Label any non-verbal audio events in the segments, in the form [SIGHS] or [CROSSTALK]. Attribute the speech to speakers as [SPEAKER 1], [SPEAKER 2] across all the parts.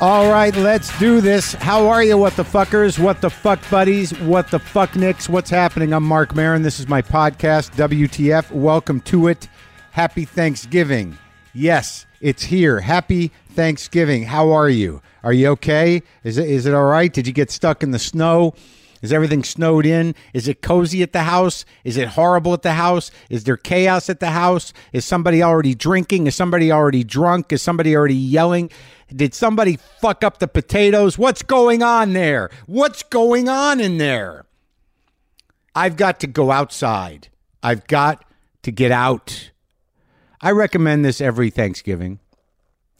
[SPEAKER 1] All right, let's do this. How are you, what the fuckers? What the fuck buddies? What the fuck nicks? What's happening? I'm Mark Marin. This is my podcast, WTF. Welcome to it. Happy Thanksgiving. Yes, it's here. Happy Thanksgiving. How are you? Are you okay? Is it, is it all right? Did you get stuck in the snow? Is everything snowed in? Is it cozy at the house? Is it horrible at the house? Is there chaos at the house? Is somebody already drinking? Is somebody already drunk? Is somebody already yelling? Did somebody fuck up the potatoes? What's going on there? What's going on in there? I've got to go outside. I've got to get out. I recommend this every Thanksgiving.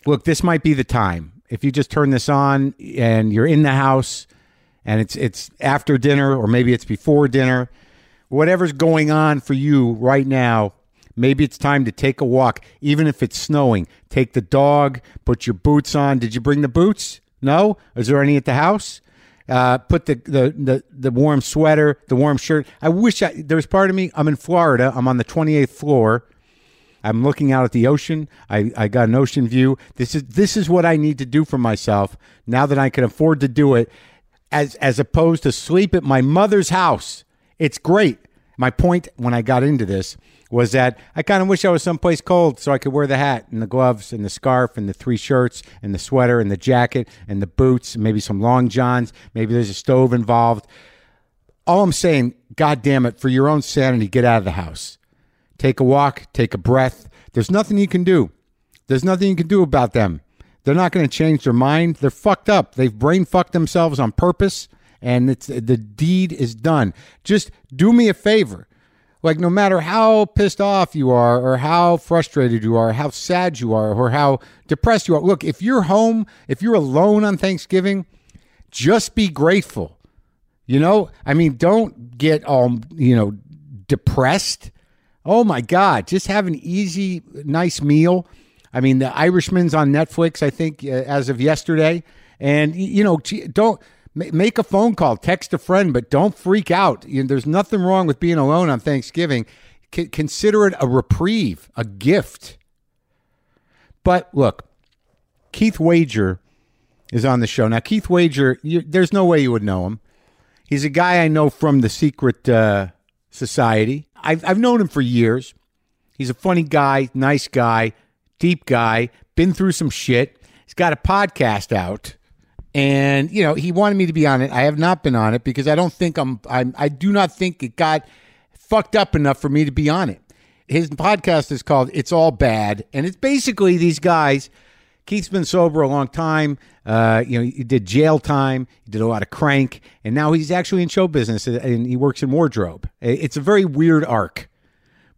[SPEAKER 1] Look, this might be the time. If you just turn this on and you're in the house, and it's it's after dinner or maybe it's before dinner whatever's going on for you right now maybe it's time to take a walk even if it's snowing take the dog put your boots on did you bring the boots no is there any at the house uh, put the, the, the, the warm sweater the warm shirt i wish i there's part of me i'm in florida i'm on the 28th floor I'm looking out at the ocean. I, I got an ocean view. This is this is what I need to do for myself now that I can afford to do it as as opposed to sleep at my mother's house. It's great. My point when I got into this was that I kind of wish I was someplace cold so I could wear the hat and the gloves and the scarf and the three shirts and the sweater and the jacket and the boots and maybe some long johns. Maybe there's a stove involved. All I'm saying, God damn it, for your own sanity, get out of the house. Take a walk, take a breath. There's nothing you can do. There's nothing you can do about them. They're not going to change their mind. They're fucked up. They've brain fucked themselves on purpose, and it's the deed is done. Just do me a favor. Like no matter how pissed off you are, or how frustrated you are, or how sad you are, or how depressed you are. Look, if you're home, if you're alone on Thanksgiving, just be grateful. You know, I mean, don't get all you know depressed. Oh my God, just have an easy, nice meal. I mean, The Irishman's on Netflix, I think, uh, as of yesterday. And y- you know, gee, don't ma- make a phone call, text a friend, but don't freak out. You know, there's nothing wrong with being alone on Thanksgiving. C- consider it a reprieve, a gift. But look, Keith Wager is on the show now. Keith Wager, you, there's no way you would know him. He's a guy I know from the Secret uh, Society. I've, I've known him for years. He's a funny guy, nice guy, deep guy, been through some shit. He's got a podcast out. And, you know, he wanted me to be on it. I have not been on it because I don't think I'm, I'm I do not think it got fucked up enough for me to be on it. His podcast is called It's All Bad. And it's basically these guys. Keith's been sober a long time. Uh, you know, he did jail time. He did a lot of crank, and now he's actually in show business and he works in wardrobe. It's a very weird arc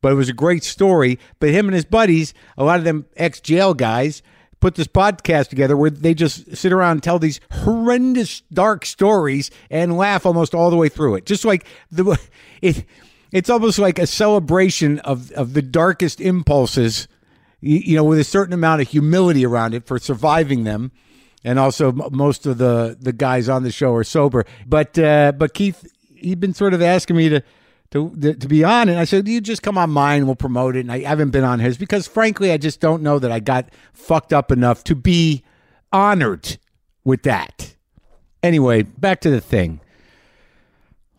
[SPEAKER 1] but it was a great story. But him and his buddies, a lot of them ex jail guys, put this podcast together where they just sit around and tell these horrendous dark stories and laugh almost all the way through it. Just like the [LAUGHS] it, it's almost like a celebration of of the darkest impulses, you, you know, with a certain amount of humility around it for surviving them. And also, m- most of the the guys on the show are sober. But uh, but Keith, he'd been sort of asking me to to to be on, and I said, "You just come on mine, we'll promote it." And I haven't been on his because, frankly, I just don't know that I got fucked up enough to be honored with that. Anyway, back to the thing.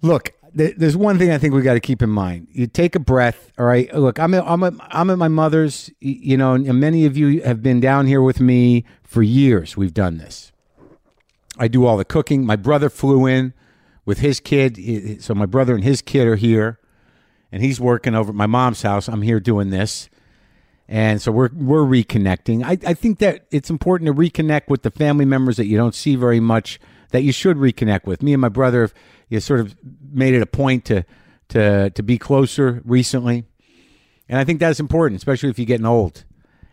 [SPEAKER 1] Look, th- there's one thing I think we got to keep in mind. You take a breath, all right? Look, I'm at, I'm at, I'm at my mother's, y- you know, and many of you have been down here with me for years. We've done this. I do all the cooking. My brother flew in with his kid, He- so my brother and his kid are here, and he's working over at my mom's house. I'm here doing this, and so we're we're reconnecting. I, I think that it's important to reconnect with the family members that you don't see very much. That you should reconnect with. Me and my brother have you know, sort of made it a point to to to be closer recently. And I think that's important, especially if you're getting old.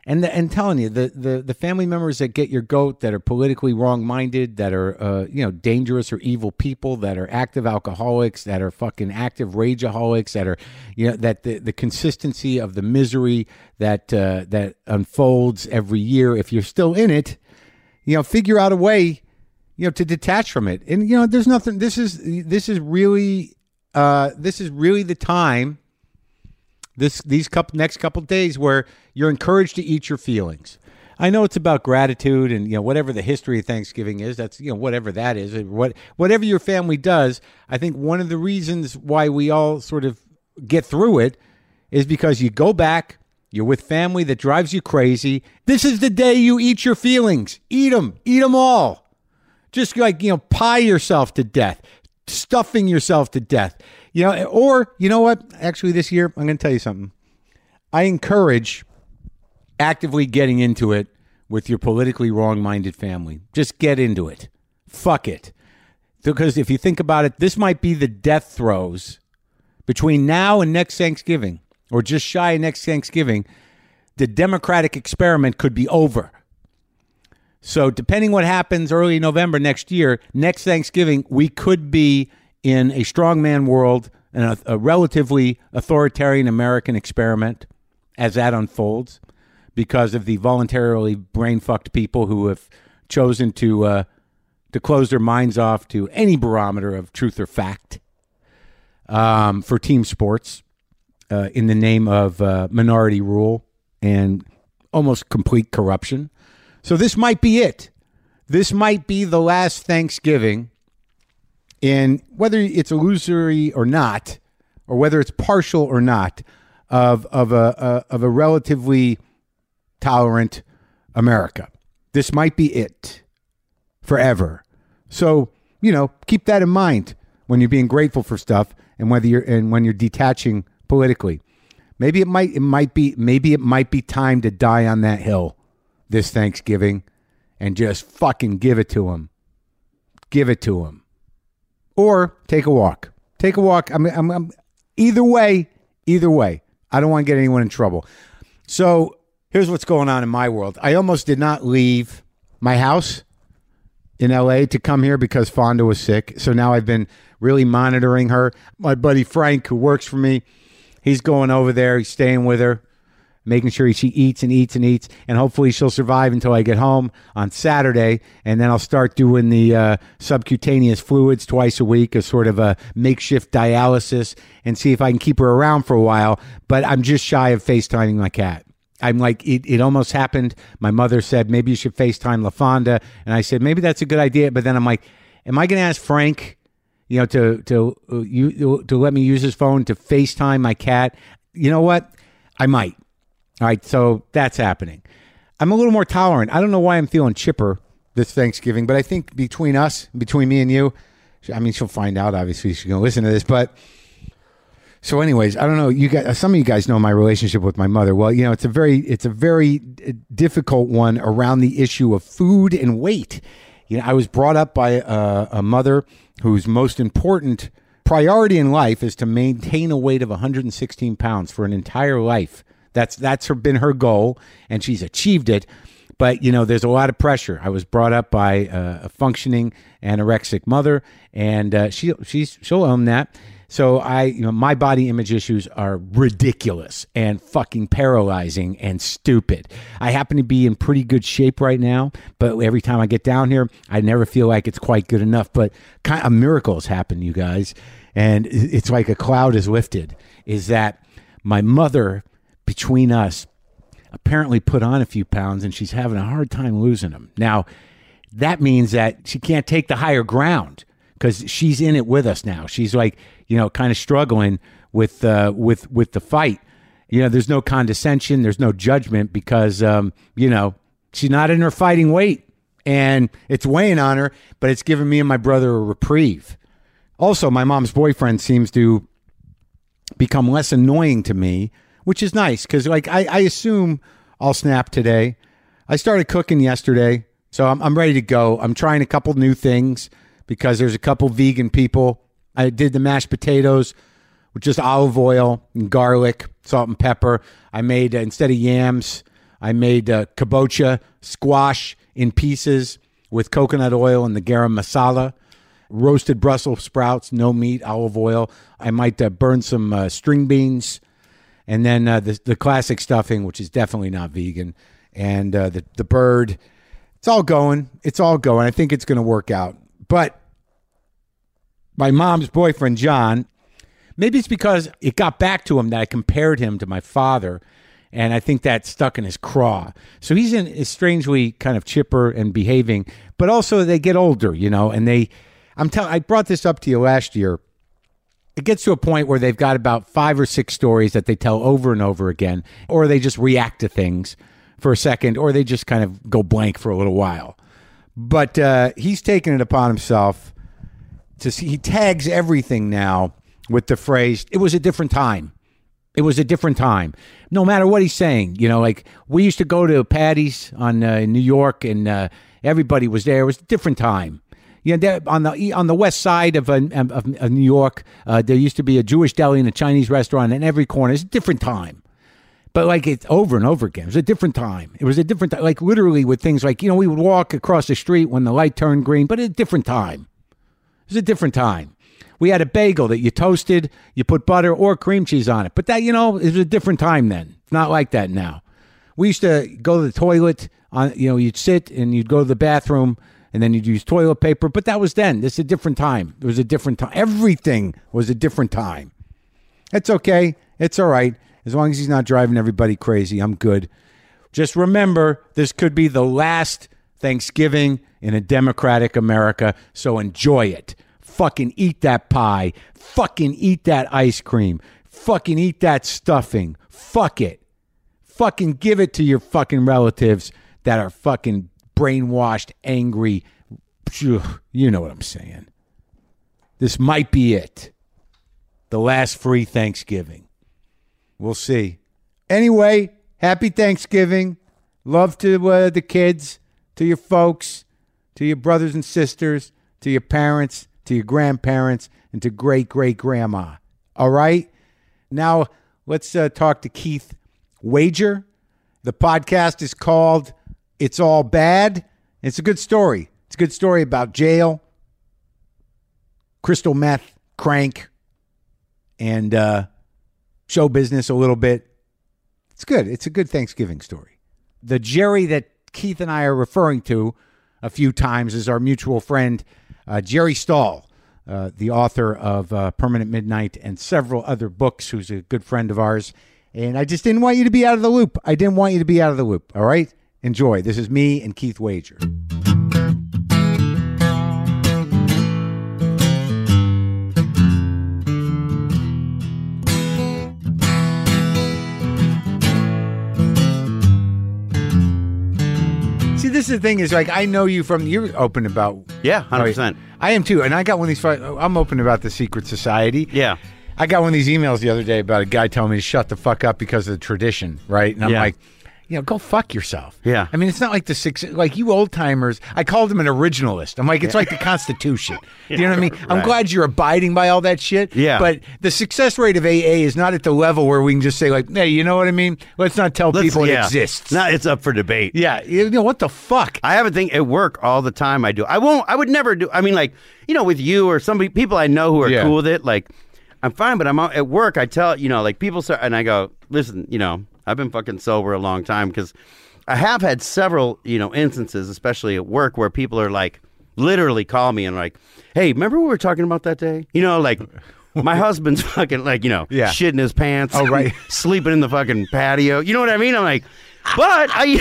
[SPEAKER 1] And the, and telling you the, the the family members that get your goat that are politically wrong minded, that are uh, you know dangerous or evil people, that are active alcoholics, that are fucking active rageaholics, that are you know that the, the consistency of the misery that uh, that unfolds every year. If you're still in it, you know figure out a way you know to detach from it. And you know there's nothing. This is this is really uh, this is really the time this these couple next couple days where you're encouraged to eat your feelings. I know it's about gratitude and you know whatever the history of Thanksgiving is. That's you know whatever that is. What whatever your family does, I think one of the reasons why we all sort of get through it is because you go back. You're with family that drives you crazy. This is the day you eat your feelings. Eat them. Eat them all. Just like you know, pie yourself to death, stuffing yourself to death. You know, or you know what? Actually, this year I'm going to tell you something. I encourage actively getting into it with your politically wrong minded family. Just get into it. Fuck it. Because if you think about it, this might be the death throes between now and next Thanksgiving, or just shy of next Thanksgiving. The Democratic experiment could be over. So, depending what happens early November next year, next Thanksgiving, we could be in a strongman world and a, a relatively authoritarian American experiment as that unfolds because of the voluntarily brain fucked people who have chosen to uh, to close their minds off to any barometer of truth or fact um, for team sports uh, in the name of uh, minority rule and almost complete corruption. So this might be it. This might be the last Thanksgiving, in whether it's illusory or not, or whether it's partial or not, of of a, a of a relatively tolerant America. This might be it forever. So, you know, keep that in mind when you're being grateful for stuff and whether you're and when you're detaching politically. Maybe it might it might be maybe it might be time to die on that hill this Thanksgiving and just fucking give it to him. Give it to him. Or take a walk. Take a walk. I'm, I'm, I'm either way, either way. I don't want to get anyone in trouble. So, here's what's going on in my world. I almost did not leave my house in LA to come here because Fonda was sick. So now I've been really monitoring her. My buddy Frank, who works for me, he's going over there, he's staying with her, making sure she eats and eats and eats. And hopefully she'll survive until I get home on Saturday. And then I'll start doing the uh, subcutaneous fluids twice a week as sort of a makeshift dialysis and see if I can keep her around for a while. But I'm just shy of FaceTiming my cat. I'm like, it, it almost happened. My mother said, maybe you should FaceTime LaFonda. And I said, maybe that's a good idea. But then I'm like, am I going to ask Frank, you know, to, to, uh, you, to let me use his phone to FaceTime my cat? You know what? I might. All right. So that's happening. I'm a little more tolerant. I don't know why I'm feeling chipper this Thanksgiving, but I think between us, between me and you, I mean, she'll find out, obviously, she's going to listen to this, but. So, anyways, I don't know. You guys, some of you guys know my relationship with my mother. Well, you know, it's a very, it's a very d- difficult one around the issue of food and weight. You know, I was brought up by uh, a, a mother whose most important priority in life is to maintain a weight of 116 pounds for an entire life. That's that's her, been her goal, and she's achieved it. But you know, there's a lot of pressure. I was brought up by uh, a functioning anorexic mother, and uh, she she's she'll own that. So I, you know, my body image issues are ridiculous and fucking paralyzing and stupid. I happen to be in pretty good shape right now, but every time I get down here, I never feel like it's quite good enough. But kind of miracles happen, you guys, and it's like a cloud is lifted. Is that my mother between us apparently put on a few pounds and she's having a hard time losing them. Now, that means that she can't take the higher ground because she's in it with us now. She's like, you know, kind of struggling with uh, with with the fight. You know, there's no condescension, there's no judgment because um, you know she's not in her fighting weight, and it's weighing on her, but it's giving me and my brother a reprieve. Also, my mom's boyfriend seems to become less annoying to me, which is nice because like I, I assume I'll snap today. I started cooking yesterday, so I'm, I'm ready to go. I'm trying a couple new things because there's a couple vegan people. I did the mashed potatoes with just olive oil and garlic, salt and pepper. I made uh, instead of yams, I made uh, kabocha squash in pieces with coconut oil and the garam masala. Roasted Brussels sprouts, no meat, olive oil. I might uh, burn some uh, string beans, and then uh, the the classic stuffing, which is definitely not vegan, and uh, the the bird. It's all going. It's all going. I think it's going to work out but my mom's boyfriend John, maybe it's because it got back to him that I compared him to my father, and I think that stuck in his craw. So he's in is strangely kind of chipper and behaving, but also they get older, you know, and they. I'm telling. I brought this up to you last year it gets to a point where they've got about five or six stories that they tell over and over again, or they just react to things for a second, or they just kind of go blank for a little while. But uh, he's taken it upon himself to see, he tags everything now with the phrase, it was a different time. It was a different time. No matter what he's saying, you know, like we used to go to Patty's on uh, in New York, and uh, everybody was there. It was a different time. You know, there- on the e, on the west side of uh, of, of New York, uh, there used to be a Jewish deli and a Chinese restaurant in every corner. It's a different time. But like it's over and over again. It was a different time. It was a different time. Like literally with things like, you know, we would walk across the street when the light turned green, but at a different time. It was a different time. We had a bagel that you toasted, you put butter or cream cheese on it. But that, you know, it was a different time then. It's not like that now. We used to go to the toilet on you know, you'd sit and you'd go to the bathroom and then you'd use toilet paper, but that was then. This is a different time. It was a different time. Everything was a different time. It's okay. It's all right. As long as he's not driving everybody crazy, I'm good. Just remember, this could be the last Thanksgiving in a democratic America, so enjoy it. Fucking eat that pie. Fucking eat that ice cream. Fucking eat that stuffing. Fuck it. Fucking give it to your fucking relatives that are fucking brainwashed, angry. Phew, You know what I'm saying. This might be it the last free Thanksgiving. We'll see. Anyway, happy Thanksgiving. Love to uh, the kids, to your folks, to your brothers and sisters, to your parents, to your grandparents, and to great great grandma. All right? Now, let's uh, talk to Keith Wager. The podcast is called It's All Bad. It's a good story. It's a good story about jail, crystal meth, crank, and uh, show business a little bit. It's good. It's a good Thanksgiving story. The Jerry that Keith and I are referring to a few times is our mutual friend, uh, Jerry Stahl, uh, the author of uh, Permanent Midnight and several other books, who's a good friend of ours. And I just didn't want you to be out of the loop. I didn't want you to be out of the loop. All right? Enjoy. This is me and Keith Wager. See, this is the thing is like, I know you from, you're open about.
[SPEAKER 2] Yeah, hundred percent.
[SPEAKER 1] I am too. And I got one of these, I'm open about the secret society.
[SPEAKER 2] Yeah,
[SPEAKER 1] I got one of these emails the other day about a guy telling me to shut the fuck up because of the tradition, right? And I'm
[SPEAKER 2] Yeah.
[SPEAKER 1] like, you know, go fuck yourself.
[SPEAKER 2] Yeah.
[SPEAKER 1] I mean, it's not like the six, like you old timers. I called him an originalist. I'm like, it's like
[SPEAKER 2] [LAUGHS]
[SPEAKER 1] the Constitution. Do you know what I mean? I'm
[SPEAKER 2] Right.
[SPEAKER 1] glad you're abiding by all that shit.
[SPEAKER 2] Yeah.
[SPEAKER 1] But the success rate of AA is not at the level where we can just say, like, hey, you know what I mean? Let's not tell
[SPEAKER 2] Let's-
[SPEAKER 1] people it
[SPEAKER 2] yeah.
[SPEAKER 1] exists.
[SPEAKER 2] No, it's up for debate.
[SPEAKER 1] yeah. You know, what the fuck?
[SPEAKER 2] I have a thing at work all the time. I do. I won't. I would never do. I mean, like you know, with you or somebody, people I know who are
[SPEAKER 1] Yeah.
[SPEAKER 2] cool with it. Like, I'm fine, but I'm out at work. I tell you know, like people start, and I go, listen, you know, I've been fucking sober a long time because I have had several you know instances, especially at work, where people are like, literally call me and like, hey, remember we were talking about that day? You know, like.
[SPEAKER 1] [LAUGHS]
[SPEAKER 2] My husband's fucking like you know
[SPEAKER 1] Yeah.
[SPEAKER 2] shitting his pants. [LAUGHS] Oh
[SPEAKER 1] right.
[SPEAKER 2] sleeping in the fucking patio. You know what I mean? I'm like, but I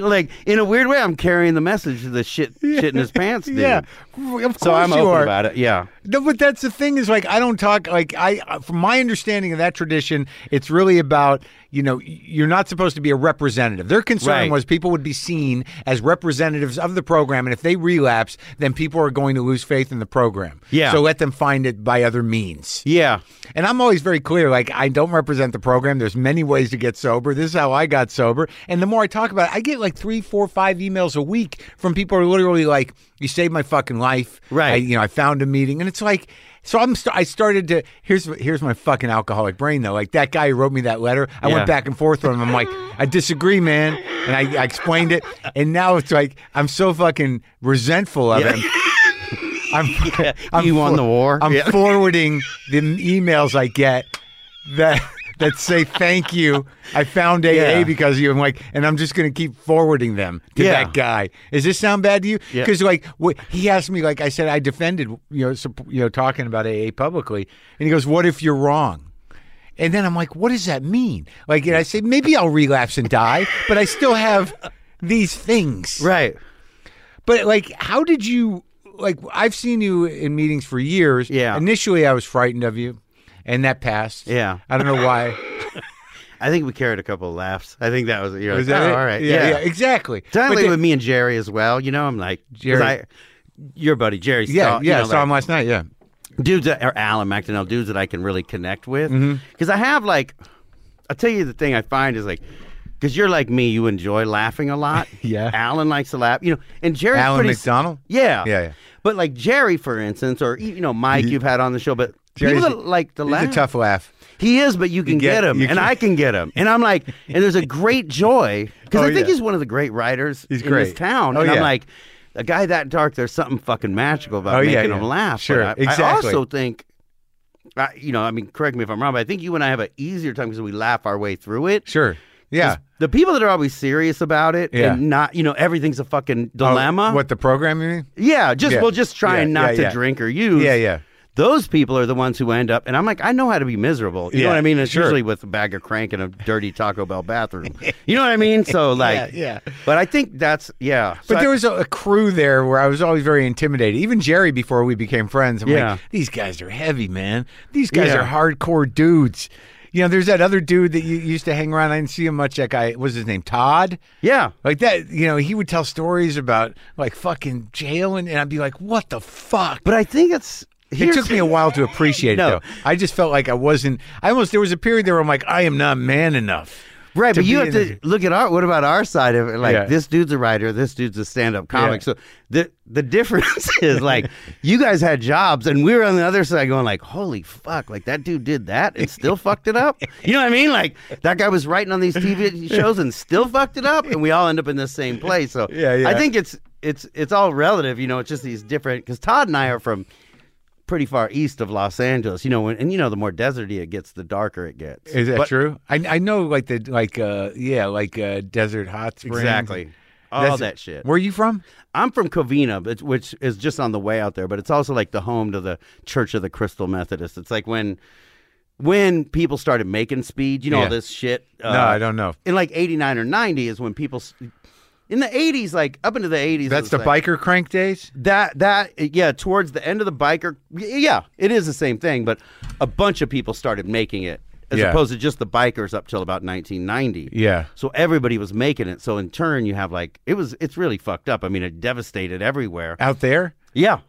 [SPEAKER 2] [LAUGHS] like in a weird way, I'm carrying the message of the shit shit in his pants, dude.
[SPEAKER 1] [LAUGHS] Yeah. Of course
[SPEAKER 2] So I'm
[SPEAKER 1] you
[SPEAKER 2] open
[SPEAKER 1] are.
[SPEAKER 2] about it. Yeah.
[SPEAKER 1] No, but that's the thing is like I don't talk like I uh, from my understanding of that tradition, it's really about you know y- you're not supposed to be a representative. Their concern
[SPEAKER 2] Right.
[SPEAKER 1] was people would be seen as representatives of the program, and if they relapse, then people are going to lose faith in the program.
[SPEAKER 2] Yeah.
[SPEAKER 1] So let them find it by other means. [LAUGHS]
[SPEAKER 2] Yeah.
[SPEAKER 1] And I'm always very clear, like I don't represent the program. There's many ways to get sober. This is how I got sober. And the more I talk about it, I get like three, four, five emails a week from people who are literally like, "You saved my fucking life."
[SPEAKER 2] Right.
[SPEAKER 1] I, you know, I found a meeting, and it's like, so I'm. St- I started to. Here's here's my fucking alcoholic brain though. Like that guy who wrote me that letter. I
[SPEAKER 2] Yeah.
[SPEAKER 1] went back and forth with him. I'm like, I disagree, man, and I, I explained it. And now it's like I'm so fucking resentful of him. I'm,
[SPEAKER 2] [LAUGHS]
[SPEAKER 1] I'm
[SPEAKER 2] You won the war.
[SPEAKER 1] I'm
[SPEAKER 2] Yeah.
[SPEAKER 1] forwarding the emails I get that that say thank you. I found AA
[SPEAKER 2] Yeah.
[SPEAKER 1] because of you. I'm like, and I'm just gonna keep forwarding them to
[SPEAKER 2] Yeah.
[SPEAKER 1] that guy. Does this sound bad to you?
[SPEAKER 2] Yeah.
[SPEAKER 1] Because like what, he asked me, like I said, I defended you know sup- you know talking about AA publicly, and he goes, "What if you're wrong?" And then I'm like, what does that mean? Like, and I say, maybe I'll relapse and die, but I still have these things.
[SPEAKER 2] [LAUGHS] Right.
[SPEAKER 1] But like, how did you? Like, I've seen you in meetings for years.
[SPEAKER 2] Yeah.
[SPEAKER 1] Initially, I was frightened of you, and that passed.
[SPEAKER 2] Yeah.
[SPEAKER 1] I don't
[SPEAKER 2] [LAUGHS]
[SPEAKER 1] know why.
[SPEAKER 2] I think we carried a couple of laughs. I think that was you're
[SPEAKER 1] Was
[SPEAKER 2] like,
[SPEAKER 1] that
[SPEAKER 2] "Oh,
[SPEAKER 1] it?
[SPEAKER 2] all right.
[SPEAKER 1] Yeah.
[SPEAKER 2] yeah.
[SPEAKER 1] exactly. But
[SPEAKER 2] Definitely
[SPEAKER 1] then-
[SPEAKER 2] with me and Jerry as well. You know, I'm like 'cause
[SPEAKER 1] Jerry.
[SPEAKER 2] I- your buddy Jerry.
[SPEAKER 1] yeah,
[SPEAKER 2] Stahl, oh, you
[SPEAKER 1] yeah. I
[SPEAKER 2] know,
[SPEAKER 1] saw
[SPEAKER 2] like,
[SPEAKER 1] him last night. Yeah.
[SPEAKER 2] dudes that, or Alan McDonnell, dudes that I can really connect with.
[SPEAKER 1] Mm-hmm.
[SPEAKER 2] Because I have like, I'll tell you the thing I find is like, because you're like me, you enjoy laughing a lot.
[SPEAKER 1] [LAUGHS] Yeah.
[SPEAKER 2] Alan likes to laugh. You know, and Jerry's
[SPEAKER 1] Alan
[SPEAKER 2] pretty.
[SPEAKER 1] McDonald.
[SPEAKER 2] yeah.
[SPEAKER 1] Yeah, yeah.
[SPEAKER 2] But like Jerry, for instance, or you know Mike, you've had on the show, but
[SPEAKER 1] Jerry's
[SPEAKER 2] people that like to
[SPEAKER 1] He's
[SPEAKER 2] laugh.
[SPEAKER 1] a tough laugh.
[SPEAKER 2] He is, but you can
[SPEAKER 1] get-
[SPEAKER 2] get, him,
[SPEAKER 1] you
[SPEAKER 2] and
[SPEAKER 1] can-
[SPEAKER 2] I can get him, and I'm like, and there's a great joy because
[SPEAKER 1] Oh,
[SPEAKER 2] I think
[SPEAKER 1] yeah.
[SPEAKER 2] he's one of the great writers
[SPEAKER 1] He's
[SPEAKER 2] in
[SPEAKER 1] great.
[SPEAKER 2] this town,
[SPEAKER 1] Oh,
[SPEAKER 2] and
[SPEAKER 1] yeah.
[SPEAKER 2] I'm like, a guy that dark, there's something fucking magical about
[SPEAKER 1] Oh,
[SPEAKER 2] making
[SPEAKER 1] yeah, yeah.
[SPEAKER 2] him laugh. But
[SPEAKER 1] Sure,
[SPEAKER 2] I, I
[SPEAKER 1] exactly.
[SPEAKER 2] also think, I, you know, I mean, correct me if I'm wrong, but I think you and I have an easier time because we laugh our way through it.
[SPEAKER 1] Sure. Yeah.
[SPEAKER 2] The people that are always serious about it
[SPEAKER 1] Yeah.
[SPEAKER 2] and not, you know, everything's a fucking dilemma.
[SPEAKER 1] Oh, what the program you mean?
[SPEAKER 2] Yeah, just
[SPEAKER 1] Yeah.
[SPEAKER 2] well, just trying
[SPEAKER 1] Yeah,
[SPEAKER 2] not
[SPEAKER 1] yeah,
[SPEAKER 2] to
[SPEAKER 1] yeah.
[SPEAKER 2] drink or use.
[SPEAKER 1] Yeah, yeah.
[SPEAKER 2] Those people are the ones who end up, and I'm like, I know how to be miserable. You
[SPEAKER 1] Yeah,
[SPEAKER 2] know what I mean? It's
[SPEAKER 1] sure.
[SPEAKER 2] usually with a bag of crank and a dirty Taco Bell bathroom. you know what I mean? So like,
[SPEAKER 1] [LAUGHS] yeah.
[SPEAKER 2] But I think that's yeah. So
[SPEAKER 1] But
[SPEAKER 2] I-
[SPEAKER 1] there was a, a crew there where I was always very intimidated. Even Jerry, before we became friends, I'm
[SPEAKER 2] Yeah.
[SPEAKER 1] like, these guys are heavy, man. These guys
[SPEAKER 2] Yeah.
[SPEAKER 1] are hardcore dudes. You know, there's that other dude that you used to hang around. I didn't see him much. That guy, what was his name? Todd?
[SPEAKER 2] yeah.
[SPEAKER 1] Like that, you know, he would tell stories about like fucking jailing, and I'd be like, what the fuck?
[SPEAKER 2] But I think it's
[SPEAKER 1] It
[SPEAKER 2] here's-
[SPEAKER 1] took me a while to appreciate
[SPEAKER 2] No.
[SPEAKER 1] it, though. I just felt like I wasn't. I almost there was a period there where I'm like, I am not man enough.
[SPEAKER 2] Right,
[SPEAKER 1] to
[SPEAKER 2] but you
[SPEAKER 1] be
[SPEAKER 2] have to
[SPEAKER 1] in-
[SPEAKER 2] look at our. What about our side of it? Like
[SPEAKER 1] Yeah.
[SPEAKER 2] this dude's a writer, this dude's a stand-up comic.
[SPEAKER 1] Yeah.
[SPEAKER 2] So the the difference [LAUGHS] is like you guys had jobs, and we were on the other side going like, "Holy fuck!" Like that dude did that and still fucked it
[SPEAKER 1] [LAUGHS]
[SPEAKER 2] up. You know what I mean? Like that guy was writing on these TV shows and still fucked it up, and we all end up in the same place. So
[SPEAKER 1] Yeah, yeah.
[SPEAKER 2] I think it's it's it's all relative. You know, it's just these different because Todd and I are from. Pretty far east of Los Angeles, you know, and, and you know the more deserty it gets, the darker it gets.
[SPEAKER 1] Is that
[SPEAKER 2] But-
[SPEAKER 1] true? I I know like the like uh yeah like uh desert hot springs.
[SPEAKER 2] Exactly. All
[SPEAKER 1] That's-
[SPEAKER 2] that shit.
[SPEAKER 1] Where are you from?
[SPEAKER 2] I'm from Covina, but- which is just on the way out there, but it's also like the home to the Church of the Crystal Methodist. It's like when when people started making speed, you know,
[SPEAKER 1] Yeah.
[SPEAKER 2] all this shit. Uh,
[SPEAKER 1] no, I don't know.
[SPEAKER 2] In like 89 or 90 is when people s- in the 80s like up into the 80s. it
[SPEAKER 1] That's
[SPEAKER 2] was
[SPEAKER 1] the
[SPEAKER 2] like-
[SPEAKER 1] biker crank days.
[SPEAKER 2] That that yeah, towards the end of the biker yeah, it is the same thing, but a bunch of people started making it as
[SPEAKER 1] Yeah.
[SPEAKER 2] opposed to just the bikers up till about 1990.
[SPEAKER 1] Yeah.
[SPEAKER 2] So everybody was making it. So in turn, you have like it was. It's really fucked up. I mean, it devastated everywhere.
[SPEAKER 1] Out there,
[SPEAKER 2] Yeah.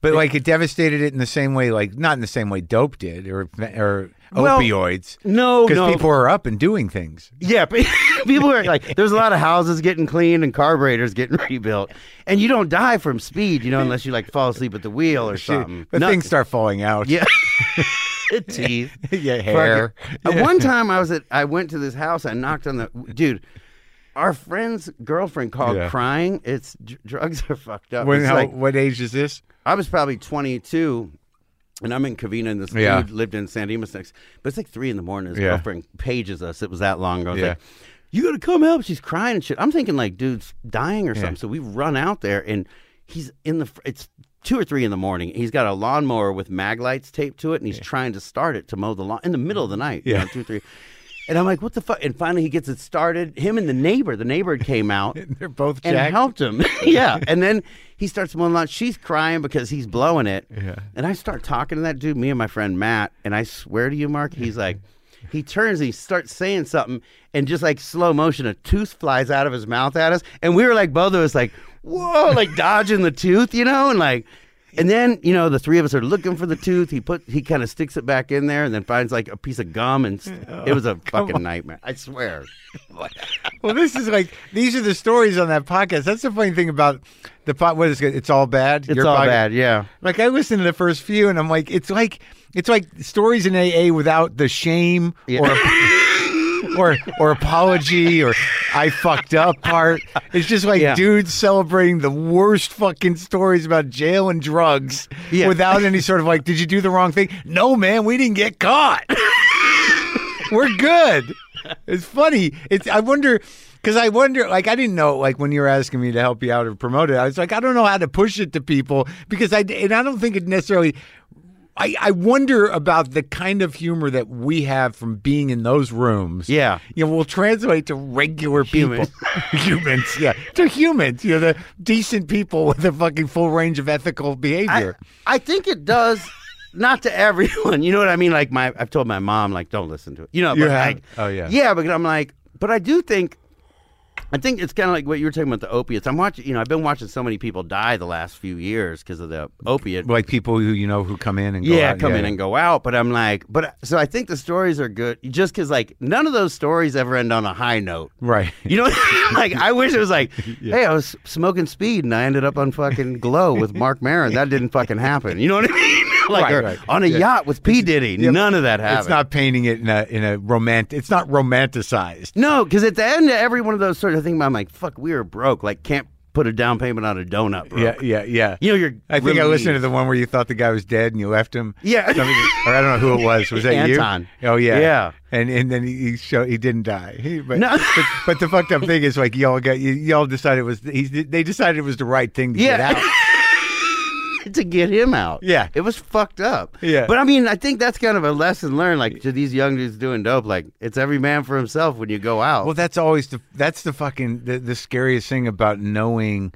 [SPEAKER 1] but like it devastated it in the same way, like not in the same way dope did or or
[SPEAKER 2] Well,
[SPEAKER 1] opioids.
[SPEAKER 2] No.
[SPEAKER 1] because
[SPEAKER 2] No.
[SPEAKER 1] people are up and doing things.
[SPEAKER 2] yeah. [LAUGHS] pe- People are like, there's a lot of houses getting cleaned and carburetors getting [LAUGHS] rebuilt, and you don't die from speed, you know, unless you like fall asleep at the wheel
[SPEAKER 1] [LAUGHS]
[SPEAKER 2] or something.
[SPEAKER 1] But
[SPEAKER 2] No-
[SPEAKER 1] things start falling out.
[SPEAKER 2] Yeah. Teeth.
[SPEAKER 1] [LAUGHS] yeah, hair.
[SPEAKER 2] Fuck it. Uh, One time I was at, I went to this house. I knocked on the dude. Our friend's girlfriend called
[SPEAKER 1] Yeah.
[SPEAKER 2] crying. It's dr- drugs are fucked up.
[SPEAKER 1] When,
[SPEAKER 2] It's
[SPEAKER 1] how,
[SPEAKER 2] like-
[SPEAKER 1] what age is this? [LAUGHS]
[SPEAKER 2] I was probably 22, and I'm in Covina, and this
[SPEAKER 1] Yeah.
[SPEAKER 2] dude lived in San Dimas next. But it's like three in the morning. His
[SPEAKER 1] Yeah.
[SPEAKER 2] girlfriend pages us. It was that long ago. I was
[SPEAKER 1] Yeah.
[SPEAKER 2] like, you gotta come help. She's crying and shit. I'm thinking like, dude's dying or something. So we run out there, and he's in the. fr- It's two or three in the morning. He's got a lawnmower with mag lights taped to it, and he's trying to start it to mow the lawn in the middle of the night. you
[SPEAKER 1] Yeah.
[SPEAKER 2] know, two or three. And I'm like, what the fuck? And finally, he gets it started. Him and the neighbor. The neighbor came
[SPEAKER 1] [LAUGHS]
[SPEAKER 2] out
[SPEAKER 1] They're both
[SPEAKER 2] and
[SPEAKER 1] jacked.
[SPEAKER 2] helped him. [LAUGHS] yeah. And then he starts mowing the lawn. She's crying because he's blowing it. Yeah. And I start talking to that dude, me and my friend Matt, and I swear to you, Mark, he's like, he turns and he starts saying something, and just like slow motion, a tooth flies out of his mouth at us. And we were like, both of us, like, whoa, like dodging the tooth, you know? And like, and then you know the three of us are looking for the tooth. He put he kind of sticks it back in there, and then finds like a piece of gum, and s- it was a fucking nightmare. I swear.
[SPEAKER 1] well, this is like these are the stories on that podcast. That's the funny thing about the pot. What is it? It's all bad.
[SPEAKER 2] It's all bad. Yeah.
[SPEAKER 1] Like I listened to the first few, and I'm like, it's like it's like stories in AA without the shame or or or apology or I fucked up part. It's just like
[SPEAKER 2] Yeah.
[SPEAKER 1] dudes celebrating the worst fucking stories about jail and drugs
[SPEAKER 2] Yeah.
[SPEAKER 1] without any sort of like, did you do the wrong thing? No, man, we didn't get caught. We're good. It's funny. It's I wonder because I wonder like I didn't know like when you were asking me to help you out or promote it, I was like I don't know how to push it to people because I and I don't think it necessarily I, I wonder about the kind of humor that we have from being in those rooms.
[SPEAKER 2] Yeah.
[SPEAKER 1] You know, we'll translate to regular people. [LAUGHS] humans, yeah. To humans, you know, the decent people with a fucking full range of ethical
[SPEAKER 2] I,
[SPEAKER 1] behavior.
[SPEAKER 2] I think it does. Not to everyone, you know what I mean. Like my, I've told my mom, like, don't listen to it. You know,
[SPEAKER 1] You
[SPEAKER 2] but
[SPEAKER 1] have?
[SPEAKER 2] like,
[SPEAKER 1] Oh, yeah.
[SPEAKER 2] yeah. But I'm like, but I do think, I think it's kind of like what you were talking about the opiates. I'm watching, you know, I've been watching so many people die the last few years because of the opiate.
[SPEAKER 1] like people who, you know, who come in and go
[SPEAKER 2] yeah,
[SPEAKER 1] out-
[SPEAKER 2] come in and go out. But I'm like, but so I think the stories are good, just because like none of those stories ever end on a high note.
[SPEAKER 1] Right.
[SPEAKER 2] You know, [LAUGHS] like I wish it was
[SPEAKER 1] [LAUGHS]
[SPEAKER 2] like, hey, I was smoking speed and I ended up on fucking Glow with Mark Maron. That didn't fucking happen. You know what I mean? [LAUGHS] like
[SPEAKER 1] Right,
[SPEAKER 2] or
[SPEAKER 1] right.
[SPEAKER 2] on a
[SPEAKER 1] Yeah.
[SPEAKER 2] yacht with P Diddy. None of that happened.
[SPEAKER 1] It's not painting it in a in a romantic. It's not romanticized.
[SPEAKER 2] no, because at the end of every one of those stories, I think I'm like, fuck, we were broke. Like, can't put a down payment on a donut, bro.
[SPEAKER 1] Yeah, yeah, yeah.
[SPEAKER 2] You know, you're.
[SPEAKER 1] I think I
[SPEAKER 2] relieved.
[SPEAKER 1] listened to the one where you thought the guy was dead and you left him.
[SPEAKER 2] [LAUGHS] Yeah.
[SPEAKER 1] [LAUGHS] Somebody- or I don't know who it was. Was that
[SPEAKER 2] Anton.
[SPEAKER 1] you? Oh yeah,
[SPEAKER 2] Yeah.
[SPEAKER 1] And and then he, he showed he didn't die. He- but,
[SPEAKER 2] No.
[SPEAKER 1] but but the fucked up thing is like y'all got y- y'all decided it was he, they decided it was the right thing to
[SPEAKER 2] Yeah.
[SPEAKER 1] get out.
[SPEAKER 2] [LAUGHS] to get him out.
[SPEAKER 1] Yeah.
[SPEAKER 2] It was fucked up.
[SPEAKER 1] Yeah.
[SPEAKER 2] But I mean, I think that's kind of a lesson learned, like to these young dudes doing dope. Like, it's every man for himself when you go out.
[SPEAKER 1] Well, that's always the that's the fucking the, the scariest thing about knowing.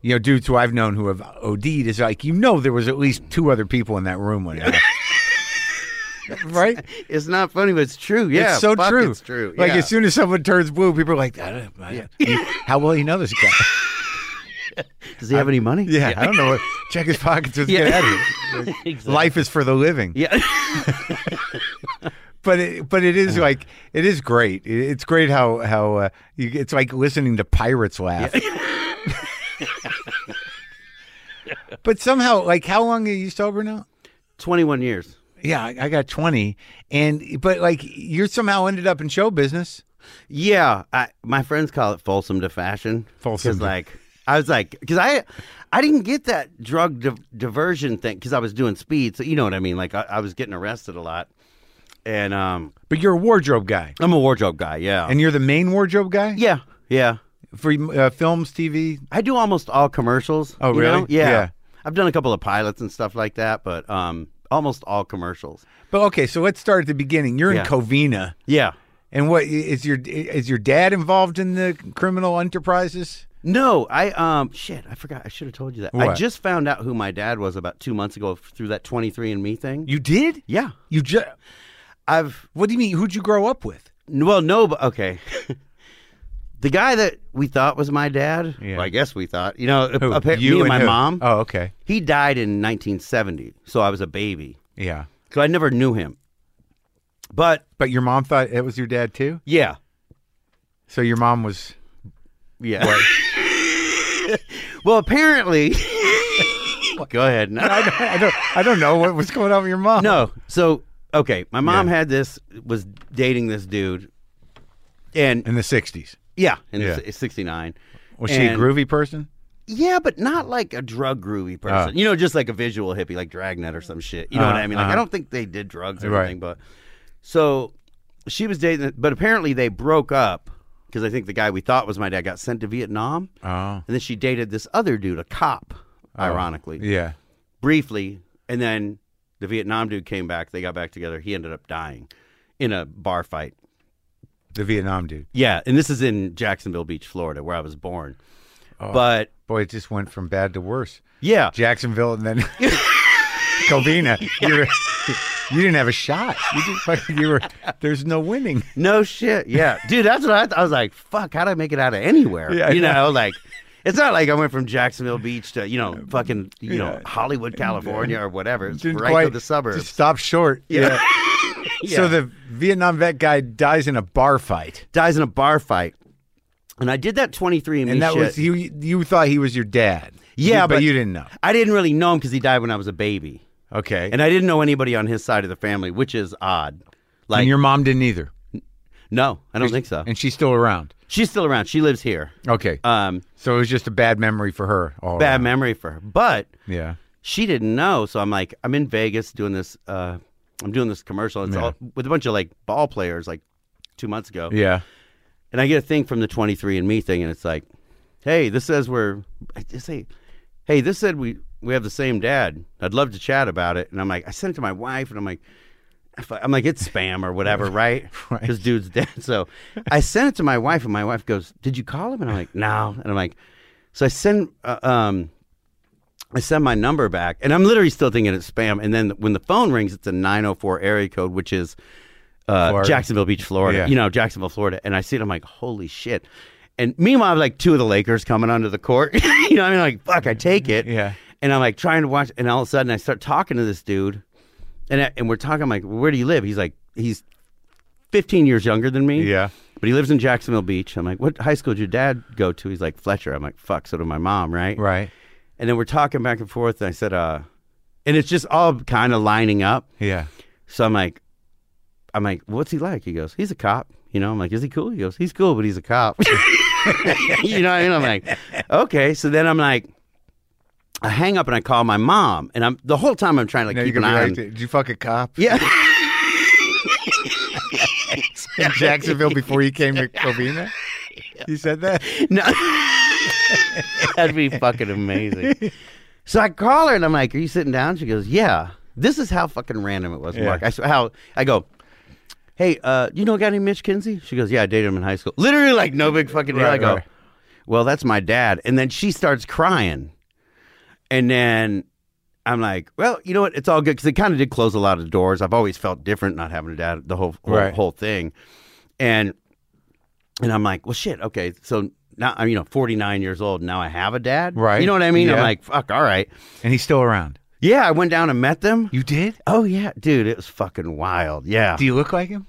[SPEAKER 1] You know, dudes who I've known who have OD'd is like you know there was at least two other people in that
[SPEAKER 2] [LAUGHS]
[SPEAKER 1] room when it happened. right?
[SPEAKER 2] It's not funny, but it's true. Yeah,
[SPEAKER 1] it's so
[SPEAKER 2] fuck,
[SPEAKER 1] true.
[SPEAKER 2] It's true.
[SPEAKER 1] Like
[SPEAKER 2] yeah.
[SPEAKER 1] as soon as someone turns blue, people are like, I don't, I don't- you- [LAUGHS] "How well you know this guy?"
[SPEAKER 2] does he have any money?
[SPEAKER 1] Yeah, I don't know. What, check his pockets. Let's
[SPEAKER 2] Yeah.
[SPEAKER 1] get
[SPEAKER 2] [LAUGHS]
[SPEAKER 1] out of here.
[SPEAKER 2] Exactly.
[SPEAKER 1] Life is for the living.
[SPEAKER 2] yeah. [LAUGHS]
[SPEAKER 1] But it, but it is like it is great. It- It's great how how uh, you, it's like listening to pirates laugh. [LAUGHS]
[SPEAKER 2] [LAUGHS]
[SPEAKER 1] but somehow, like, how long are you sober now?
[SPEAKER 2] Twenty-one years.
[SPEAKER 1] Yeah, I, I got twenty, and but like you're somehow ended up in show business.
[SPEAKER 2] Yeah, I, my friends call it Folsom to fashion.
[SPEAKER 1] Folsom
[SPEAKER 2] 'Cause,
[SPEAKER 1] to-
[SPEAKER 2] like I was like, because I, I didn't get that drug di- diversion thing because I was doing speed. So you know what I mean. Like I, I was getting arrested a lot, and um,
[SPEAKER 1] But you're a wardrobe guy,
[SPEAKER 2] I'm a wardrobe guy. Yeah,
[SPEAKER 1] and you're the main wardrobe guy.
[SPEAKER 2] yeah, yeah.
[SPEAKER 1] for uh, films, TV.
[SPEAKER 2] I do almost all commercials.
[SPEAKER 1] Oh,
[SPEAKER 2] you
[SPEAKER 1] really?
[SPEAKER 2] know? Yeah.
[SPEAKER 1] Yeah.
[SPEAKER 2] I've done a couple of pilots and stuff like that, but um, almost all commercials.
[SPEAKER 1] But okay, so let's start at the beginning. You're in
[SPEAKER 2] Yeah.
[SPEAKER 1] Covina,
[SPEAKER 2] Yeah.
[SPEAKER 1] and what is your is your dad involved in the criminal enterprises?
[SPEAKER 2] No, I um shit, I forgot. I should have told you that. I
[SPEAKER 1] What?
[SPEAKER 2] just found out who my dad was about two months ago f- through that 23andMe thing.
[SPEAKER 1] You did?
[SPEAKER 2] yeah,
[SPEAKER 1] You just
[SPEAKER 2] I've
[SPEAKER 1] what do you mean? Who'd you grow up with?
[SPEAKER 2] n- well, no, but okay. [LAUGHS] the guy that we thought was my dad.
[SPEAKER 1] Yeah.
[SPEAKER 2] Well, I guess we thought. You know, appa- me and my
[SPEAKER 1] who?
[SPEAKER 2] mom.
[SPEAKER 1] Oh, okay.
[SPEAKER 2] He died in 1970, so I was a baby,
[SPEAKER 1] Yeah,
[SPEAKER 2] so I never knew him. But
[SPEAKER 1] but your mom thought it was your dad too.
[SPEAKER 2] yeah,
[SPEAKER 1] So your mom was [LAUGHS]
[SPEAKER 2] yeah. [LAUGHS] well,
[SPEAKER 1] [LAUGHS]
[SPEAKER 2] apparently. [LAUGHS] Go ahead. No.
[SPEAKER 1] I don't, I don't I don't know what was going on with your mom.
[SPEAKER 2] No. So okay, my mom had this was dating this dude, and
[SPEAKER 1] in the '60s
[SPEAKER 2] yeah, in
[SPEAKER 1] Yeah.
[SPEAKER 2] sixty nine.
[SPEAKER 1] was she a groovy person?
[SPEAKER 2] Yeah, but not like a drug groovy person. You know, just like a visual hippie, like Dragnet or some shit. You know what
[SPEAKER 1] Ah. Uh-huh,
[SPEAKER 2] I mean? Like
[SPEAKER 1] uh-huh.
[SPEAKER 2] I don't think they did drugs or
[SPEAKER 1] Right.
[SPEAKER 2] anything. But so she was dating, but apparently they broke up because I think the guy we thought was my dad got sent to Vietnam,
[SPEAKER 1] Oh,
[SPEAKER 2] and then she dated this other dude, a cop, ironically,
[SPEAKER 1] yeah.
[SPEAKER 2] briefly, and then the Vietnam dude came back. They got back together. He ended up dying in a bar fight.
[SPEAKER 1] The Vietnam dude.
[SPEAKER 2] Yeah, and this is in Jacksonville Beach, Florida, where I was born.
[SPEAKER 1] Oh.
[SPEAKER 2] But
[SPEAKER 1] Boy, it just went from bad to worse.
[SPEAKER 2] yeah,
[SPEAKER 1] Jacksonville and [LAUGHS] then Covina. You, [LAUGHS] were, you didn't have a shot. You, just, fucking- [LAUGHS] you were there's no winning.
[SPEAKER 2] no shit.
[SPEAKER 1] [LAUGHS]
[SPEAKER 2] Yeah, dude, that's what I thought. I was like, fuck, how'd I make it out of anywhere?
[SPEAKER 1] Yeah, I
[SPEAKER 2] you
[SPEAKER 1] know.
[SPEAKER 2] know, like. It's not like I went from Jacksonville Beach to you know fucking you know Hollywood, California or whatever. It's
[SPEAKER 1] Didn't
[SPEAKER 2] right
[SPEAKER 1] quite-
[SPEAKER 2] to the suburbs.
[SPEAKER 1] Just stopped short. Yeah.
[SPEAKER 2] [LAUGHS] Yeah.
[SPEAKER 1] So the Vietnam vet guy dies in a bar fight,
[SPEAKER 2] dies in a bar fight, and I did that twenty three and
[SPEAKER 1] and that was you. You thought he was your dad.
[SPEAKER 2] Yeah,
[SPEAKER 1] You- but,
[SPEAKER 2] but-
[SPEAKER 1] you didn't know.
[SPEAKER 2] I didn't really know him because he died when I was a baby,
[SPEAKER 1] Okay, and,
[SPEAKER 2] and I didn't know anybody on his side of the family, which is odd. Like Uh.
[SPEAKER 1] your mom didn't either,
[SPEAKER 2] no, I don't think so.
[SPEAKER 1] and she's still around.
[SPEAKER 2] She's still around. She lives here.
[SPEAKER 1] Okay,
[SPEAKER 2] Um,
[SPEAKER 1] so it was just a bad memory for her. All
[SPEAKER 2] bad
[SPEAKER 1] around.
[SPEAKER 2] memory for her, but
[SPEAKER 1] Yeah.
[SPEAKER 2] she didn't know. So I'm like, I'm in Vegas doing this. Uh, I'm doing this commercial. It's all with a bunch of like ball players, like two months ago.
[SPEAKER 1] Yeah.
[SPEAKER 2] And I get a thing from the 23andMe thing, and it's like, hey, this says we're. I just say, hey, this said we we have the same dad. I'd love to chat about it." And I'm like, I sent it to my wife, and I'm like, if I- I'm like, it's spam
[SPEAKER 3] [LAUGHS]
[SPEAKER 2] or whatever, right?
[SPEAKER 3] Right.
[SPEAKER 2] This dude's dead. So I sent it to my wife, and my wife goes, "Did you call him?" And I'm like, "No." And I'm like, so I send, uh, um, I send my number back, and I'm literally still thinking it's spam. And then when the phone rings, it's a 904 area code, which is uh,
[SPEAKER 3] Florida.
[SPEAKER 2] Jacksonville Beach, Florida.
[SPEAKER 3] Yeah.
[SPEAKER 2] You know, Jacksonville, Florida. And I see it, I'm like, holy shit. And meanwhile, I have like two of the Lakers coming onto the court. [LAUGHS] you know, what I mean, like, fuck, I take it.
[SPEAKER 3] Yeah.
[SPEAKER 2] And I'm like trying to watch, and all of a sudden I start talking to this dude, and I, and we're talking I'm like, where do you live? He's like, he's 15 years younger than me.
[SPEAKER 3] Yeah.
[SPEAKER 2] But he lives in Jacksonville Beach. I'm like, what high school did your dad go to? He's like, Fletcher. I'm like, fuck, so did my mom, right?
[SPEAKER 3] Right.
[SPEAKER 2] And then we're talking back and forth, and I said, uh, and it's just all kind of lining up.
[SPEAKER 3] Yeah.
[SPEAKER 2] So I'm like, I'm like, what's he like? He goes, he's a cop. You know, I'm like, is he cool? He goes, he's cool, but he's a cop. [LAUGHS] you know, what I mean? I'm like, okay. So then I'm like, I hang up and I call my mom, and I'm the whole time I'm trying to like
[SPEAKER 1] Now you
[SPEAKER 2] keep
[SPEAKER 1] can
[SPEAKER 2] an
[SPEAKER 1] be
[SPEAKER 2] eye.
[SPEAKER 1] like,
[SPEAKER 2] on,
[SPEAKER 1] did you fuck a cop
[SPEAKER 2] yeah,
[SPEAKER 1] in Jacksonville before you
[SPEAKER 2] [LAUGHS]
[SPEAKER 1] came to Covina? You said that?
[SPEAKER 2] no, [LAUGHS] that'd be fucking amazing. So I call her and I'm like, are you sitting down? She goes, yeah. This is how fucking random it was,
[SPEAKER 3] Yeah.
[SPEAKER 2] Mark. I s- how I go. Hey, uh, you know a guy named Mitch Kinsey? She goes, Yeah, I dated him in high school. Literally, like no big fucking deal.
[SPEAKER 3] Right,
[SPEAKER 2] I go,
[SPEAKER 3] right.
[SPEAKER 2] Well, that's my dad. And then she starts crying, and then I'm like, Well, you know what? It's all good because it kind of did close a lot of doors. I've always felt different not having a dad. The whole whole,
[SPEAKER 3] Right.
[SPEAKER 2] whole thing, and and I'm like, Well, shit. Okay, so now I'm you know 49 years old. Now I have a dad.
[SPEAKER 3] Right.
[SPEAKER 2] You know what I mean? I'm
[SPEAKER 3] Yeah.
[SPEAKER 2] like, Fuck. All right.
[SPEAKER 1] And he's still around.
[SPEAKER 2] Yeah, I went down and met them.
[SPEAKER 1] You did?
[SPEAKER 2] Oh yeah, dude, it was fucking wild. Yeah.
[SPEAKER 1] Do you look like him?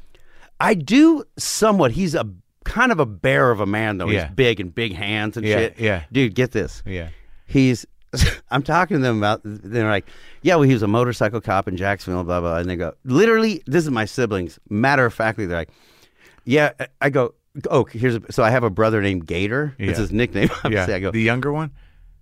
[SPEAKER 2] I do somewhat. He's a kind of a bear of a man though.
[SPEAKER 1] Yeah.
[SPEAKER 2] He's big and big hands and
[SPEAKER 1] Yeah,
[SPEAKER 2] shit.
[SPEAKER 1] yeah.
[SPEAKER 2] Dude, get this.
[SPEAKER 1] Yeah.
[SPEAKER 2] He's [LAUGHS] I'm talking to them about they're like, Yeah, well he was a motorcycle cop in Jacksonville, blah blah and they go, literally, this is my siblings. Matter of factly, they're like, Yeah, I go, Oh, here's a, so I have a brother named Gator. It's
[SPEAKER 1] Yeah.
[SPEAKER 2] his nickname. [LAUGHS] Obviously. I go,
[SPEAKER 1] The younger one?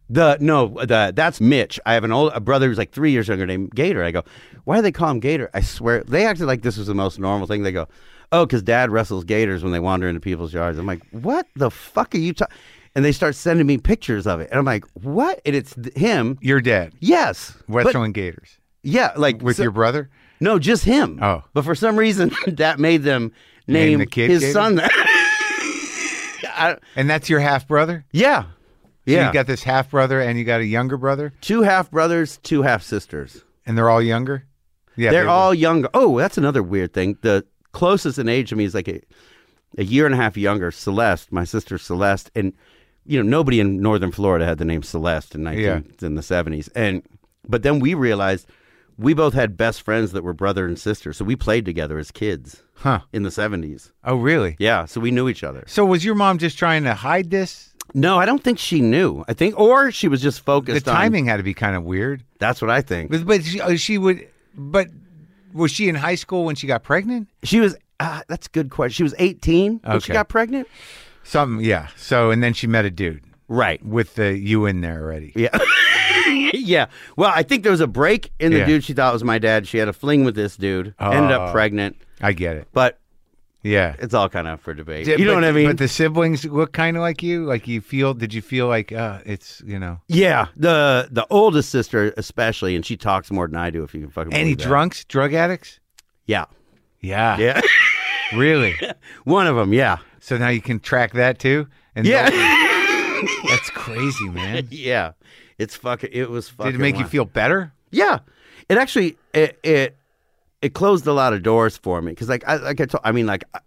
[SPEAKER 2] the no, the that's Mitch. I have an old a brother who's like three years younger named Gator. I go, why do they call him Gator? I swear they acted like this was the most normal thing. They go, oh, because Dad wrestles gators when they wander into people's yards. I'm like, what the fuck are you talking? And they start sending me pictures of it, and I'm like, what? And it's th- him.
[SPEAKER 1] Your dad.
[SPEAKER 2] Yes, but-
[SPEAKER 1] Westland Gators.
[SPEAKER 2] yeah, like
[SPEAKER 1] With
[SPEAKER 2] so-
[SPEAKER 1] your brother?
[SPEAKER 2] no, just him.
[SPEAKER 1] Oh.
[SPEAKER 2] But for some reason, [LAUGHS] that made them name,
[SPEAKER 1] the kid
[SPEAKER 2] his
[SPEAKER 1] Gator?
[SPEAKER 2] son
[SPEAKER 1] [LAUGHS]
[SPEAKER 2] that. [LAUGHS] I-
[SPEAKER 1] And that's your half brother?
[SPEAKER 2] yeah,
[SPEAKER 1] So
[SPEAKER 2] yeah.
[SPEAKER 1] you got this half brother and you got a younger brother,
[SPEAKER 2] two half brothers, two half sisters.
[SPEAKER 1] and they're all younger? Yeah.
[SPEAKER 2] they're
[SPEAKER 1] they-
[SPEAKER 2] all younger. Oh, that's another weird thing. The closest in age to me is like a, a year and a half younger, Celeste, my sister Celeste, and you know nobody in Northern Florida had the name Celeste in nineteen in the seventies, and but then we realized we both had best friends that were brother and sister, so we played together as kids
[SPEAKER 1] Huh.
[SPEAKER 2] in the seventies.
[SPEAKER 1] Oh, really?
[SPEAKER 2] Yeah, so we knew each other.
[SPEAKER 1] So was your mom just trying to hide this?
[SPEAKER 2] No, I don't think she knew. I think, or she was just
[SPEAKER 1] The
[SPEAKER 2] focused on
[SPEAKER 1] timing had to be kind of weird.
[SPEAKER 2] That's what I think.
[SPEAKER 1] But, but she, uh, she would, but was she in high school when she got pregnant?
[SPEAKER 2] She was. Uh, that's a good question. She was eighteen when she
[SPEAKER 1] Okay.
[SPEAKER 2] got pregnant.
[SPEAKER 1] Some, yeah. So, and then she met a dude
[SPEAKER 2] Right.
[SPEAKER 1] with the you in there already.
[SPEAKER 2] Yeah. yeah. Well, I think there was a break in the
[SPEAKER 1] Yeah.
[SPEAKER 2] dude she thought was my dad. She had a fling with this dude, ended up
[SPEAKER 1] Oh.
[SPEAKER 2] pregnant,
[SPEAKER 1] I get it.
[SPEAKER 2] but
[SPEAKER 1] Yeah.
[SPEAKER 2] it's all kind of for debate.
[SPEAKER 1] Did-
[SPEAKER 2] you know
[SPEAKER 1] but-
[SPEAKER 2] what I mean?
[SPEAKER 1] But the siblings look kind of like you. Like you feel, did you feel like, uh, it's, you know,
[SPEAKER 2] yeah. The the oldest sister especially, and she talks more than I do if you can fucking
[SPEAKER 1] any
[SPEAKER 2] believe that.
[SPEAKER 1] drunks, drug addicts?
[SPEAKER 2] Yeah.
[SPEAKER 1] Yeah.
[SPEAKER 2] Yeah. [LAUGHS]
[SPEAKER 1] Really?
[SPEAKER 2] One of them, yeah.
[SPEAKER 1] so now you can track that too? And
[SPEAKER 2] Yeah. [LAUGHS]
[SPEAKER 1] That's crazy, man.
[SPEAKER 2] yeah. It's fucking it was fucking
[SPEAKER 1] Did it make you
[SPEAKER 2] wild.
[SPEAKER 1] feel better?
[SPEAKER 2] Yeah, it actually it it, it closed a lot of doors for me because like I like I told I mean like I-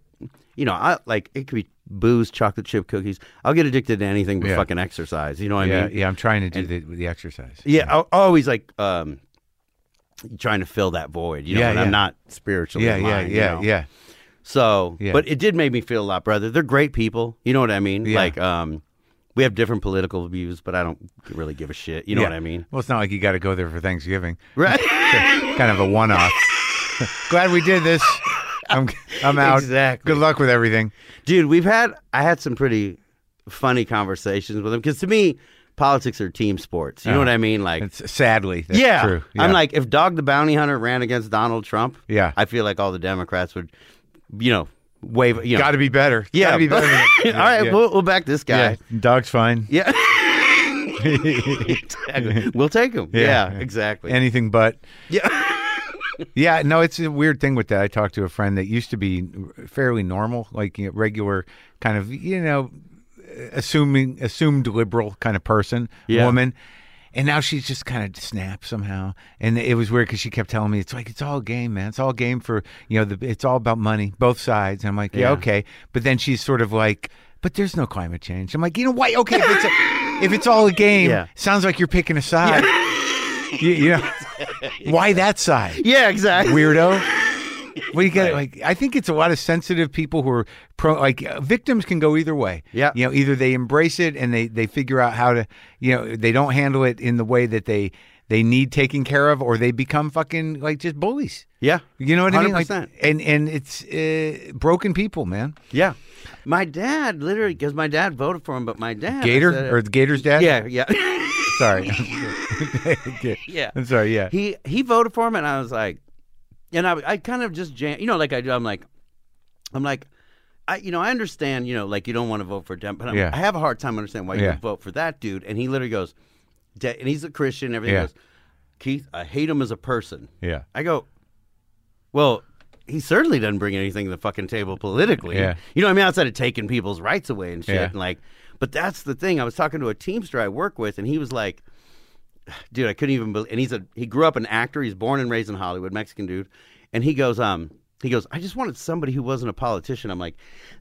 [SPEAKER 2] you know I like it could be booze, chocolate chip cookies. I'll get addicted to anything but
[SPEAKER 1] Yeah.
[SPEAKER 2] fucking exercise. You know what I
[SPEAKER 1] yeah,
[SPEAKER 2] mean?
[SPEAKER 1] yeah. I'm trying to do the, the exercise.
[SPEAKER 2] Yeah, I, always like um trying to fill that void. You know,
[SPEAKER 1] Yeah,
[SPEAKER 2] when
[SPEAKER 1] yeah.
[SPEAKER 2] I'm not spiritually.
[SPEAKER 1] yeah, yeah,
[SPEAKER 2] aligned, you
[SPEAKER 1] yeah,
[SPEAKER 2] know?
[SPEAKER 1] yeah.
[SPEAKER 2] So,
[SPEAKER 1] Yeah.
[SPEAKER 2] but it did make me feel a lot, brother. They're great people. You know what I mean?
[SPEAKER 1] Yeah.
[SPEAKER 2] Like um. We have different political views, but I don't really give a shit. You know
[SPEAKER 1] Yeah.
[SPEAKER 2] what I mean?
[SPEAKER 1] Well, it's not like you got to go there for Thanksgiving. [LAUGHS]
[SPEAKER 2] Right.
[SPEAKER 1] Kind of a one-off. [LAUGHS] Glad we did this. I'm
[SPEAKER 2] [LAUGHS]
[SPEAKER 1] I'm out.
[SPEAKER 2] Exactly.
[SPEAKER 1] Good luck with everything.
[SPEAKER 2] dude we've had i had some pretty funny conversations with him because to me politics are team sports you know what i mean like
[SPEAKER 1] Uh-huh. It's sadly that's
[SPEAKER 2] yeah.
[SPEAKER 1] true.
[SPEAKER 2] i'm
[SPEAKER 1] Yeah.
[SPEAKER 2] like if dog the bounty hunter ran against donald trump
[SPEAKER 1] Yeah.
[SPEAKER 2] i feel like all the democrats would you know wave you know
[SPEAKER 1] got to be better.
[SPEAKER 2] yeah [LAUGHS]
[SPEAKER 1] Gotta be better.
[SPEAKER 2] all right
[SPEAKER 1] yeah.
[SPEAKER 2] We'll, we'll back this guy
[SPEAKER 1] Yeah. Dog's fine.
[SPEAKER 2] yeah, Exactly. [LAUGHS] we'll take them.
[SPEAKER 1] Yeah.
[SPEAKER 2] Yeah, exactly.
[SPEAKER 1] Anything but.
[SPEAKER 2] yeah. [LAUGHS]
[SPEAKER 1] Yeah, no, it's a weird thing with that. I talked to a friend that used to be fairly normal, like you know, regular kind of, you know, assuming assumed liberal kind of person,
[SPEAKER 2] Yeah.
[SPEAKER 1] woman. And now she's just kind of snapped somehow. And it was weird because she kept telling me it's like it's all a game, man. It's all a game for you know the it's all about money, both sides. And I'm like, yeah,
[SPEAKER 2] Yeah.
[SPEAKER 1] okay. But then she's sort of like, but there's no climate change. I'm like, you know why? Okay, if it's
[SPEAKER 2] [LAUGHS]
[SPEAKER 1] a, if it's all a game,
[SPEAKER 2] Yeah.
[SPEAKER 1] sounds like you're picking a side. You- you know, why that side?
[SPEAKER 2] yeah, exactly.
[SPEAKER 1] weirdo. What do you get? Like, I think it's a lot of sensitive people who are pro. Like, uh, victims can go either way.
[SPEAKER 2] Yeah.
[SPEAKER 1] you know, either they embrace it and they they figure out how to, you know, they don't handle it in the way that they they need taking care of, or they become fucking like just bullies.
[SPEAKER 2] yeah.
[SPEAKER 1] You know what I mean? Like,
[SPEAKER 2] 100%.
[SPEAKER 1] and and it's uh, broken people, man.
[SPEAKER 2] Yeah. My dad literally, because my dad voted for him, but my dad. I said it-
[SPEAKER 1] Gator or the Gator's dad?
[SPEAKER 2] yeah, yeah, [LAUGHS]
[SPEAKER 1] sorry. [LAUGHS] Okay.
[SPEAKER 2] yeah.
[SPEAKER 1] I'm sorry. [LAUGHS] Yeah,
[SPEAKER 2] He he voted for him, and I was like, and I I kind of just jam, you know, like I do. I'm like, I'm like, I you know I understand, you know, like you don't want to vote for Dem, but I'm-
[SPEAKER 1] Yeah.
[SPEAKER 2] I have a hard time understanding why you
[SPEAKER 1] Yeah.
[SPEAKER 2] would vote for that dude. And he literally goes, "Da- and he's a Christian, and everything
[SPEAKER 1] Yeah.
[SPEAKER 2] He goes, Keith, I hate him as a person.
[SPEAKER 1] yeah,
[SPEAKER 2] I go, well, he certainly doesn't bring anything to the fucking table politically.
[SPEAKER 1] Yeah.
[SPEAKER 2] You know what I mean? Outside of taking people's rights away and shit.
[SPEAKER 1] Yeah.
[SPEAKER 2] And like, but that's the thing. I was talking to a Teamster I work with, and he was like, dude, I couldn't even believe. And he's a he grew up an actor. He's born and raised in Hollywood, Mexican dude. And he goes, um, he goes, I just wanted somebody who wasn't a politician. I'm like,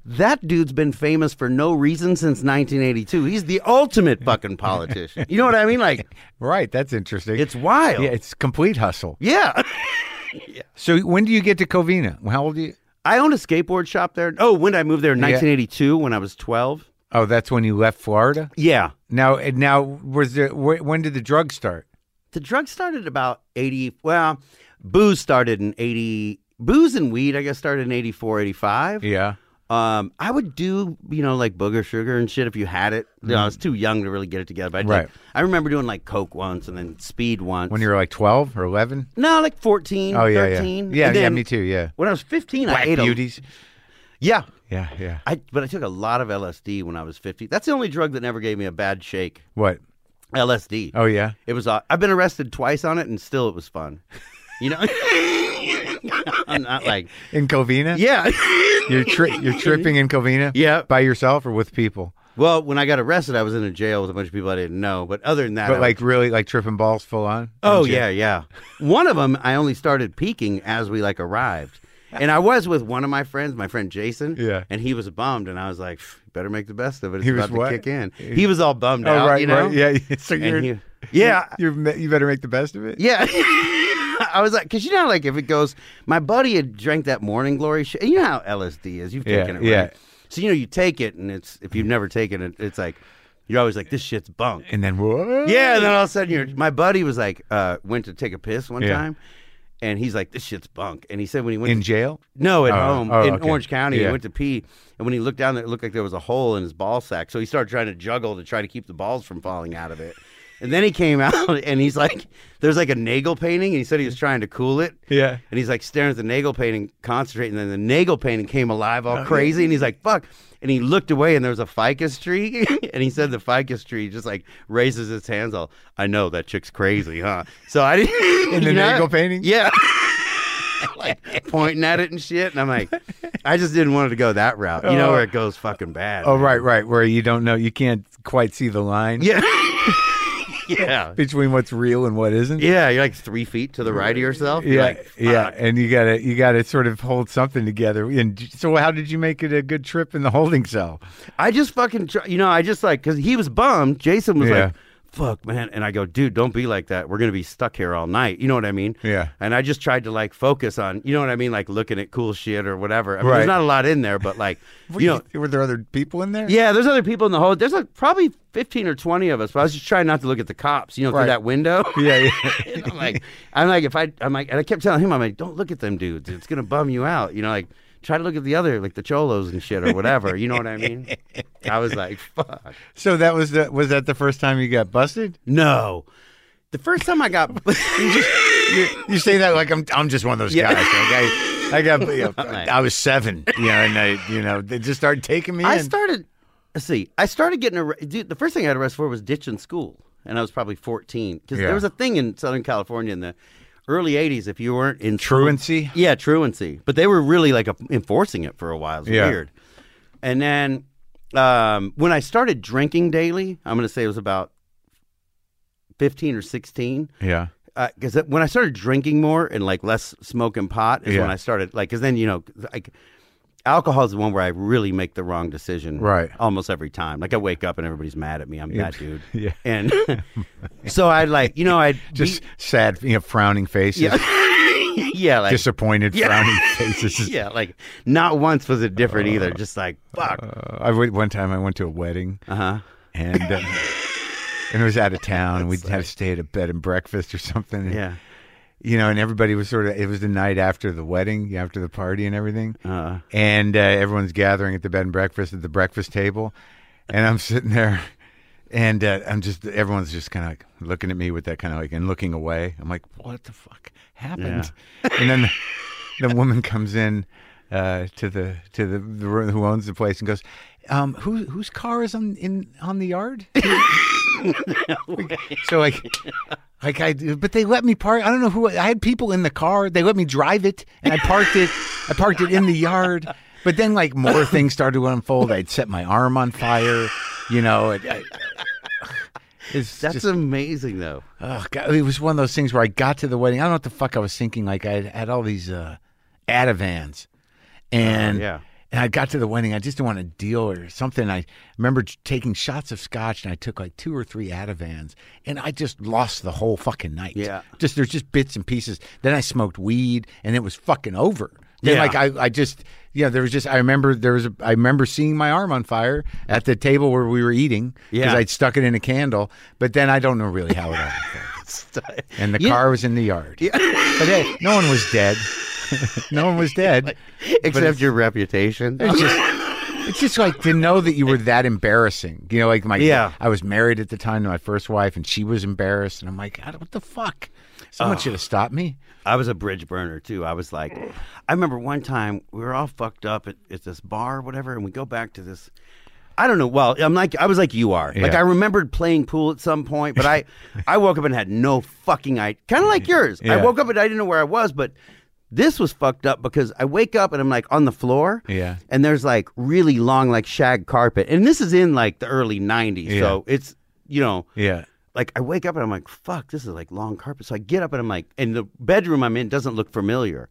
[SPEAKER 2] that dude's been famous for no reason since 1982. He's the ultimate fucking
[SPEAKER 1] [LAUGHS]
[SPEAKER 2] politician. You know what I mean? Like,
[SPEAKER 1] right. That's interesting.
[SPEAKER 2] it's wild.
[SPEAKER 1] yeah, it's complete hustle.
[SPEAKER 2] yeah.
[SPEAKER 1] So when do you get to Covina? How old are you?
[SPEAKER 2] I owned a skateboard shop there. Oh, when I moved there in 1982 when I was 12.
[SPEAKER 1] Oh, that's when you left Florida.
[SPEAKER 2] Yeah.
[SPEAKER 1] Now, and now, was there? Wh- when did the drug start?
[SPEAKER 2] The drug started about 80. Well, booze started in 80. Booze and weed, I guess, started in 84, 85.
[SPEAKER 1] Yeah,
[SPEAKER 2] Um, I would do, you know, like booger sugar and shit if you had it. You know, I was too young to really get it together. But I, did-
[SPEAKER 1] Mm-hmm. Right.
[SPEAKER 2] I remember doing like Coke once and then speed once.
[SPEAKER 1] when you were like twelve or eleven.
[SPEAKER 2] No, like 14,
[SPEAKER 1] Oh yeah,
[SPEAKER 2] 13.
[SPEAKER 1] yeah, yeah,
[SPEAKER 2] And
[SPEAKER 1] yeah.
[SPEAKER 2] then
[SPEAKER 1] Me too. Yeah,
[SPEAKER 2] When I was 15, I
[SPEAKER 1] Black
[SPEAKER 2] ate a-
[SPEAKER 1] beauties.
[SPEAKER 2] Yeah.
[SPEAKER 1] Yeah, yeah.
[SPEAKER 2] I, but I took a lot of LSD when I was 50. That's the only drug that never gave me a bad shake.
[SPEAKER 1] What?
[SPEAKER 2] LSD.
[SPEAKER 1] Oh yeah.
[SPEAKER 2] It was. aw- I've been arrested twice on it, and still it was fun. You know, [LAUGHS] I'm not like
[SPEAKER 1] In Covina.
[SPEAKER 2] yeah, [LAUGHS]
[SPEAKER 1] You're tri- you're tripping in Covina.
[SPEAKER 2] yeah.
[SPEAKER 1] By yourself or with people?
[SPEAKER 2] Well, when I got arrested, I was in a jail with a bunch of people I didn't know. But other than that, I
[SPEAKER 1] But
[SPEAKER 2] was-
[SPEAKER 1] like really, like tripping balls full on.
[SPEAKER 2] oh
[SPEAKER 1] Didn't you?
[SPEAKER 2] yeah, yeah. One of them, I only started peeking as we like arrived, and I was with one of my friends, my friend Jason.
[SPEAKER 1] Yeah.
[SPEAKER 2] and he was bummed, and I was like, "Pff, "Better make the best of it." It's
[SPEAKER 1] He was
[SPEAKER 2] about to
[SPEAKER 1] what?
[SPEAKER 2] kick in. He was all bummed
[SPEAKER 1] Oh
[SPEAKER 2] out,
[SPEAKER 1] right,
[SPEAKER 2] you know.
[SPEAKER 1] right. Yeah. yeah. So
[SPEAKER 2] And
[SPEAKER 1] you're
[SPEAKER 2] he- yeah,
[SPEAKER 1] you're me- you better make the best of it.
[SPEAKER 2] Yeah. [LAUGHS] I was like, because you know, like if it goes, my buddy had drank that morning glory shit. You know how LSD is. You've
[SPEAKER 1] Yeah,
[SPEAKER 2] taken it,
[SPEAKER 1] yeah.
[SPEAKER 2] right? So, you know, you take it, and it's, if you've never taken it, it's like, you're always like, this shit's bunk.
[SPEAKER 1] And then whoa.
[SPEAKER 2] Yeah. And then all of a sudden, you're, my buddy was like, uh, went to take a piss one
[SPEAKER 1] Yeah.
[SPEAKER 2] time, and he's like, this shit's bunk. And he said, when he went
[SPEAKER 1] In
[SPEAKER 2] to,
[SPEAKER 1] jail.
[SPEAKER 2] no, at
[SPEAKER 1] Oh,
[SPEAKER 2] home
[SPEAKER 1] oh,
[SPEAKER 2] in
[SPEAKER 1] okay.
[SPEAKER 2] Orange County,
[SPEAKER 1] Yeah.
[SPEAKER 2] he went to pee, and when he looked down there, it looked like there was a hole in his ball sack. So he started trying to juggle to try to keep the balls from falling out of it. And then he came [LAUGHS] out, and he's like, "There's like a Nagel painting," and he said he was trying to cool it.
[SPEAKER 1] Yeah.
[SPEAKER 2] And he's like staring at the Nagel painting, concentrating. And then the Nagel painting came alive
[SPEAKER 1] Oh,
[SPEAKER 2] all crazy. And he's like, fuck. And he looked away and there was a ficus tree. [LAUGHS] and he said the ficus tree just like raises its hands all, I know that chick's crazy, huh? So I didn't.
[SPEAKER 1] In the
[SPEAKER 2] [LAUGHS] you
[SPEAKER 1] Nagel painting?
[SPEAKER 2] Yeah. [LAUGHS] like pointing at it and shit. And I'm like, I just didn't want it to go that route. You know, where it goes fucking bad.
[SPEAKER 1] Oh right, right. Where you don't know, you can't quite see the line
[SPEAKER 2] Yeah. [LAUGHS] yeah.
[SPEAKER 1] between what's real and what isn't.
[SPEAKER 2] Yeah. You're like three feet to the right of yourself. You're
[SPEAKER 1] yeah,
[SPEAKER 2] like,
[SPEAKER 1] yeah, and you gotta you gotta sort of hold something together. And j- so, how did you make it a good trip in the holding cell?
[SPEAKER 2] I just fucking, tr- you know, I just like, because he was bummed. Jason was
[SPEAKER 1] Yeah.
[SPEAKER 2] like, fuck, man. And I go, dude, don't be like that. We're going to be stuck here all night. You know what I mean?
[SPEAKER 1] Yeah.
[SPEAKER 2] And I just tried to like focus on, you know what I mean? Like looking at cool shit or whatever. I mean,
[SPEAKER 1] Right.
[SPEAKER 2] There's not a lot in there, but like,
[SPEAKER 1] [LAUGHS] Were,
[SPEAKER 2] you know,
[SPEAKER 1] were there other people in there?
[SPEAKER 2] yeah, there's other people in the whole, there's like probably 15 or 20 of us, but I was just trying not to look at the cops, you know,
[SPEAKER 1] Right.
[SPEAKER 2] through that
[SPEAKER 1] [LAUGHS]
[SPEAKER 2] window.
[SPEAKER 1] [LAUGHS] yeah, yeah.
[SPEAKER 2] And I'm like, I'm like, if I, I'm like, and I kept telling him, I'm like, don't look at them dudes. It's gonna bum you out. You know, like try to look at the other, like the cholos and shit or whatever. You know what I mean? I was like, fuck,
[SPEAKER 1] So that was the was that the first time you got busted?
[SPEAKER 2] no. The first time I
[SPEAKER 1] [LAUGHS]
[SPEAKER 2] got,
[SPEAKER 1] You, you say that like I'm I'm just one of those
[SPEAKER 2] Yeah.
[SPEAKER 1] guys. Like I, I got you know,
[SPEAKER 2] [LAUGHS] Right.
[SPEAKER 1] I was seven, you know, and I you know they just started taking
[SPEAKER 2] [LAUGHS]
[SPEAKER 1] me
[SPEAKER 2] I
[SPEAKER 1] in.
[SPEAKER 2] started. Let's see, I started getting arrested. Dude, the first thing I got arrested for was ditching school. and I was probably 14 because
[SPEAKER 1] Yeah.
[SPEAKER 2] there was a thing in Southern California in the early 80s if you weren't in school-
[SPEAKER 1] Truancy?
[SPEAKER 2] yeah, truancy. But they were really like enforcing it for a while. It was
[SPEAKER 1] Yeah.
[SPEAKER 2] weird. And then um, when I started drinking daily, I'm going to say it was about 15 or 16
[SPEAKER 1] Yeah.
[SPEAKER 2] because when I started drinking more and like less smoking pot is
[SPEAKER 1] Yeah.
[SPEAKER 2] when I started like because then you know like alcohol is the one where I really make the wrong decision
[SPEAKER 1] Right.
[SPEAKER 2] almost every time. Like I wake up and everybody's mad at me. I'm
[SPEAKER 1] [LAUGHS]
[SPEAKER 2] that dude.
[SPEAKER 1] Yeah.
[SPEAKER 2] And [LAUGHS] so I like you know I
[SPEAKER 1] [LAUGHS] Just sad, you know, frowning faces,
[SPEAKER 2] yeah yeah like
[SPEAKER 1] disappointed
[SPEAKER 2] Yeah.
[SPEAKER 1] frowning [LAUGHS]
[SPEAKER 2] [LAUGHS]
[SPEAKER 1] faces.
[SPEAKER 2] yeah like not once was it different either. Just like fuck.
[SPEAKER 1] Uh, I went, one time I went to a wedding
[SPEAKER 2] Uh huh.
[SPEAKER 1] and um, and it was out of
[SPEAKER 2] [LAUGHS]
[SPEAKER 1] town. and We had to stay at a bed and breakfast or something. and,
[SPEAKER 2] Yeah.
[SPEAKER 1] you know, and everybody was sort of. It was the night after the wedding, after the party and everything.
[SPEAKER 2] Uh,
[SPEAKER 1] and uh, everyone's gathering at the bed and breakfast at the breakfast table, and I'm [LAUGHS] sitting there, and uh, I'm just everyone's just kind of like looking at me with that kind of like and looking away. I'm like, what the fuck happened? And then the, the woman comes in uh, to the to the, the room who owns the place and goes, um, who whose car is on in on the yard? so like. Like I, but they let me park. I don't know who. I had people in the car. They let me drive it, and I parked it. I parked it in the yard. But then, like more things started to unfold. I'd set my arm on fire. You know, it, I, it's
[SPEAKER 2] that's
[SPEAKER 1] just,
[SPEAKER 2] amazing though. [LAUGHS]
[SPEAKER 1] oh God, it was one of those things where I got to the wedding. I don't know what the fuck I was thinking. Like I had all these uh, Advans, and
[SPEAKER 2] Oh, yeah.
[SPEAKER 1] and I got to the wedding. I just didn't want to deal or something. I remember j- taking shots of scotch, and I took like two or three Advans, and I just lost the whole fucking night.
[SPEAKER 2] Yeah.
[SPEAKER 1] just there's just bits and pieces. Then I smoked weed, and it was fucking over. Then,
[SPEAKER 2] Yeah.
[SPEAKER 1] like I, I just yeah, there was just I remember there was a, I remember seeing my arm on fire at the table where we were eating
[SPEAKER 2] Yeah.
[SPEAKER 1] I'd stuck it in a candle. But then I don't know really how it happened. And the
[SPEAKER 2] Yeah.
[SPEAKER 1] car was in the yard. [LAUGHS] But hey, no one was dead. [LAUGHS] no one was dead.
[SPEAKER 2] Except your reputation.
[SPEAKER 1] It's just, it's just like to know that you were that embarrassing. You know, like my
[SPEAKER 2] Yeah.
[SPEAKER 1] I was married at the time to my first wife, and she was embarrassed, and I'm like, God, what the fuck? Someone should have stopped me.
[SPEAKER 2] I was a bridge burner too. I was like, I remember one time we were all fucked up at, at this bar or whatever, and we go back to this. I don't know. Well, I'm like I was like you are. Like
[SPEAKER 1] Yeah.
[SPEAKER 2] I remembered playing pool at some point, but
[SPEAKER 1] [LAUGHS]
[SPEAKER 2] I I woke up and had no fucking idea. Kind of like yours.
[SPEAKER 1] Yeah.
[SPEAKER 2] I woke up and I didn't know where I was, but this was fucked up because I wake up and I'm like on the floor.
[SPEAKER 1] Yeah.
[SPEAKER 2] And there's like really long like shag carpet, and this is in like the early '90s, so it's you know
[SPEAKER 1] Yeah.
[SPEAKER 2] like I wake up and I'm like, fuck, this is like long carpet. So I get up and I'm like, and the bedroom I'm in doesn't look familiar.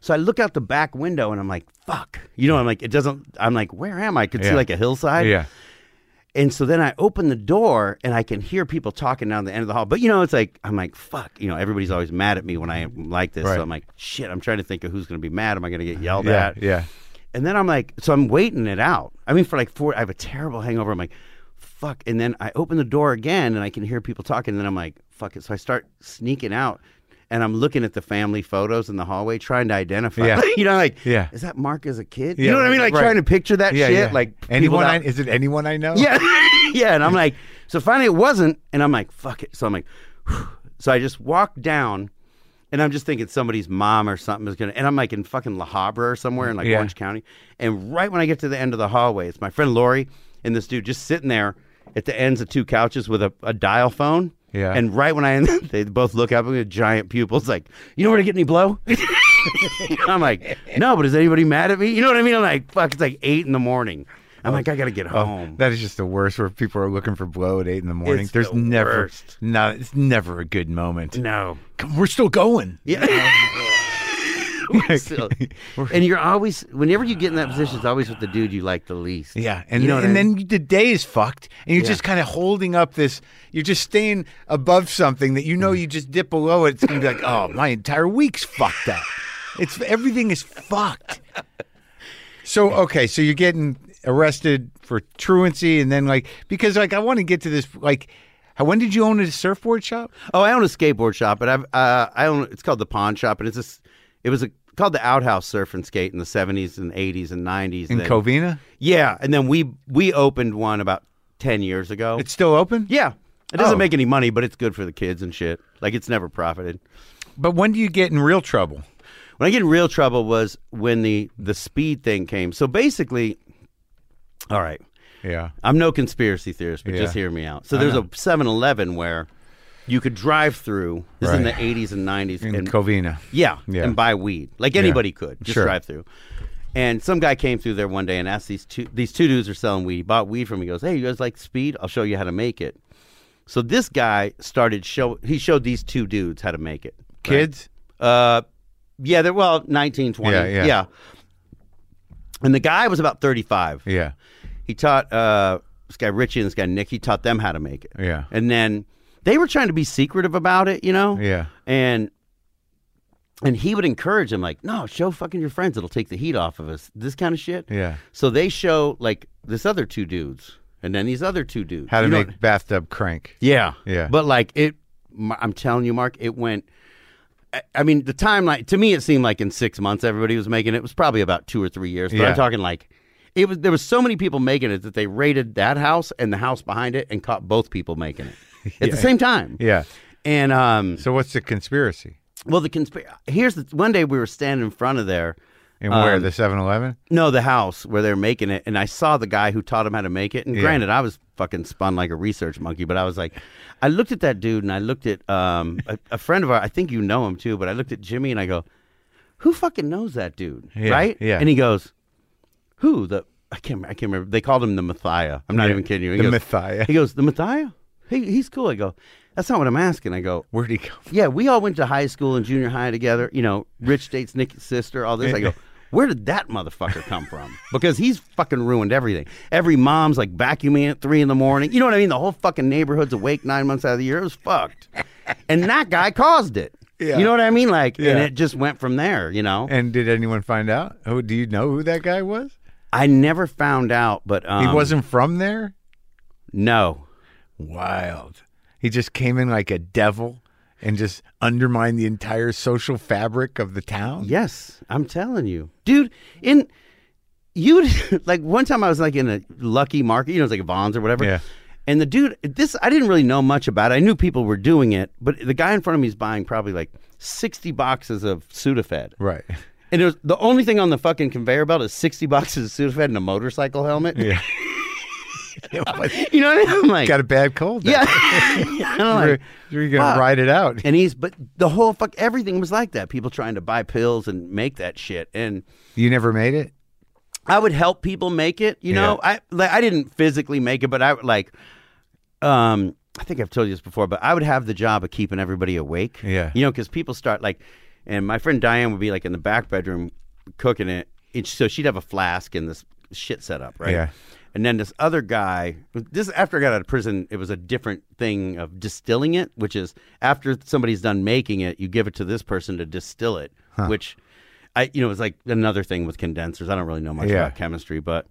[SPEAKER 2] So I look out the back window and I'm like, fuck. You know, I'm like, it doesn't, I'm like, where am I? I could
[SPEAKER 1] Yeah.
[SPEAKER 2] see like a hillside.
[SPEAKER 1] yeah.
[SPEAKER 2] And so then I open the door and I can hear people talking down the end of the hall. But you know, it's like I'm like, fuck. You know, everybody's always mad at me when I am like this.
[SPEAKER 1] Right.
[SPEAKER 2] So I'm like, shit. I'm trying to think of who's going to be mad. Am I going to get yelled
[SPEAKER 1] Yeah.
[SPEAKER 2] at?
[SPEAKER 1] Yeah.
[SPEAKER 2] And then I'm like, so I'm waiting it out. I mean, for like four, I have a terrible hangover. I'm like, fuck. And then I open the door again and I can hear people talking. And then I'm like, fuck it. So I start sneaking out and I'm looking at the family photos in the hallway trying to identify.
[SPEAKER 1] Yeah.
[SPEAKER 2] [LAUGHS] you know, like,
[SPEAKER 1] Yeah.
[SPEAKER 2] is that Mark as a kid?
[SPEAKER 1] Yeah,
[SPEAKER 2] you know what I mean? Like
[SPEAKER 1] right.
[SPEAKER 2] trying to picture that
[SPEAKER 1] Yeah.
[SPEAKER 2] shit.
[SPEAKER 1] yeah.
[SPEAKER 2] Like, people
[SPEAKER 1] anyone?
[SPEAKER 2] that-
[SPEAKER 1] I, is it anyone I know?
[SPEAKER 2] yeah, [LAUGHS] yeah. And I'm like, so finally it wasn't, and I'm like, fuck it. So I'm like, whew. so I just walk down, and I'm just thinking somebody's mom or something is gonna, and I'm like in fucking La Habra or somewhere in like
[SPEAKER 1] Yeah.
[SPEAKER 2] Orange County, and right when I get to the end of the hallway, it's my friend Lori and this dude just sitting there at the ends of two couches with a, a dial phone.
[SPEAKER 1] Yeah.
[SPEAKER 2] And right when I [LAUGHS] they both look up at me with giant pupils, like, you know where to get any blow? [LAUGHS] I'm like, no, but is anybody mad at me? You know what I mean? I'm like, fuck, it's like eight in the morning.
[SPEAKER 1] Oh.
[SPEAKER 2] I'm like, I gotta get home.
[SPEAKER 1] [LAUGHS] That is just the worst. Where people are looking for blow at eight in the morning.
[SPEAKER 2] It's
[SPEAKER 1] There's
[SPEAKER 2] the
[SPEAKER 1] never,
[SPEAKER 2] worst.
[SPEAKER 1] no, it's never a good moment.
[SPEAKER 2] No.
[SPEAKER 1] Come, we're still going.
[SPEAKER 2] Yeah. [LAUGHS] So- and you're always, whenever you get in that position, it's always with the dude you like the least.
[SPEAKER 1] Yeah, and
[SPEAKER 2] You know what
[SPEAKER 1] and
[SPEAKER 2] I
[SPEAKER 1] then the day is fucked, and you're just kind of holding up this. You're just staying above something that you
[SPEAKER 2] Mm.
[SPEAKER 1] know you just dip below it. It's gonna be like, oh, my entire week's fucked up. It's everything is fucked. So okay, so you're getting arrested for truancy, and then like because like I want to get to this like, how, when did you own a surfboard shop?
[SPEAKER 2] Oh, I own a skateboard shop, but I've, uh, I own, it's called the Pawn Shop, and it's a, s- it was a, called the Outhouse Surf and Skate in the 70s and 80s and 90s.
[SPEAKER 1] In
[SPEAKER 2] then-
[SPEAKER 1] Covina,
[SPEAKER 2] Yeah. And then we, we opened one about 10 years ago.
[SPEAKER 1] it's still open.
[SPEAKER 2] yeah. It doesn't
[SPEAKER 1] Oh.
[SPEAKER 2] make any money, but it's good for the kids and shit. Like, it's never profited.
[SPEAKER 1] But when do you get in real trouble?
[SPEAKER 2] When I get in real trouble was when the the speed thing came. So basically, all right,
[SPEAKER 4] Yeah.
[SPEAKER 2] I'm no conspiracy theorist, but just
[SPEAKER 4] Yeah.
[SPEAKER 2] hear me out. So there's a 7-Eleven where you could drive through. This is in the
[SPEAKER 4] Right.
[SPEAKER 2] 80s and 90s.
[SPEAKER 4] In
[SPEAKER 2] and-
[SPEAKER 4] Covina.
[SPEAKER 2] yeah,
[SPEAKER 4] Yeah.
[SPEAKER 2] and buy weed. Like anybody could just
[SPEAKER 4] Sure.
[SPEAKER 2] drive through. And some guy came through there one day and asked these two these two dudes are selling weed. He bought weed from. him. He goes, "Hey, you guys like speed? I'll show you how to make it." So this guy started show. He showed these two dudes how to make it.
[SPEAKER 4] Kids?
[SPEAKER 2] Uh, yeah, they're well 19, 20.
[SPEAKER 4] Yeah, yeah.
[SPEAKER 2] And the guy was about thirty five.
[SPEAKER 4] Yeah.
[SPEAKER 2] He taught uh, this guy Richie and this guy Nick. He taught them how to make it.
[SPEAKER 4] Yeah.
[SPEAKER 2] And then they were trying to be secretive about it, you know?
[SPEAKER 4] Yeah.
[SPEAKER 2] And and he would encourage them, like, no, show fucking your friends. It'll take the heat off of us. This kind of shit.
[SPEAKER 4] Yeah.
[SPEAKER 2] So they show like this other two dudes, and then these other two dudes.
[SPEAKER 4] How to
[SPEAKER 2] You know-
[SPEAKER 4] make bathtub crank.
[SPEAKER 2] Yeah,
[SPEAKER 4] Yeah.
[SPEAKER 2] But like it, m- I'm telling you, Mark, it went. I- I mean, the timeline to me, it seemed like in six months everybody was making it. It was probably about two or three years. But
[SPEAKER 4] Yeah.
[SPEAKER 2] I'm talking like it was. There was so many people making it that they raided that house and the house behind it and caught both people making
[SPEAKER 4] [LAUGHS]
[SPEAKER 2] it at the same time.
[SPEAKER 4] Yeah.
[SPEAKER 2] And um,
[SPEAKER 4] So what's the conspiracy?
[SPEAKER 2] well, the conspiracy. Here's the one day we were standing in front of there.
[SPEAKER 4] And where
[SPEAKER 2] Um,
[SPEAKER 4] the 7-Eleven?
[SPEAKER 2] No, the house where they're making it, and I saw the guy who taught him how to make it. And
[SPEAKER 4] Yeah.
[SPEAKER 2] granted, I was fucking spun like a research monkey, but I was like, I looked at that dude, and I looked at um, a, a friend of ours. I think you know him too, but I looked at Jimmy, and I go, "Who fucking knows that dude,
[SPEAKER 4] Yeah,
[SPEAKER 2] right?"
[SPEAKER 4] yeah.
[SPEAKER 2] And he goes, "Who the? I can't. I can't remember. They called him the Mathia. I'm not even kidding you. He
[SPEAKER 4] The
[SPEAKER 2] goes,
[SPEAKER 4] Mathia.
[SPEAKER 2] He goes, "The Mathia? He, he's cool." I go, "That's not what I'm asking." I go,
[SPEAKER 4] Where'd he go?
[SPEAKER 2] yeah, we all went to high school and junior high together. You know, Rich dates Nikki's sister, all this.
[SPEAKER 4] [LAUGHS]
[SPEAKER 2] I go, where did that motherfucker come from? Because he's fucking ruined everything. Every mom's like vacuuming at three in the morning. You know what I mean? The whole fucking neighborhood's awake nine months out of the year. It was fucked. And that guy caused it.
[SPEAKER 4] Yeah.
[SPEAKER 2] You know what I mean? Like, and
[SPEAKER 4] Yeah.
[SPEAKER 2] it just went from there, you know?
[SPEAKER 4] And did anyone find out? Oh, do you know who that guy was?
[SPEAKER 2] I never found out, but. Um,
[SPEAKER 4] He wasn't from there?
[SPEAKER 2] No.
[SPEAKER 4] Wild. He just came in like a devil and just undermined the entire social fabric of the town?
[SPEAKER 2] Yes, I'm telling you, dude. In you [LAUGHS] like one time I was like in a lucky market, you know, it's like Vons or whatever.
[SPEAKER 4] Yeah.
[SPEAKER 2] And the dude, this I didn't really know much about. it. I knew people were doing it, but the guy in front of me is buying probably like sixty boxes of Sudafed, [LAUGHS]
[SPEAKER 4] Right.
[SPEAKER 2] and it was the only thing on the fucking conveyor belt is sixty boxes of Sudafed and a motorcycle helmet.
[SPEAKER 4] Yeah. It was-
[SPEAKER 2] You know what I mean? I'm [LAUGHS] like,
[SPEAKER 4] Got a bad cold. [LAUGHS]
[SPEAKER 2] yeah. [LAUGHS] I'm like,
[SPEAKER 4] You're, you're going
[SPEAKER 2] fuck.
[SPEAKER 4] to ride it out.
[SPEAKER 2] and he's but the whole fuck everything was like that. People trying to buy pills and make that shit and.
[SPEAKER 4] You never made it?
[SPEAKER 2] I would help people make it. You know, I like I didn't physically make it, but I would, like, um, I think I've told you this before, but I would have the job of keeping everybody awake.
[SPEAKER 4] Yeah.
[SPEAKER 2] you know, because people start like, and my friend Diane would be like in the back bedroom cooking it, and so she'd have a flask and this shit set up, right?
[SPEAKER 4] Yeah.
[SPEAKER 2] And then this other guy, this after I got out of prison, it was a different thing of distilling it, which is after somebody's done making it, you give it to this person to distill it, which I, you know, it's like another thing with condensers. I don't really know much
[SPEAKER 4] Yeah.
[SPEAKER 2] about chemistry, but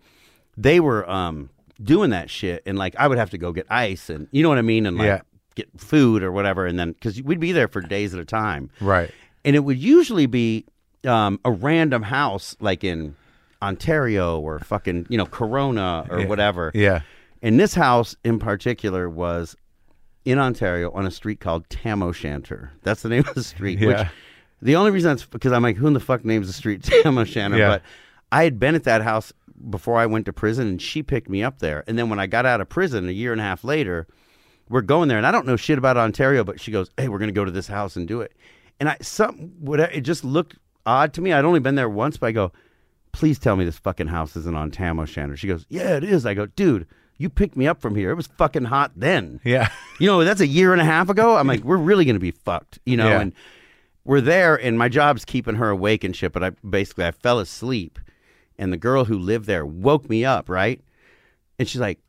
[SPEAKER 2] they were um, doing that shit, and like I would have to go get ice, and you know what I mean, and like
[SPEAKER 4] Yeah.
[SPEAKER 2] get food or whatever, and then because we'd be there for days at a time,
[SPEAKER 4] Right.
[SPEAKER 2] and it would usually be um, a random house, like in Ontario or fucking you know Corona or whatever.
[SPEAKER 4] Yeah.
[SPEAKER 2] And this house in particular was in Ontario on a street called Tam O'Shanter. That's the name of the street.
[SPEAKER 4] Yeah.
[SPEAKER 2] Which the only reason that's because I'm like, who in the fuck names the street [LAUGHS] Tam O'Shanter?
[SPEAKER 4] Yeah.
[SPEAKER 2] But I had been at that house before I went to prison and she picked me up there. And then when I got out of prison a year and a half later, we're going there and I don't know shit about Ontario, but she goes, Hey, we're gonna go to this house and do it. And I some what it just looked odd to me. I'd only been there once, but I go, please tell me this fucking house isn't on Tam O'Shanter. She goes, yeah, it is. I go, dude, you picked me up from here. It was fucking hot then.
[SPEAKER 4] Yeah. [LAUGHS]
[SPEAKER 2] You know, that's a year and a half ago. I'm like, we're really going to be fucked, you know?
[SPEAKER 4] Yeah.
[SPEAKER 2] And we're there, and my job's keeping her awake and shit, but I basically, I fell asleep, and the girl who lived there woke me up, right? And she's like,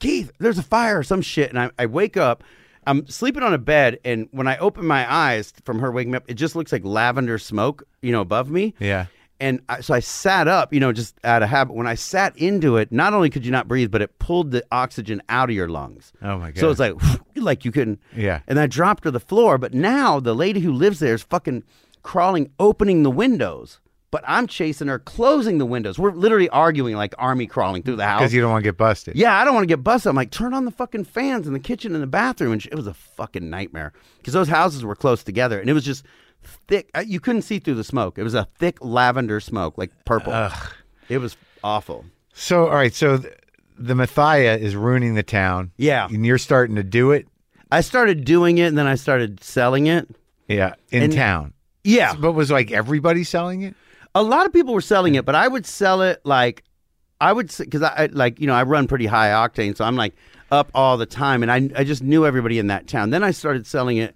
[SPEAKER 2] Keith, there's a fire or some shit. And I, I wake up. I'm sleeping on a bed, and when I open my eyes from her waking me up, it just looks like lavender smoke, you know, above me.
[SPEAKER 4] Yeah.
[SPEAKER 2] And I, so I sat up, you know, just out of habit. When I sat into it, not only could you not breathe, but it pulled the oxygen out of your lungs.
[SPEAKER 4] Oh, my
[SPEAKER 2] So it's like, [LAUGHS] like you couldn't.
[SPEAKER 4] Yeah.
[SPEAKER 2] And I dropped to the floor. But now the lady who lives there is fucking crawling, opening the windows. But I'm chasing her, closing the windows. We're literally arguing like army crawling through the house.
[SPEAKER 4] Because you don't want to get busted.
[SPEAKER 2] Yeah, I don't want to get busted. I'm like, turn on the fucking fans in the kitchen and the bathroom, and sh- it was a fucking nightmare because those houses were close together, and it was just thick. uh, You couldn't see through the smoke. It was a thick lavender smoke, like purple. It was awful.
[SPEAKER 4] So, all right. So th-
[SPEAKER 1] the Messiah is ruining the town.
[SPEAKER 2] Yeah.
[SPEAKER 1] and you're starting to do it.
[SPEAKER 2] I started doing it and then I started selling it.
[SPEAKER 1] Yeah, in
[SPEAKER 2] And-
[SPEAKER 1] town.
[SPEAKER 2] Yeah.
[SPEAKER 1] But was like everybody selling it?
[SPEAKER 2] A lot of people were selling it, but I would sell it like I would because I I- like you know I run pretty high octane, so I'm like up all the time, and I I just knew everybody in that town. Then I started selling it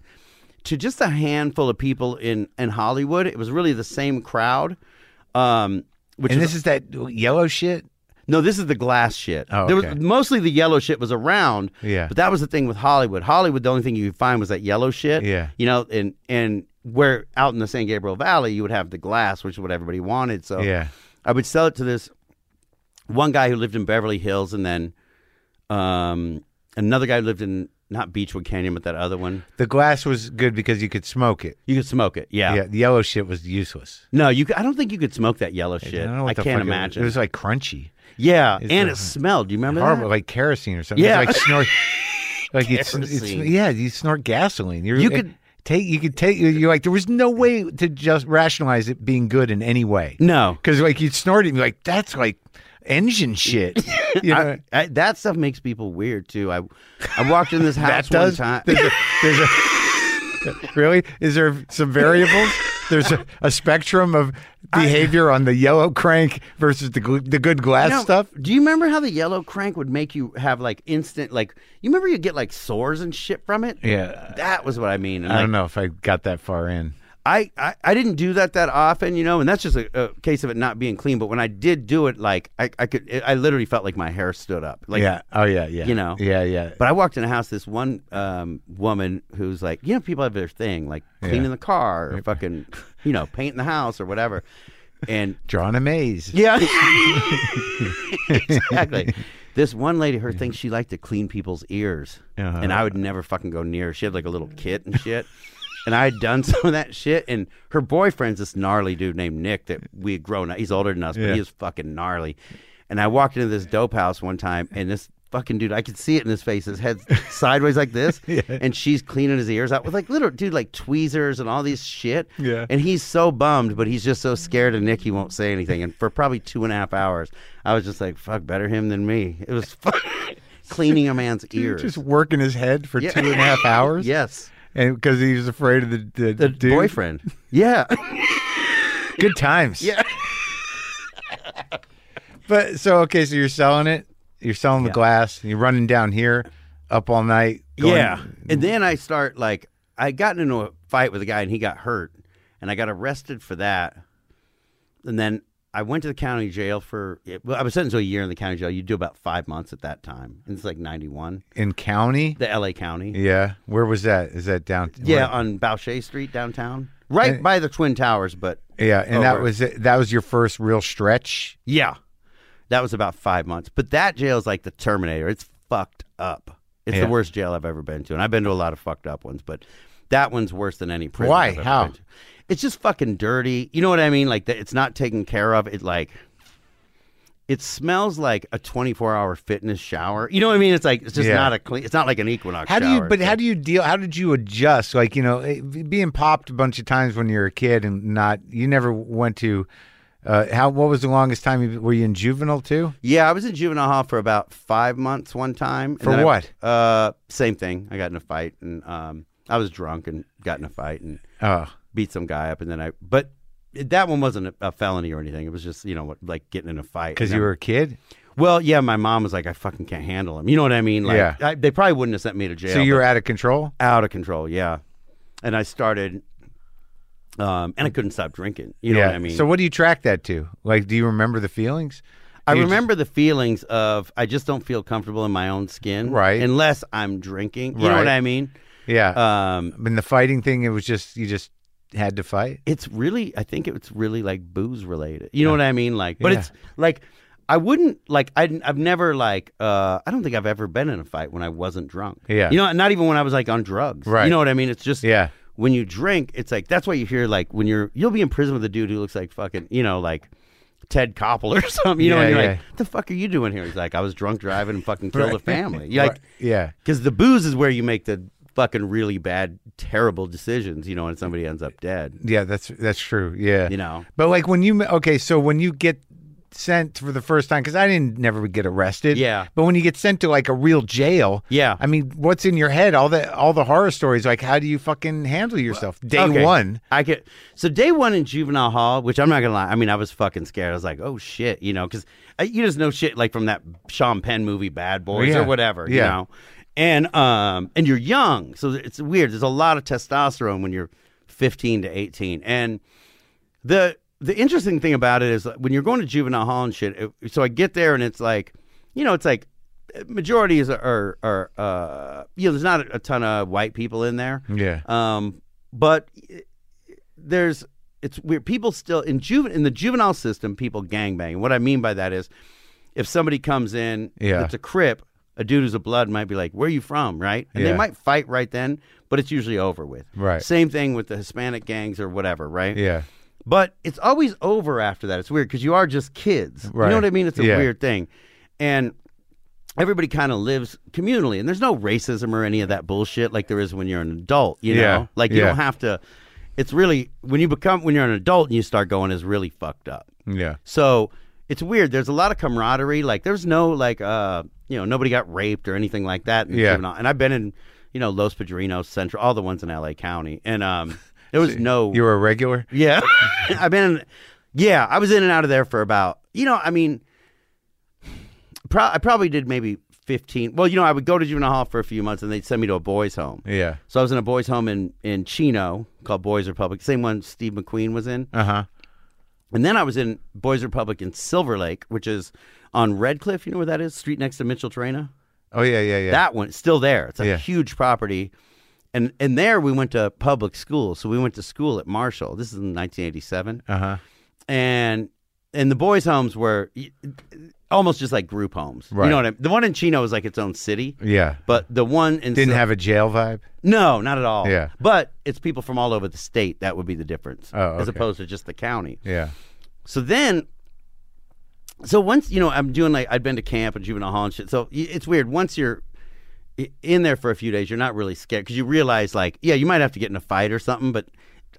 [SPEAKER 2] to just a handful of people in in Hollywood. It was really the same crowd. Um, which
[SPEAKER 1] and
[SPEAKER 2] is
[SPEAKER 1] this is that yellow shit.
[SPEAKER 2] No, this is the glass shit.
[SPEAKER 1] Oh,
[SPEAKER 2] there was,
[SPEAKER 1] okay.
[SPEAKER 2] mostly the yellow shit was around.
[SPEAKER 1] Yeah.
[SPEAKER 2] But that was the thing with Hollywood. Hollywood, the only thing you could find was that yellow shit.
[SPEAKER 1] Yeah.
[SPEAKER 2] You know, and and where out in the San Gabriel Valley, you would have the glass, which is what everybody wanted. So
[SPEAKER 1] Yeah,
[SPEAKER 2] I would sell it to this one guy who lived in Beverly Hills, and then um, another guy who lived in not Beechwood Canyon, but that other one.
[SPEAKER 1] the glass was good because you could smoke it.
[SPEAKER 2] You could smoke it. Yeah.
[SPEAKER 1] Yeah, the yellow shit was useless.
[SPEAKER 2] No, you. c- I don't think you could smoke that yellow shit.
[SPEAKER 1] I don't know what the
[SPEAKER 2] can't
[SPEAKER 1] fuck it was.
[SPEAKER 2] imagine.
[SPEAKER 1] It was, like crunchy,
[SPEAKER 2] yeah,
[SPEAKER 1] It's
[SPEAKER 2] and
[SPEAKER 1] a-
[SPEAKER 2] it smelled. Do you remember
[SPEAKER 1] horrible,
[SPEAKER 2] that?
[SPEAKER 1] like kerosene or something. It was
[SPEAKER 2] Yeah. [LAUGHS]
[SPEAKER 1] like snort. like it's, it's
[SPEAKER 2] Kerosene.
[SPEAKER 1] yeah, you snort gasoline. You're,
[SPEAKER 2] You
[SPEAKER 1] it-
[SPEAKER 2] could-
[SPEAKER 1] take you could take you like there was no way to just rationalize it being good in any way
[SPEAKER 2] No.
[SPEAKER 1] because like you'd snort it and be like that's like
[SPEAKER 2] [LAUGHS]
[SPEAKER 1] engine shit. You know?
[SPEAKER 2] I, I, that stuff makes people weird too. I I walked in
[SPEAKER 1] [LAUGHS]
[SPEAKER 2] this house
[SPEAKER 1] that does.
[SPEAKER 2] one time.
[SPEAKER 1] There's a, there's a- really? Is there some variables? There's a, a spectrum of behavior on the yellow crank versus the gl- the good glass
[SPEAKER 2] No,
[SPEAKER 1] stuff.
[SPEAKER 2] Do you remember how the yellow crank would make you have like instant like you remember you get like sores and shit from it?
[SPEAKER 1] Yeah.
[SPEAKER 2] That was what I mean. And
[SPEAKER 1] I
[SPEAKER 2] like,
[SPEAKER 1] don't know if I got that far in.
[SPEAKER 2] I, I, I didn't do that that often, you know, and that's just a, a case of it not being clean. But when I did do it, like I, I could, I literally felt like my hair stood up. Like,
[SPEAKER 1] yeah. Oh yeah. Yeah.
[SPEAKER 2] you know.
[SPEAKER 1] Yeah. Yeah.
[SPEAKER 2] But I walked in a house. This one um, woman who's like, you know, people have their thing, like cleaning the car or fucking, you know, painting the house or whatever. And
[SPEAKER 1] Drawing a maze.
[SPEAKER 2] Yeah.
[SPEAKER 1] [LAUGHS]
[SPEAKER 2] exactly. This one lady, her thing, she liked to clean people's ears.
[SPEAKER 1] Uh-huh.
[SPEAKER 2] And I would never fucking go near her. She had like a little kit and shit. and I had done [LAUGHS] some of that shit. And her boyfriend's this gnarly dude named Nick that we had grown up. He's older than us, but
[SPEAKER 1] Yeah.
[SPEAKER 2] he is fucking gnarly. And I walked into this dope house one time and this fucking dude, I could see it in his face, his head sideways like
[SPEAKER 1] [LAUGHS]
[SPEAKER 2] this. And she's cleaning his ears out with like little dude, like tweezers and all these shit.
[SPEAKER 1] Yeah.
[SPEAKER 2] And he's so bummed, but he's just so scared of Nick, he won't say anything. And for probably two and a half hours, I was just like, fuck, better him than me. It was [LAUGHS] fun. cleaning a man's ears.
[SPEAKER 1] Just working his head for
[SPEAKER 2] Yeah.
[SPEAKER 1] two and
[SPEAKER 2] [LAUGHS]
[SPEAKER 1] a half hours.
[SPEAKER 2] yes.
[SPEAKER 1] And because he was afraid of the the,
[SPEAKER 2] The
[SPEAKER 1] dude.
[SPEAKER 2] boyfriend. Yeah.
[SPEAKER 1] Good times.
[SPEAKER 2] Yeah.
[SPEAKER 1] [LAUGHS] But so okay, so you're selling it. You're selling the glass. And you're running down here, up all night. [LAUGHS] going-
[SPEAKER 2] And then I start like I got into a fight with a guy and he got hurt and I got arrested for that. And then I went to the county jail for well, I was sentenced to a year in the county jail. You do about five months at that time. And it's like ninety one.
[SPEAKER 1] in county.
[SPEAKER 2] The LA County.
[SPEAKER 1] Yeah. Where was that? Is that down?
[SPEAKER 2] Yeah, on Boucher Street downtown. Right
[SPEAKER 1] And-
[SPEAKER 2] by the Twin Towers, but
[SPEAKER 1] where- yeah. And that
[SPEAKER 2] over.
[SPEAKER 1] was it. That was your first real stretch.
[SPEAKER 2] yeah. That was about five months. But that jail is like the Terminator. It's fucked up. It's
[SPEAKER 1] Yeah.
[SPEAKER 2] the worst jail I've ever been to. And I've been to a lot of fucked up ones, but that one's worse than any prison.
[SPEAKER 1] Why?
[SPEAKER 2] I've ever
[SPEAKER 1] How?
[SPEAKER 2] been to. It's just fucking dirty. You know what I mean? Like that it's not taken care of. It like it smells like a 24-hour fitness shower. You know what I mean? It's like it's just
[SPEAKER 1] Yeah.
[SPEAKER 2] not a clean. It's not like an Equinox
[SPEAKER 1] How do you?
[SPEAKER 2] shower.
[SPEAKER 1] But how do you deal? How did you adjust? Like you know, eh, being popped a bunch of times when you were a kid and not. You never went to. Uh, how? What was the longest time? You, were you in juvenile too?
[SPEAKER 2] Yeah, I was in juvenile hall for about five months one time. and
[SPEAKER 1] For
[SPEAKER 2] then I-
[SPEAKER 1] what?
[SPEAKER 2] uh, same thing. I got in a fight, and um, I was drunk and got in a fight and
[SPEAKER 1] Oh,
[SPEAKER 2] beat some guy up, and then I. But that one wasn't a, a felony or anything. It was just you know what, like getting in a fight.
[SPEAKER 1] because
[SPEAKER 2] And
[SPEAKER 1] you
[SPEAKER 2] I-
[SPEAKER 1] were a kid.
[SPEAKER 2] Well, yeah, my mom was like, I fucking can't handle him. You know what I mean? Like,
[SPEAKER 1] Yeah.
[SPEAKER 2] I, they probably wouldn't have sent me to jail.
[SPEAKER 1] So you
[SPEAKER 2] but
[SPEAKER 1] were out of control.
[SPEAKER 2] out of control. Yeah, and I started. Um, and I couldn't stop drinking. You know what I mean?
[SPEAKER 1] So what do you track that to? Like, do you remember the feelings?
[SPEAKER 2] I
[SPEAKER 1] You just-
[SPEAKER 2] remember the feelings of I just don't feel comfortable in my own skin,
[SPEAKER 1] Right.
[SPEAKER 2] Unless I'm drinking, you know what
[SPEAKER 1] Right.
[SPEAKER 2] I mean.
[SPEAKER 1] Yeah.
[SPEAKER 2] Um,
[SPEAKER 1] in the fighting thing, it was just you just had to fight.
[SPEAKER 2] it's really, I think it's really like booze related. You know what I mean? Like, but
[SPEAKER 1] Yeah.
[SPEAKER 2] it's like I wouldn't like I, I've never like uh, I don't think I've ever been in a fight when I wasn't drunk.
[SPEAKER 1] Yeah.
[SPEAKER 2] you know, not even when I was like on drugs.
[SPEAKER 1] Right.
[SPEAKER 2] You know what I mean? It's just
[SPEAKER 1] Yeah.
[SPEAKER 2] When you drink, it's like that's why you hear like when you're you'll be in prison with a dude who looks like fucking you know like. Ted Koppel or [LAUGHS] something, you know, and
[SPEAKER 1] Yeah,
[SPEAKER 2] you're
[SPEAKER 1] yeah.
[SPEAKER 2] like, "The fuck are you doing here?" He's like, "I was drunk driving and fucking killed a family." You're like,
[SPEAKER 1] Right. [LAUGHS] yeah.
[SPEAKER 2] Because the booze is where you make the fucking really bad, terrible decisions, you know, and somebody ends up dead,
[SPEAKER 1] Yeah, that's that's true. Yeah.
[SPEAKER 2] you know.
[SPEAKER 1] But like when you okay, so when you get sent for the first time, because I didn't never get arrested.
[SPEAKER 2] Yeah.
[SPEAKER 1] But when you get sent to like a real jail,
[SPEAKER 2] Yeah.
[SPEAKER 1] I mean, what's in your head? All the all the horror stories. Like, how do you fucking handle yourself? Day
[SPEAKER 2] Okay.
[SPEAKER 1] one.
[SPEAKER 2] I could. So day one in juvenile hall, which I'm not gonna lie. I mean, I was fucking scared. I was like, oh shit, you know, because you just know shit like from that Sean Penn movie, Bad Boys
[SPEAKER 1] Yeah.
[SPEAKER 2] or whatever, you
[SPEAKER 1] Yeah.
[SPEAKER 2] know. And um, and you're young, so it's weird. There's a lot of testosterone when you're 15 to 18, and the the interesting thing about it is like, when you're going to juvenile hall and shit. It, so I get there and it's like, you know, it's like uh, majority is are are uh, you know, there's not a, a ton of white people in there.
[SPEAKER 1] Yeah.
[SPEAKER 2] Um, but there's it's weird. People still in juven in the juvenile system, people gangbang. And what I mean by that is, if somebody comes in,
[SPEAKER 1] Yeah.
[SPEAKER 2] it's a crip. A dude who's a blood might be like, "Where are you from?" Right, and
[SPEAKER 1] Yeah.
[SPEAKER 2] they might fight right then, but it's usually over with.
[SPEAKER 1] Right.
[SPEAKER 2] Same thing with the Hispanic gangs or whatever. Right.
[SPEAKER 1] Yeah.
[SPEAKER 2] But it's always over after that. It's weird because you are just kids. You
[SPEAKER 1] Right.
[SPEAKER 2] know what I mean? It's a
[SPEAKER 1] Yeah.
[SPEAKER 2] weird thing. And everybody kind of lives communally, and there's no racism or any of that bullshit like there is when you're an adult, you know?
[SPEAKER 1] Yeah.
[SPEAKER 2] Like you
[SPEAKER 1] Yeah.
[SPEAKER 2] don't have to. It's really when you become when you're an adult and you start going is really fucked up.
[SPEAKER 1] Yeah.
[SPEAKER 2] So it's weird. There's a lot of camaraderie. Like there's no like uh you know nobody got raped or anything like that. in
[SPEAKER 1] Yeah.
[SPEAKER 2] juvenile. And I've been in you know Los Padrinos, Central, all the ones in L.A. County, and
[SPEAKER 1] [LAUGHS]
[SPEAKER 2] um there was no
[SPEAKER 1] You were a regular.
[SPEAKER 2] yeah. I've been, yeah, I was in and out of there for about, you know, I mean, pro- I probably did maybe 15. Well, you know, I would go to juvenile hall for a few months and they'd send me to a boys' home.
[SPEAKER 1] Yeah.
[SPEAKER 2] So I was in a boys' home in, in Chino called Boys Republic, same one Steve McQueen was in.
[SPEAKER 1] Uh huh.
[SPEAKER 2] And then I was in Boys Republic in Silver Lake, which is on Redcliffe. You know where that is? Street next to Mitchell Terena.
[SPEAKER 1] Oh yeah, yeah, yeah.
[SPEAKER 2] That one, it's still there. It's a
[SPEAKER 1] Yeah.
[SPEAKER 2] huge property. And, and there we went to public school. So we went to school at Marshall. This is in 1987
[SPEAKER 1] uh huh.
[SPEAKER 2] and and the boys' homes were y- almost just like group homes.
[SPEAKER 1] Right.
[SPEAKER 2] You know what I mean? The one in Chino was like its own city,
[SPEAKER 1] Yeah.
[SPEAKER 2] but the one in
[SPEAKER 1] Didn't
[SPEAKER 2] Sil-
[SPEAKER 1] have a jail vibe.
[SPEAKER 2] no, not at all.
[SPEAKER 1] Yeah.
[SPEAKER 2] but it's people from all over the state. That would be the difference,
[SPEAKER 1] Oh,
[SPEAKER 2] as
[SPEAKER 1] okay.
[SPEAKER 2] opposed to just the county.
[SPEAKER 1] Yeah.
[SPEAKER 2] So then, so once you know, I'm doing like I'd been to camp and juvenile hall and shit. So y- it's weird. Once you're i- in there for a few days, you're not really scared because you realize like, yeah, you might have to get in a fight or something, but.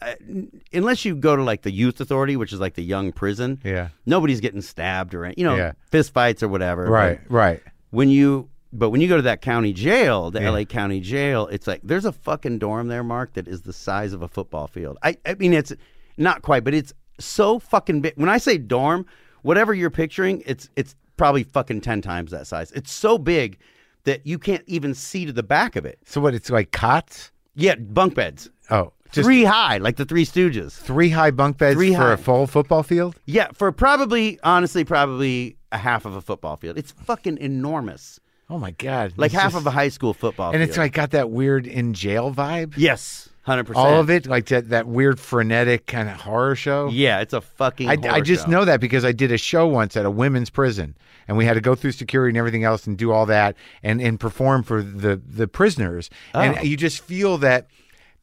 [SPEAKER 2] uh, n- Unless you go to like the youth authority, which is like the young prison,
[SPEAKER 1] Yeah.
[SPEAKER 2] nobody's getting stabbed or any- you know
[SPEAKER 1] Yeah.
[SPEAKER 2] fist fights or whatever.
[SPEAKER 1] Right.
[SPEAKER 2] But
[SPEAKER 1] Right.
[SPEAKER 2] When you but when you go to that county jail, the LA County Jail, it's like there's a fucking dorm there, Mark, that is the size of a football field. I I mean it's not quite, but it's so fucking big. When I say dorm, whatever you're picturing, it's it's probably fucking ten times that size. It's so big that you can't even see to the back of it.
[SPEAKER 1] So what? It's like cots.
[SPEAKER 2] Yeah, bunk beds.
[SPEAKER 1] Oh, just three,
[SPEAKER 2] three high, like the Three Stooges.
[SPEAKER 1] high bunk beds
[SPEAKER 2] Three
[SPEAKER 1] for
[SPEAKER 2] high.
[SPEAKER 1] a full football field.
[SPEAKER 2] Yeah, for probably, honestly, probably a half of a football field. It's fucking enormous.
[SPEAKER 1] Oh my god!
[SPEAKER 2] Like
[SPEAKER 1] It's
[SPEAKER 2] half
[SPEAKER 1] just-
[SPEAKER 2] of a high school football
[SPEAKER 1] and
[SPEAKER 2] field.
[SPEAKER 1] it's like got that weird in jail vibe.
[SPEAKER 2] yes, 100%.
[SPEAKER 1] All of it, like that, that weird frenetic kind of horror show.
[SPEAKER 2] Yeah, it's a fucking.
[SPEAKER 1] I,
[SPEAKER 2] horror
[SPEAKER 1] I just
[SPEAKER 2] show.
[SPEAKER 1] know that because I did a show once at a women's prison, and we had to go through security and everything else, and do all that, and and perform for the the prisoners.
[SPEAKER 2] Oh.
[SPEAKER 1] And you just feel that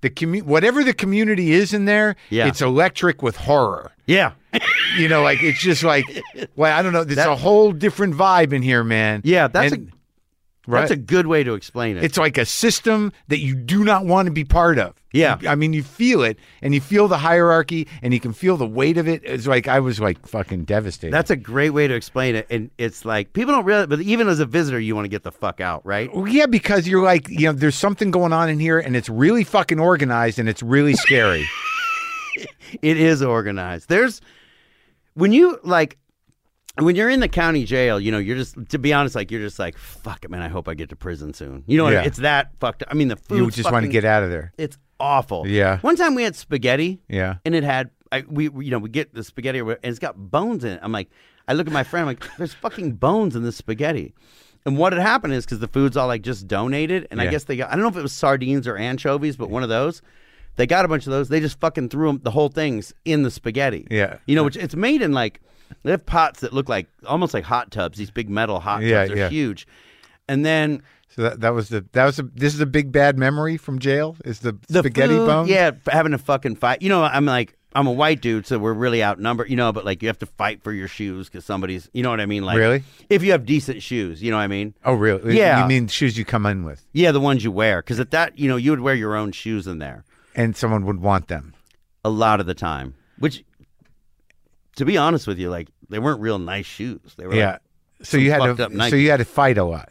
[SPEAKER 1] the commu- whatever the community is in there,
[SPEAKER 2] Yeah.
[SPEAKER 1] it's electric with horror.
[SPEAKER 2] Yeah.
[SPEAKER 1] You know, like it's
[SPEAKER 2] [LAUGHS]
[SPEAKER 1] just like, well, I don't know, there's a whole different vibe in here, man.
[SPEAKER 2] Yeah, that's
[SPEAKER 1] And-
[SPEAKER 2] a
[SPEAKER 1] right.
[SPEAKER 2] that's a good way to explain it.
[SPEAKER 1] It's like a system that you do not want to be part of.
[SPEAKER 2] Yeah.
[SPEAKER 1] You- I mean, you feel it and you feel the hierarchy and you can feel the weight of it. It's like, I was like fucking devastated.
[SPEAKER 2] that's a great way to explain it. And it's like, people don't realize, but even as a visitor, you want to get the fuck out, right?
[SPEAKER 1] Well, yeah, because you're like, you know, there's something going on in here and it's really fucking organized and it's
[SPEAKER 2] [LAUGHS]
[SPEAKER 1] really scary.
[SPEAKER 2] It is organized. There's when you like when you're in the county jail, you know, you're just to be honest, like you're just like, fuck it, man, I hope I get to prison soon. You know, what I mean?
[SPEAKER 1] Yeah.
[SPEAKER 2] it's that fucked up. I mean the food
[SPEAKER 1] you just want to get out of there.
[SPEAKER 2] it's awful.
[SPEAKER 1] Yeah.
[SPEAKER 2] One time we had spaghetti.
[SPEAKER 1] Yeah.
[SPEAKER 2] And it had I we we- you know, we get the spaghetti and it's got bones in it. I'm like, I look at my friend, I'm like, there's fucking bones in this spaghetti. And what had happened is because the food's all like just donated, and I
[SPEAKER 1] Yeah.
[SPEAKER 2] guess they got I don't know if it was sardines or anchovies, but one of those. They got a bunch of those. They just fucking threw 'em- the whole things in the spaghetti.
[SPEAKER 1] Yeah.
[SPEAKER 2] You know, which it's made in like they have pots that look like almost like hot tubs. These big metal hot
[SPEAKER 1] Yeah,
[SPEAKER 2] tubs. They're
[SPEAKER 1] yeah.
[SPEAKER 2] huge. And then
[SPEAKER 1] So that, that was the, that was a, this is a big bad memory from jail is the,
[SPEAKER 2] the
[SPEAKER 1] spaghetti
[SPEAKER 2] food,
[SPEAKER 1] bone.
[SPEAKER 2] Yeah, f- having to fucking fight. You know, I'm like, I'm a white dude, so we're really outnumbered. You know, but like, you have to fight for your shoes because somebody's. You know what I mean? Like,
[SPEAKER 1] Really?
[SPEAKER 2] If you have decent shoes, you know what I mean?
[SPEAKER 1] Oh, really?
[SPEAKER 2] Yeah.
[SPEAKER 1] You mean shoes you come in with
[SPEAKER 2] Yeah, the ones you wear, because at that, you know, you would wear your own shoes in there
[SPEAKER 1] and someone would want them.
[SPEAKER 2] a lot of the time, which to be honest with you, like they weren't real nice shoes. They were
[SPEAKER 1] yeah.
[SPEAKER 2] like,
[SPEAKER 1] so you had
[SPEAKER 2] fucked
[SPEAKER 1] to
[SPEAKER 2] up Nike.
[SPEAKER 1] so you had to fight a lot.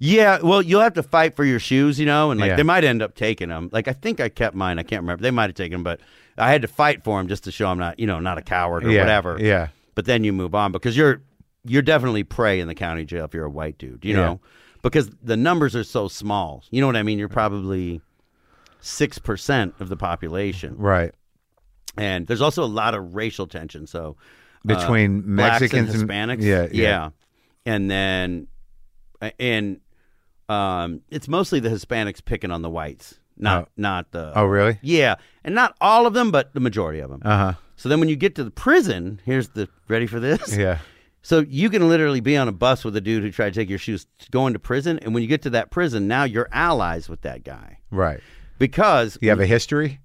[SPEAKER 2] yeah. Well, you'll have to fight for your shoes, you know, and like
[SPEAKER 1] Yeah.
[SPEAKER 2] they might end up taking them. Like I think I kept mine. I can't remember. They might have taken them, but I had to fight for them just to show I'm not, you know, not a coward or
[SPEAKER 1] yeah.
[SPEAKER 2] whatever.
[SPEAKER 1] Yeah.
[SPEAKER 2] But then you move on because you're you're definitely prey in the county jail if you're a white dude, you
[SPEAKER 1] Yeah.
[SPEAKER 2] know, because the numbers are so small. You know what I mean? You're probably six percent of the population,
[SPEAKER 1] Right.
[SPEAKER 2] and there's also a lot of racial tension. So
[SPEAKER 1] Between
[SPEAKER 2] blacks
[SPEAKER 1] Mexicans
[SPEAKER 2] and Hispanics.
[SPEAKER 1] yeah,
[SPEAKER 2] yeah, And then, and um, it's mostly the Hispanics picking on the whites, not not the.
[SPEAKER 1] Oh, really?
[SPEAKER 2] Yeah, and not all of them, but the majority of them.
[SPEAKER 1] Uh huh.
[SPEAKER 2] so then, when you get to the prison, here's the ready for this.
[SPEAKER 1] Yeah.
[SPEAKER 2] So you can literally be on a bus with a dude who tried to take your shoes going to prison, and when you get to that prison, now you're allies with that guy
[SPEAKER 1] Right.
[SPEAKER 2] because
[SPEAKER 1] You have a history?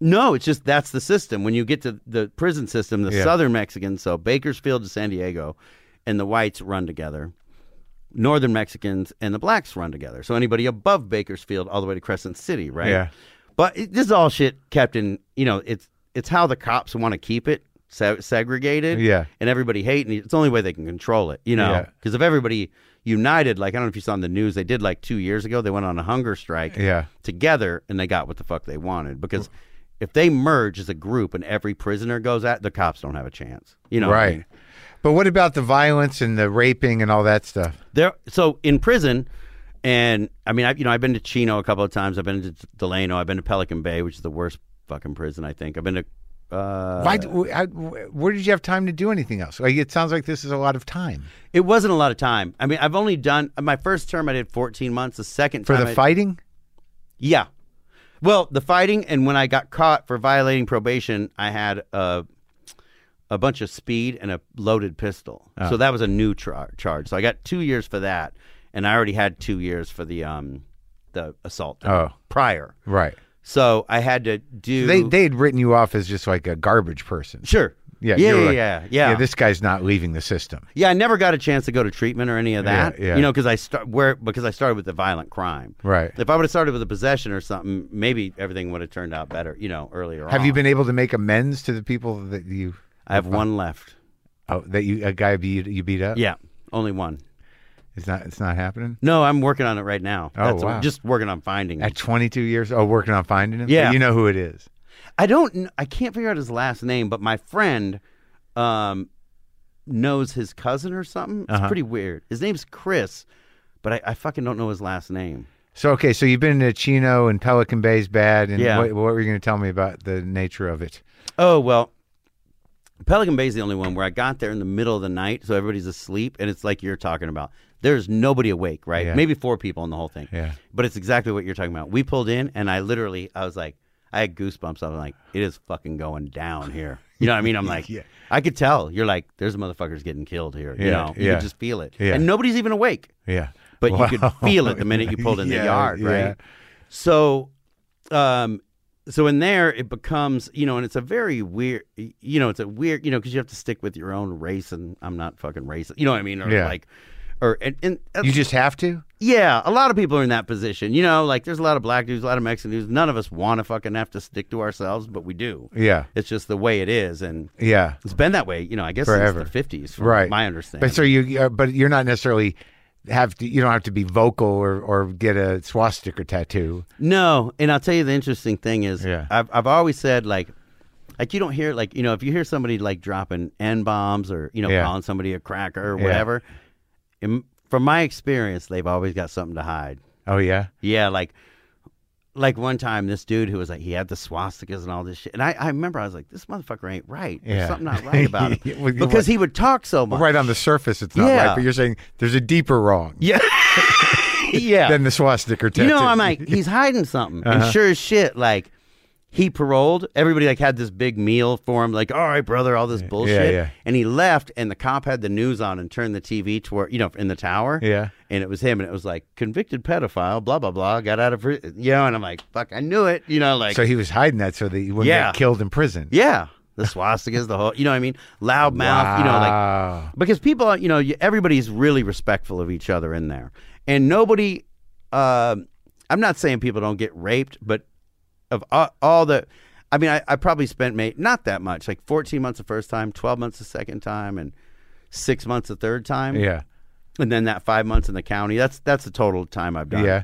[SPEAKER 2] no, it's just that's the system. When you get to the prison system, the
[SPEAKER 1] Yeah.
[SPEAKER 2] Southern Mexicans, so Bakersfield to San Diego, and the whites run together. Northern Mexicans and the blacks run together. So anybody above Bakersfield all the way to Crescent City, right?
[SPEAKER 1] Yeah.
[SPEAKER 2] But it, this is all shit kept in. You know, it's it's how the cops want to keep it se- segregated.
[SPEAKER 1] Yeah.
[SPEAKER 2] And everybody hating it. It's the only way they can control it. You know,
[SPEAKER 1] Yeah.
[SPEAKER 2] because if everybody united, like I don't know if you saw in the news, they did like two years ago. They went on a hunger strike
[SPEAKER 1] Yeah.
[SPEAKER 2] together and they got what the fuck they wanted
[SPEAKER 1] Mm.
[SPEAKER 2] because if they merge as a group and every prisoner goes at the cops don't have a chance you know what I
[SPEAKER 1] Right.
[SPEAKER 2] mean?
[SPEAKER 1] But what about the violence and the raping and all that stuff?
[SPEAKER 2] there so in prison and i mean i you know i've been to chino a couple of times i've been to delano i've been to pelican bay which is the worst fucking prison i think i've been to uh
[SPEAKER 1] Why? d- I- where did you have time to do anything else? Like, it sounds like this is a lot of time
[SPEAKER 2] it wasn't a lot of time i mean i've only done my first term i did 14 months the second
[SPEAKER 1] for
[SPEAKER 2] time
[SPEAKER 1] the
[SPEAKER 2] I-
[SPEAKER 1] fighting.
[SPEAKER 2] Yeah. Well, the fighting and when I got caught for violating probation, I had a a bunch of speed and a loaded pistol.
[SPEAKER 1] Oh.
[SPEAKER 2] So that was a new tra- charge. So I got 2 years for that and I already had 2 years for the um the assault
[SPEAKER 1] Oh.
[SPEAKER 2] prior.
[SPEAKER 1] Right.
[SPEAKER 2] So I had to do
[SPEAKER 1] They they had written you off as just like a garbage person.
[SPEAKER 2] Sure.
[SPEAKER 1] Yeah.
[SPEAKER 2] Yeah,
[SPEAKER 1] you were
[SPEAKER 2] yeah,
[SPEAKER 1] like,
[SPEAKER 2] yeah, yeah.
[SPEAKER 1] This guy's not leaving the system.
[SPEAKER 2] Yeah, I never got a chance to go to treatment or any of that.
[SPEAKER 1] Yeah, yeah.
[SPEAKER 2] You know, because I start where because I started with the violent crime.
[SPEAKER 1] Right.
[SPEAKER 2] If I would have started with a possession or something, maybe everything would have turned out better. You know, earlier.
[SPEAKER 1] Have you
[SPEAKER 2] on.
[SPEAKER 1] been able to make amends to the people that you
[SPEAKER 2] I have one left.
[SPEAKER 1] oh, that you a guy be, you beat up?
[SPEAKER 2] Yeah, only one.
[SPEAKER 1] It's not it's not happening
[SPEAKER 2] No, I'm working on it right now.
[SPEAKER 1] Oh,
[SPEAKER 2] That's
[SPEAKER 1] wow.
[SPEAKER 2] just working on finding him.
[SPEAKER 1] at 22 years. Oh, working on finding him.
[SPEAKER 2] Yeah.
[SPEAKER 1] you know who it is.
[SPEAKER 2] I don't. kn- I can't figure out his last name, but my friend, um, knows his cousin or something. It's pretty weird. His name's Chris, but I, I fucking don't know his last name.
[SPEAKER 1] So okay, so you've been to Chino and Pelican Bay's bad, and
[SPEAKER 2] Yeah.
[SPEAKER 1] what, what were you going to tell me about the nature of it?
[SPEAKER 2] Oh well, Pelican Bay's the only one where I got there in the middle of the night, so everybody's asleep, and it's like you're talking about. There's nobody awake, right?
[SPEAKER 1] Yeah.
[SPEAKER 2] Maybe four people in the whole thing.
[SPEAKER 1] Yeah.
[SPEAKER 2] But it's exactly what you're talking about. We pulled in, and I literally, I was like, I had goosebumps. I was like, it is fucking going down here. You know what I mean? I'm like,
[SPEAKER 1] [LAUGHS] Yeah.
[SPEAKER 2] I could tell. You're like, there's motherfuckers getting killed here. you
[SPEAKER 1] Yeah,
[SPEAKER 2] know, you
[SPEAKER 1] yeah.
[SPEAKER 2] could just feel it.
[SPEAKER 1] Yeah.
[SPEAKER 2] And nobody's even awake
[SPEAKER 1] Yeah,
[SPEAKER 2] but
[SPEAKER 1] Wow.
[SPEAKER 2] you could feel it the minute
[SPEAKER 1] [LAUGHS]
[SPEAKER 2] you pulled in
[SPEAKER 1] Yeah,
[SPEAKER 2] the yard, right?
[SPEAKER 1] yeah.
[SPEAKER 2] So, um, so in there it becomes, you know, and it's a very weird, you know, it's a weird, you know, because you have to stick with your own race, and I'm not fucking racist, you know what I mean? Or
[SPEAKER 1] Yeah.
[SPEAKER 2] like, or and, and
[SPEAKER 1] You just have to.
[SPEAKER 2] yeah, a lot of people are in that position, you know, like there's a lot of black dudes, a lot of Mexican dudes. None of us want to fucking have to stick to ourselves, but we do.
[SPEAKER 1] Yeah,
[SPEAKER 2] It's just the way it is, and
[SPEAKER 1] yeah.
[SPEAKER 2] it's been that way, you know. I guess
[SPEAKER 1] Forever.
[SPEAKER 2] since the '50s, from
[SPEAKER 1] Right.
[SPEAKER 2] My understanding.
[SPEAKER 1] But so you, uh, but you're not necessarily have to. You don't have to be vocal or or get a swastika tattoo.
[SPEAKER 2] No, and I'll tell you the interesting thing is,
[SPEAKER 1] Yeah.
[SPEAKER 2] I've I've always said like, like you don't hear like you know if you hear somebody like dropping n bombs or you know
[SPEAKER 1] Yeah.
[SPEAKER 2] calling somebody a cracker or
[SPEAKER 1] Yeah.
[SPEAKER 2] whatever, in, from my experience, they've always got something to hide.
[SPEAKER 1] Oh yeah,
[SPEAKER 2] Yeah, like like one time this dude who was like he had the swastikas and all this shit, and I, I remember I was like this motherfucker ain't right.
[SPEAKER 1] Yeah.
[SPEAKER 2] There's something not
[SPEAKER 1] [LAUGHS]
[SPEAKER 2] right about him
[SPEAKER 1] Well, you-
[SPEAKER 2] because he would talk so much. [LAUGHS]
[SPEAKER 1] right on the surface it's not
[SPEAKER 2] Yeah.
[SPEAKER 1] right, but you're saying there's a deeper wrong
[SPEAKER 2] Yeah. yeah.
[SPEAKER 1] [LAUGHS] than the swastika tattoo.
[SPEAKER 2] You know, I'm like, he's hiding something.
[SPEAKER 1] Uh-huh.
[SPEAKER 2] And sure as shit, like he paroled. Everybody like had this big meal for him, like, all right, brother, all this bullshit.
[SPEAKER 1] yeah.
[SPEAKER 2] And he left and the cop had the news on and turned the TV toward you know, in the tower.
[SPEAKER 1] Yeah.
[SPEAKER 2] And it was him and it was like convicted pedophile, blah, blah, blah, got out of pri- you know, and I'm like, fuck, I knew it. You know, like
[SPEAKER 1] so he was hiding that so that he wouldn't
[SPEAKER 2] Yeah.
[SPEAKER 1] get killed in prison.
[SPEAKER 2] Yeah. The swastikas, the whole you know what I mean? Loud mouth, you know, like
[SPEAKER 1] Wow.
[SPEAKER 2] because people are, you know you- everybody's really respectful of each other in there and nobody um i'm not saying people don't get raped but of all, all the i I mean, I, I probably spent mate not that much, like 14 months the first time, 12 months the second time, and six months the third time.
[SPEAKER 1] Yeah.
[SPEAKER 2] and then that five months in the county. That's that's the total time I've done.
[SPEAKER 1] Yeah.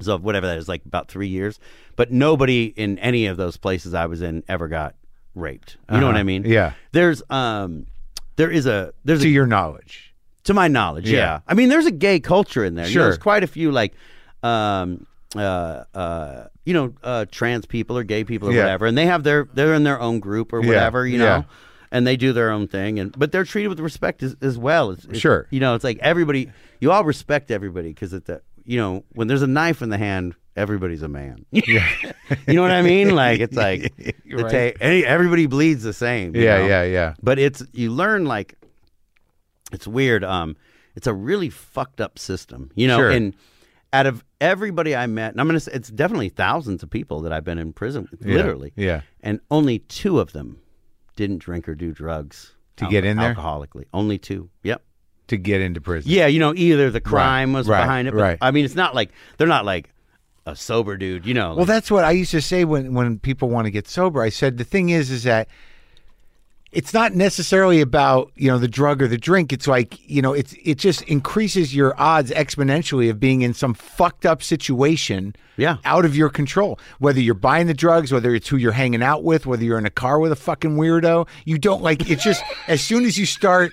[SPEAKER 2] So whatever that is, like about three years. But nobody in any of those places I was in ever got raped. You know what I mean?
[SPEAKER 1] Uh-huh. Yeah.
[SPEAKER 2] There's um, there is a there's
[SPEAKER 1] To
[SPEAKER 2] a,
[SPEAKER 1] your knowledge.
[SPEAKER 2] to my knowledge,
[SPEAKER 1] Yeah.
[SPEAKER 2] yeah. I mean, there's a gay culture in there. You know,
[SPEAKER 1] Sure.
[SPEAKER 2] there's quite a few like, um, uh, uh, you know, uh, trans people or gay people or
[SPEAKER 1] Yeah.
[SPEAKER 2] whatever, and they have their they're in their own group or whatever. You know.
[SPEAKER 1] Yeah.
[SPEAKER 2] And they do their own thing, and but they're treated with respect as, as well. It's, it's-
[SPEAKER 1] Sure.
[SPEAKER 2] you know, it's like everybody, you all respect everybody because at the, you know, when there's a knife in the hand, everybody's a man. [LAUGHS] Yeah. you know what I mean? Like
[SPEAKER 1] [LAUGHS]
[SPEAKER 2] it's like the
[SPEAKER 1] Right.
[SPEAKER 2] ta- any, everybody bleeds the same. you
[SPEAKER 1] Yeah,
[SPEAKER 2] know?
[SPEAKER 1] yeah, yeah.
[SPEAKER 2] but it's you learn like it's weird um it's a really fucked up system you know
[SPEAKER 1] Sure.
[SPEAKER 2] and out of everybody i met and i'm gonna say it's definitely thousands of people that i've been in prison with,
[SPEAKER 1] Yeah,
[SPEAKER 2] literally
[SPEAKER 1] yeah.
[SPEAKER 2] and only two of them didn't drink or do drugs
[SPEAKER 1] To get in there?
[SPEAKER 2] alcoholically only two yep
[SPEAKER 1] To get into prison.
[SPEAKER 2] yeah you know either the crime was
[SPEAKER 1] right,
[SPEAKER 2] behind it but
[SPEAKER 1] right.
[SPEAKER 2] i mean it's not like they're not like a sober dude you know
[SPEAKER 1] Well,
[SPEAKER 2] like-
[SPEAKER 1] that's what I used to say when, when people want to get sober. I said the thing is, is that it's not necessarily about you know the drug or the drink. It's like you know, it's it just increases your odds exponentially of being in some fucked up situation.
[SPEAKER 2] Yeah.
[SPEAKER 1] out of your control. Whether you're buying the drugs, whether it's who you're hanging out with, whether you're in a car with a fucking weirdo, you don't like. It's just as soon as you start.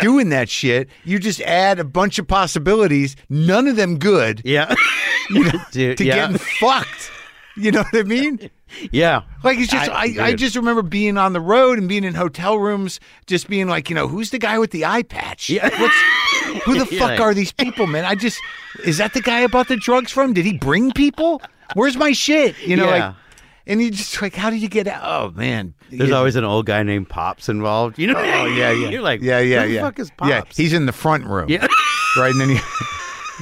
[SPEAKER 1] Doing that shit, you just add a bunch of possibilities, none of them
[SPEAKER 2] [LAUGHS]
[SPEAKER 1] good,
[SPEAKER 2] [LAUGHS] yeah Dude,
[SPEAKER 1] to
[SPEAKER 2] yeah.
[SPEAKER 1] getting fucked. You know what I mean?
[SPEAKER 2] yeah
[SPEAKER 1] Like it's just I, I,
[SPEAKER 2] dude.
[SPEAKER 1] just remember being on the road and being in hotel rooms, just being like, you know, who's the guy with the eye patch?
[SPEAKER 2] Yeah.
[SPEAKER 1] What's who the
[SPEAKER 2] [LAUGHS] Yeah,
[SPEAKER 1] fuck
[SPEAKER 2] like-
[SPEAKER 1] are these people, man? I just is that the guy I bought the drugs from? Did he bring people? Where's my shit? You know,
[SPEAKER 2] Yeah.
[SPEAKER 1] like and you just like, how do you get out? Oh man.
[SPEAKER 2] There's
[SPEAKER 1] Yeah.
[SPEAKER 2] always an old guy named Pops involved. You know? Oh yeah, yeah. You're like,
[SPEAKER 1] Yeah, yeah,
[SPEAKER 2] who the
[SPEAKER 1] yeah.
[SPEAKER 2] Fuck is
[SPEAKER 1] Yeah,
[SPEAKER 2] Pops?
[SPEAKER 1] he's in the front
[SPEAKER 2] [LAUGHS]
[SPEAKER 1] room.
[SPEAKER 2] Yeah.
[SPEAKER 1] Right, and then you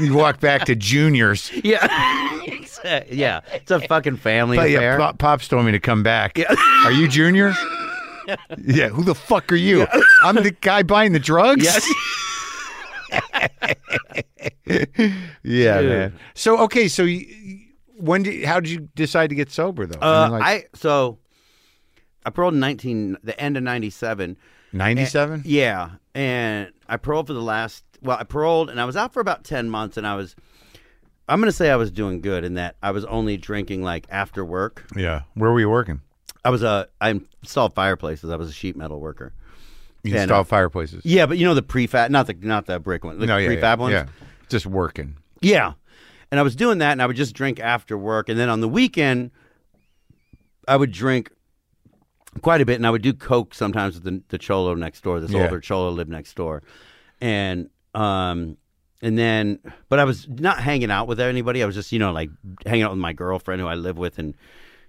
[SPEAKER 1] [LAUGHS] you walk back to juniors.
[SPEAKER 2] yeah, It's a- yeah. It's a fucking family
[SPEAKER 1] But yeah,
[SPEAKER 2] affair.
[SPEAKER 1] Pop, Pops told me to come back. Are you [LAUGHS] Junior? yeah. Who the fuck are you? I'm the guy buying the drugs.
[SPEAKER 2] Yes.
[SPEAKER 1] [LAUGHS] yeah,
[SPEAKER 2] Dude.
[SPEAKER 1] man. So okay, so you, you- when did how did you decide to get sober though?
[SPEAKER 2] Uh, I so I paroled in 19, the end of 97.
[SPEAKER 1] ninety seven.
[SPEAKER 2] Yeah, and I paroled for the last. Well, I paroled and I was out for about ten months, and I was. I'm gonna say I was doing good in that I was only drinking like after work.
[SPEAKER 1] Yeah. Where were you working?
[SPEAKER 2] I was a I installed fireplaces. I was a sheet metal worker.
[SPEAKER 1] You
[SPEAKER 2] Yeah,
[SPEAKER 1] install fireplaces.
[SPEAKER 2] Yeah, but you know the prefab, not the not the brick one, the
[SPEAKER 1] No, yeah,
[SPEAKER 2] prefab
[SPEAKER 1] yeah,
[SPEAKER 2] ones.
[SPEAKER 1] Yeah. Just working.
[SPEAKER 2] Yeah. And I was doing that and I would just drink after work. And then on the weekend, I would drink quite a bit and I would do Coke sometimes with the, the Cholo next door. This
[SPEAKER 1] Yeah.
[SPEAKER 2] older Cholo lived next door. And, um, and then, but I was not hanging out with anybody. I was just, you know, like hanging out with my girlfriend who I live with and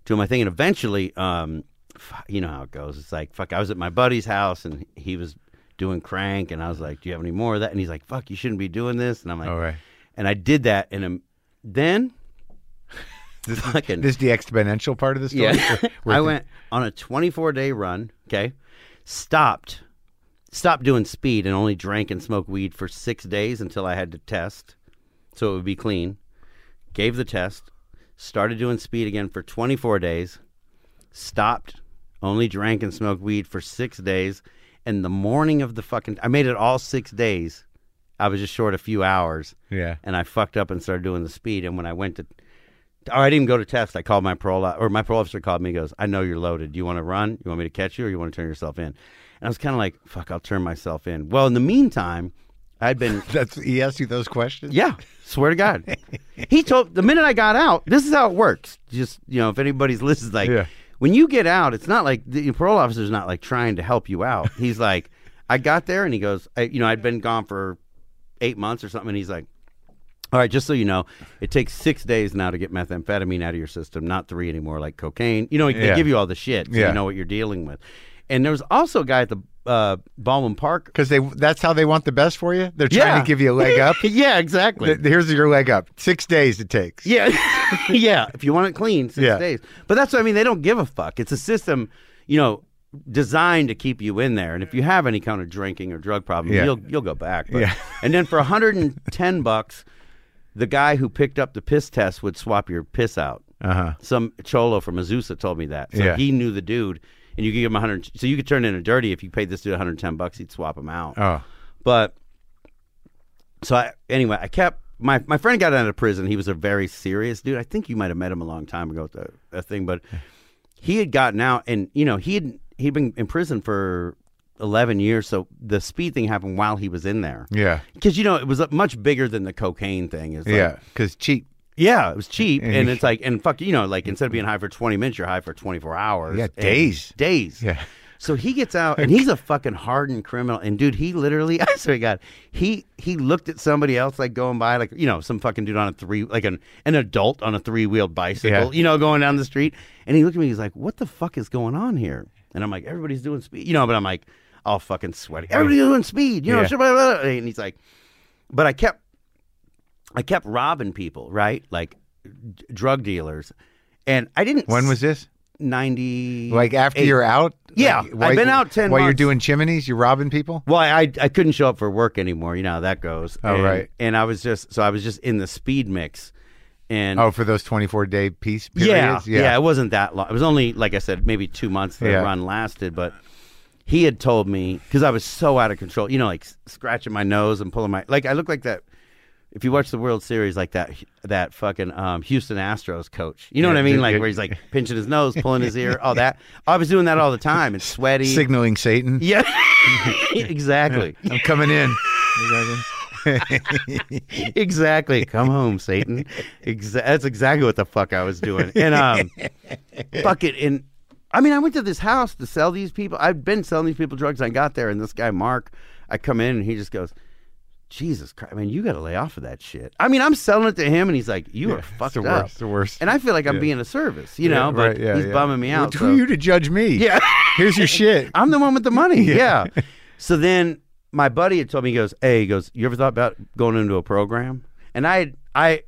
[SPEAKER 2] doing my thing. And eventually, um, fu- you know how it goes. It's like, fuck, I was at my buddy's house and he was doing crank. And I was like, do you have any more of that? And he's like, fuck, you shouldn't be doing this. And I'm like,
[SPEAKER 1] All right.
[SPEAKER 2] and I did that, and um, then fucking
[SPEAKER 1] [LAUGHS] This is the exponential part of the story. [LAUGHS]
[SPEAKER 2] yeah,
[SPEAKER 1] We're-
[SPEAKER 2] I went on a 24 day run. Okay, stopped, stopped doing speed, and only drank and smoked weed for six days until I had to test, so it would be clean. Gave the test, started doing speed again for 24 days, stopped, only drank and smoked weed for six days, and the morning of the fucking, I made it all six days. I was just short a few hours
[SPEAKER 1] Yeah.
[SPEAKER 2] and I fucked up and started doing the speed. And when I went to, or I didn't even go to test. I called my parole or my parole officer called me. and Goes, I know you're loaded. Do you want to run? You want me to catch you, or you want to turn yourself in? And I was kind of like, fuck, I'll turn myself in. Well, in the meantime, I'd been
[SPEAKER 1] That's he asked you those questions.
[SPEAKER 2] yeah, swear to God. he told the minute I got out, this is how it works. Just you know, if anybody's [LAUGHS] listening, like
[SPEAKER 1] Yeah.
[SPEAKER 2] when you get out, it's not like the parole officer's not like trying to help you out. He's [LAUGHS] like, I got there, and he goes, I, you know, I'd been gone for eight months or something, and he's like. All right, just so you know, it takes six days now to get methamphetamine out of your system, not three anymore, like cocaine. You know, they
[SPEAKER 1] Yeah.
[SPEAKER 2] give you all the shit, so
[SPEAKER 1] Yeah.
[SPEAKER 2] you know what you're dealing with. And there was also a guy at the uh, Baldwin Park. [LAUGHS]
[SPEAKER 1] Because they that's how they want the best for you. They're trying
[SPEAKER 2] Yeah.
[SPEAKER 1] to give you a leg up.
[SPEAKER 2] yeah, [LAUGHS] exactly.
[SPEAKER 1] Th- Here's your leg up. Six days it
[SPEAKER 2] [LAUGHS]
[SPEAKER 1] takes.
[SPEAKER 2] Yeah, yeah. If you want it clean, six
[SPEAKER 1] Yeah.
[SPEAKER 2] days. But that's what I mean. They don't give a fuck. It's a system, you know, designed to keep you in there. And if you have any kind of drinking or drug problem,
[SPEAKER 1] Yeah.
[SPEAKER 2] you'll you'll go back. But,
[SPEAKER 1] Yeah.
[SPEAKER 2] And then for 110 bucks, the guy who picked up the piss test would swap your piss out.
[SPEAKER 1] Uh-huh.
[SPEAKER 2] Some cholo from Azusa told me that. So
[SPEAKER 1] Yeah.
[SPEAKER 2] he knew the dude, and you could give him 100. So you could turn in a dirty if you paid this dude 110 bucks, he'd swap him out.
[SPEAKER 1] Oh.
[SPEAKER 2] But so I anyway, I kept my my friend got out of prison. He was a very serious dude. I think you might have met him a long time ago at the, the thing, but he had gotten out, and you know he had he'd been in prison for eleven years. So the speed thing happened while he was in there.
[SPEAKER 1] Yeah.
[SPEAKER 2] Because you know it was uh, much bigger than the cocaine thing. It's like,
[SPEAKER 1] yeah. Because cheap.
[SPEAKER 2] yeah, it was cheap,
[SPEAKER 1] And
[SPEAKER 2] and
[SPEAKER 1] you-
[SPEAKER 2] it's like, and fuck, you know, like instead of being high for twenty minutes, you're high for twenty four hours.
[SPEAKER 1] Yeah,
[SPEAKER 2] and
[SPEAKER 1] days.
[SPEAKER 2] days.
[SPEAKER 1] Yeah.
[SPEAKER 2] So he gets out, and he's a fucking hardened criminal. And dude, he literally, [LAUGHS] I swear to God, he he looked at somebody else like going by, like you know, some fucking dude on a three, like an an adult on a three wheeled bicycle,
[SPEAKER 1] Yeah.
[SPEAKER 2] you know, going down the street, and he looked at me, he's like, "What the fuck is going on here?" And I'm like, "Everybody's doing speed," you know, but I'm like, all fucking sweaty. Everybody's doing speed, you know.
[SPEAKER 1] Yeah.
[SPEAKER 2] blah, blah, blah. And he's like, but I kept I kept robbing people, right? Like d- drug dealers. And I didn't.
[SPEAKER 1] When was this?
[SPEAKER 2] 90?
[SPEAKER 1] Like after
[SPEAKER 2] Eight.
[SPEAKER 1] you're out?
[SPEAKER 2] Yeah,
[SPEAKER 1] Like,
[SPEAKER 2] I've been out 10
[SPEAKER 1] While you're
[SPEAKER 2] months.
[SPEAKER 1] doing chimneys, you're robbing people?
[SPEAKER 2] Well, I I couldn't show up for work anymore. You know how that goes.
[SPEAKER 1] Oh,
[SPEAKER 2] and,
[SPEAKER 1] right.
[SPEAKER 2] And I was just so I was just in the speed mix, and
[SPEAKER 1] Oh, for those 24 day piece
[SPEAKER 2] yeah,
[SPEAKER 1] periods?
[SPEAKER 2] yeah, It wasn't that long. It was only like I said, maybe two months the
[SPEAKER 1] Yeah.
[SPEAKER 2] run lasted. But he had told me because I was so out of control. You know, like s- scratching my nose and pulling my like I look like that. If you watch the World Series, like that that fucking um, Houston Astros coach, you know what I mean,
[SPEAKER 1] yeah,
[SPEAKER 2] like
[SPEAKER 1] yeah.
[SPEAKER 2] where he's like pinching his nose, pulling his ear, all
[SPEAKER 1] [LAUGHS]
[SPEAKER 2] that. I was doing that all the time and sweaty.
[SPEAKER 1] Signaling Satan. [LAUGHS]
[SPEAKER 2] yeah, [LAUGHS] exactly.
[SPEAKER 1] I'm
[SPEAKER 2] [LAUGHS]
[SPEAKER 1] coming in.
[SPEAKER 2] exactly. Come home, Satan. Exa- that's exactly what the fuck I was doing. And
[SPEAKER 1] [LAUGHS]
[SPEAKER 2] um, fuck it. And I mean, I went to this house to sell these people. I've been selling these people drugs. I got there, and this guy Mark, I come in, and he just goes. Jesus Christ, man, you got to lay off of that shit. I mean, I'm selling it to him, and he's like, "You are
[SPEAKER 1] It's
[SPEAKER 2] fucked
[SPEAKER 1] the
[SPEAKER 2] up,"
[SPEAKER 1] worst. The worst.
[SPEAKER 2] and I feel like I'm
[SPEAKER 1] Yeah.
[SPEAKER 2] being a service, you know.
[SPEAKER 1] Yeah,
[SPEAKER 2] but
[SPEAKER 1] right, yeah,
[SPEAKER 2] he's
[SPEAKER 1] yeah.
[SPEAKER 2] bumming me out.
[SPEAKER 1] Who
[SPEAKER 2] so-
[SPEAKER 1] are you to judge me?
[SPEAKER 2] Yeah.
[SPEAKER 1] Here's your shit.
[SPEAKER 2] I'm the one with the money. [LAUGHS] yeah. So then my buddy had told me, he goes, Hey, he goes, You ever thought about going into a program? And I I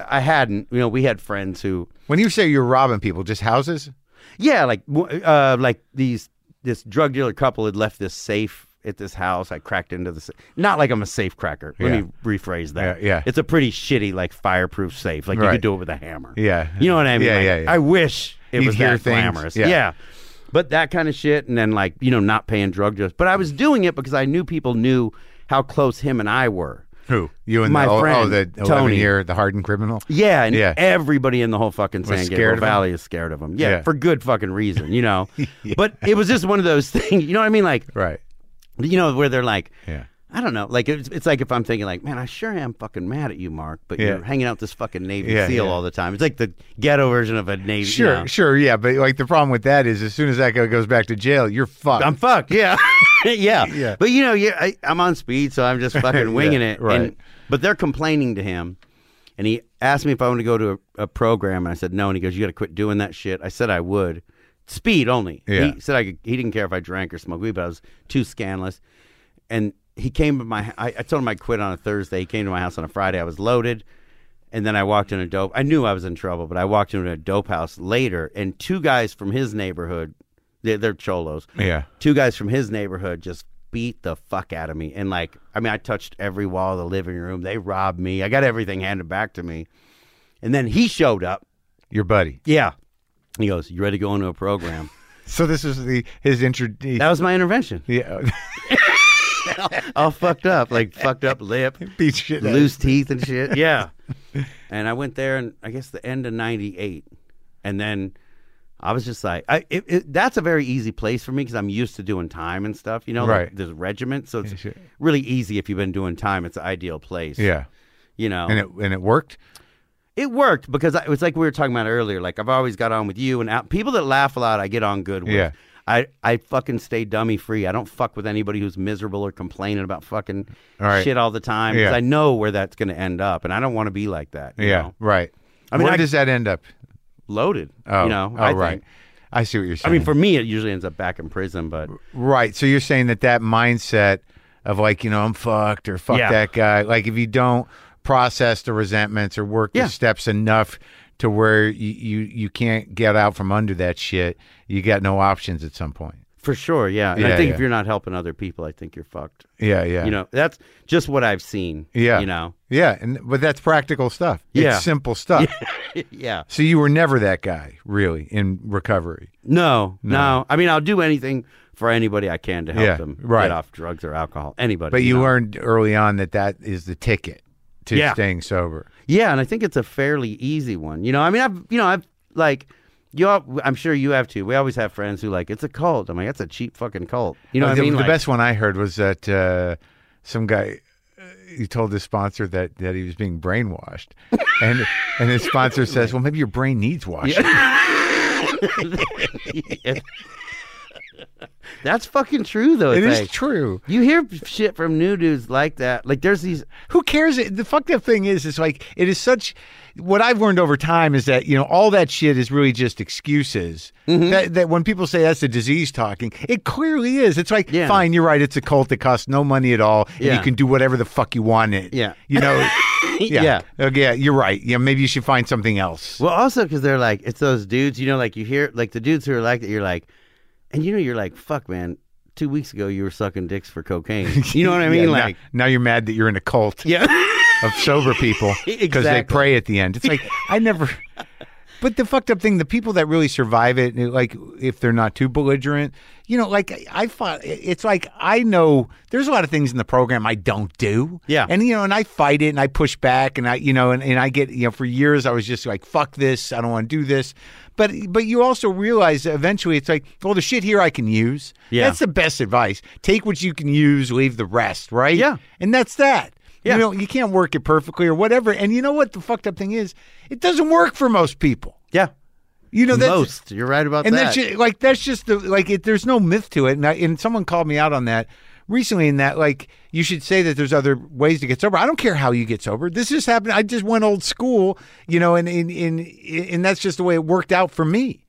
[SPEAKER 2] I hadn't. You know, we had friends who
[SPEAKER 1] When you say you're robbing people, just houses?
[SPEAKER 2] Yeah, like w- uh like these this drug dealer couple had left this safe at this house. I cracked into the sa- not like I'm a safe cracker. Let
[SPEAKER 1] Yeah.
[SPEAKER 2] me rephrase that.
[SPEAKER 1] Yeah, yeah.
[SPEAKER 2] It's a pretty shitty like fireproof safe. Like you
[SPEAKER 1] Right.
[SPEAKER 2] could do it with a hammer.
[SPEAKER 1] Yeah.
[SPEAKER 2] You know what I mean?
[SPEAKER 1] Yeah,
[SPEAKER 2] Like,
[SPEAKER 1] yeah, yeah.
[SPEAKER 2] I wish it
[SPEAKER 1] You'd
[SPEAKER 2] was
[SPEAKER 1] hear
[SPEAKER 2] that
[SPEAKER 1] things.
[SPEAKER 2] glamorous. Yeah.
[SPEAKER 1] Yeah.
[SPEAKER 2] But that kind of shit, and then like you know, not paying drug dealers. But I was doing it because I knew people knew how close him and I were.
[SPEAKER 1] Who? You and
[SPEAKER 2] My
[SPEAKER 1] the, oh,
[SPEAKER 2] friend,
[SPEAKER 1] oh, the
[SPEAKER 2] Tony.
[SPEAKER 1] 11 year, the hardened criminal?
[SPEAKER 2] Yeah, and
[SPEAKER 1] Yeah.
[SPEAKER 2] everybody in the whole fucking San
[SPEAKER 1] scared
[SPEAKER 2] Gabriel
[SPEAKER 1] of him?
[SPEAKER 2] Valley is scared of him. Yeah,
[SPEAKER 1] Yeah.
[SPEAKER 2] for good fucking reason, you [LAUGHS] know. But it was just one of those [LAUGHS] things. You know what I mean? Like
[SPEAKER 1] Right.
[SPEAKER 2] you know where they're like,
[SPEAKER 1] Yeah.
[SPEAKER 2] I don't know. Like it's, it's like if I'm thinking like, man, I sure am fucking mad at you, Mark, but
[SPEAKER 1] Yeah.
[SPEAKER 2] you're hanging out with this fucking Navy
[SPEAKER 1] Yeah,
[SPEAKER 2] SEAL
[SPEAKER 1] yeah.
[SPEAKER 2] all the time. It's like the ghetto version of a Navy.
[SPEAKER 1] Sure,
[SPEAKER 2] you know.
[SPEAKER 1] sure, yeah, but like the problem with that is, as soon as that guy goes back to jail, you're fucked.
[SPEAKER 2] I'm fucked.
[SPEAKER 1] [LAUGHS]
[SPEAKER 2] Yeah, [LAUGHS] yeah.
[SPEAKER 1] Yeah.
[SPEAKER 2] But you know, yeah, I, I'm on speed, so I'm just fucking
[SPEAKER 1] [LAUGHS]
[SPEAKER 2] winging it. And,
[SPEAKER 1] right.
[SPEAKER 2] but they're complaining to him, and he asked me if I wanted to go to a, a program, and I said no. And he goes, "You got to quit doing that shit." I said I would. Speed only.
[SPEAKER 1] Yeah.
[SPEAKER 2] He said I could, he didn't care if I drank or smoked weed, but I was too scandalous. And he came to my. I, I told him I quit on a Thursday. He came to my house on a Friday. I was loaded. And then I walked in a dope. I knew I was in trouble, but I walked into a dope house later, and two guys from his neighborhood, they're, they're
[SPEAKER 1] [LAUGHS]
[SPEAKER 2] cholos,
[SPEAKER 1] yeah,
[SPEAKER 2] two guys from his neighborhood just beat the fuck out of me and like i mean i touched every wall of the living room they robbed me i got everything handed back to me and then he showed up
[SPEAKER 1] your buddy.
[SPEAKER 2] yeah he goes you ready to go into a program [LAUGHS]
[SPEAKER 1] So this is the his intro. he-
[SPEAKER 2] that was my intervention
[SPEAKER 1] [LAUGHS]
[SPEAKER 2] [LAUGHS]
[SPEAKER 1] yeah,
[SPEAKER 2] all fucked up like fucked up lip
[SPEAKER 1] beat [LAUGHS] shit. out of-
[SPEAKER 2] loose teeth and
[SPEAKER 1] [LAUGHS]
[SPEAKER 2] shit yeah [LAUGHS] and i went there and i guess the end of 98 and then i was just like I, it, it, that's a very easy place for me because i'm used to doing time and stuff you know like
[SPEAKER 1] Right.
[SPEAKER 2] there's regiment so it's
[SPEAKER 1] Yeah, sure.
[SPEAKER 2] really easy if you've been doing time it's the ideal place
[SPEAKER 1] Yeah,
[SPEAKER 2] you know
[SPEAKER 1] and it and it worked.
[SPEAKER 2] it worked because I, it was like we were talking about earlier. Like I've always got on with you and out, people that laugh a lot. I get on good with.
[SPEAKER 1] Yeah.
[SPEAKER 2] I I fucking stay dummy free. I don't fuck with anybody who's miserable or complaining about fucking
[SPEAKER 1] All right.
[SPEAKER 2] shit all the time because
[SPEAKER 1] Yeah.
[SPEAKER 2] I know where that's going to end up, and I don't want to be like that. you
[SPEAKER 1] Yeah,
[SPEAKER 2] know?
[SPEAKER 1] right.
[SPEAKER 2] I mean,
[SPEAKER 1] where
[SPEAKER 2] I-
[SPEAKER 1] does that end up?
[SPEAKER 2] loaded.
[SPEAKER 1] Oh,
[SPEAKER 2] you know,
[SPEAKER 1] oh,
[SPEAKER 2] I
[SPEAKER 1] right.
[SPEAKER 2] think.
[SPEAKER 1] I see what you're
[SPEAKER 2] I
[SPEAKER 1] saying.
[SPEAKER 2] mean, for me, it usually ends up back in prison, but
[SPEAKER 1] right. So you're saying that that mindset of like you know I'm fucked or fuck
[SPEAKER 2] Yeah.
[SPEAKER 1] that guy. Like if you don't process the resentments or work
[SPEAKER 2] Yeah.
[SPEAKER 1] the steps enough to where you, you you can't get out from under that shit, you got no options at some point.
[SPEAKER 2] For sure, yeah. And
[SPEAKER 1] Yeah,
[SPEAKER 2] I think
[SPEAKER 1] yeah.
[SPEAKER 2] if you're not helping other people, I think you're fucked.
[SPEAKER 1] Yeah, yeah.
[SPEAKER 2] You know, that's just what I've seen.
[SPEAKER 1] Yeah.
[SPEAKER 2] You know. [LAUGHS]
[SPEAKER 1] Yeah, and but that's practical stuff.
[SPEAKER 2] Yeah.
[SPEAKER 1] It's simple stuff.
[SPEAKER 2] yeah.
[SPEAKER 1] [LAUGHS] So you were never that guy, really, in recovery.
[SPEAKER 2] No, no, I mean, I'll do anything for anybody I can to help
[SPEAKER 1] Yeah,
[SPEAKER 2] them
[SPEAKER 1] right.
[SPEAKER 2] get off drugs or alcohol. Anybody.
[SPEAKER 1] But you
[SPEAKER 2] know?
[SPEAKER 1] learned early on that that is the ticket to
[SPEAKER 2] Yeah.
[SPEAKER 1] staying sober.
[SPEAKER 2] Yeah, and I think it's a fairly easy one. You know, I mean, I've you know, I've like you. All, I'm sure you have too. We always have friends who like it's a cult. I'm like, that's a cheap fucking cult. You know
[SPEAKER 1] Uh,
[SPEAKER 2] what
[SPEAKER 1] the,
[SPEAKER 2] I mean?
[SPEAKER 1] the
[SPEAKER 2] Like,
[SPEAKER 1] best one I heard was that uh, some guy uh, he told his sponsor that that he was being
[SPEAKER 2] [LAUGHS]
[SPEAKER 1] brainwashed, and and his sponsor says, "Well, maybe your brain needs washing."
[SPEAKER 2] [LAUGHS] That's fucking true though.
[SPEAKER 1] It
[SPEAKER 2] it's
[SPEAKER 1] is
[SPEAKER 2] like-
[SPEAKER 1] true.
[SPEAKER 2] You hear shit from new dudes like that. Like there's these.
[SPEAKER 1] Who cares? The fucked up thing is, it's like it is such. What I've learned over time is that you know all that shit is really just excuses.
[SPEAKER 2] Mm-hmm.
[SPEAKER 1] That, that when people say that's a disease talking, it clearly is. It's like,
[SPEAKER 2] Yeah.
[SPEAKER 1] fine, you're right. It's a cult. It costs no money at all, and
[SPEAKER 2] Yeah.
[SPEAKER 1] you can do whatever the fuck you want. in It.
[SPEAKER 2] Yeah.
[SPEAKER 1] You know.
[SPEAKER 2] [LAUGHS] Yeah.
[SPEAKER 1] Yeah. yeah. Yeah. You're right. Yeah. Maybe you should find something else.
[SPEAKER 2] Well, also because they're like it's those dudes. You know, like you hear like the dudes who are like that. You're like, and you know, you're like, fuck, man. Two weeks ago, you were sucking dicks for cocaine.
[SPEAKER 1] [LAUGHS]
[SPEAKER 2] You know what I mean?
[SPEAKER 1] Yeah, now-
[SPEAKER 2] like,
[SPEAKER 1] now, you're mad that you're in a cult [LAUGHS]
[SPEAKER 2] yeah.
[SPEAKER 1] of sober people because they
[SPEAKER 2] Exactly.
[SPEAKER 1] pray at the end. It's like I never. But the fucked up thing, the people that really survive it, and it, like if they're not too belligerent, you know, like I- I fought. It's like I know there's a lot of things in the program I don't do.
[SPEAKER 2] Yeah.
[SPEAKER 1] and you know, and I fight it, and I push back, and I, you know, and, and I get, you know, for years I was just like, fuck this, I don't want to do this. But but you also realize that eventually it's like, well, the shit here I can use.
[SPEAKER 2] Yeah.
[SPEAKER 1] that's the best advice. Take what you can use, leave the rest. Right.
[SPEAKER 2] Yeah.
[SPEAKER 1] and that's that.
[SPEAKER 2] Yeah.
[SPEAKER 1] You know, you can't work it perfectly or whatever. And you know what the fucked up thing is? It doesn't work for most people.
[SPEAKER 2] yeah.
[SPEAKER 1] You know, that's
[SPEAKER 2] Most. You're right about
[SPEAKER 1] and
[SPEAKER 2] that.
[SPEAKER 1] that's just, like that's just the like it, there's no myth to it. And I, and someone called me out on that recently. In that like you should say that there's other ways to get sober. I don't care how you get sober. This just happened. I just went old school, you know, and and and, and that's just the way it worked out for me.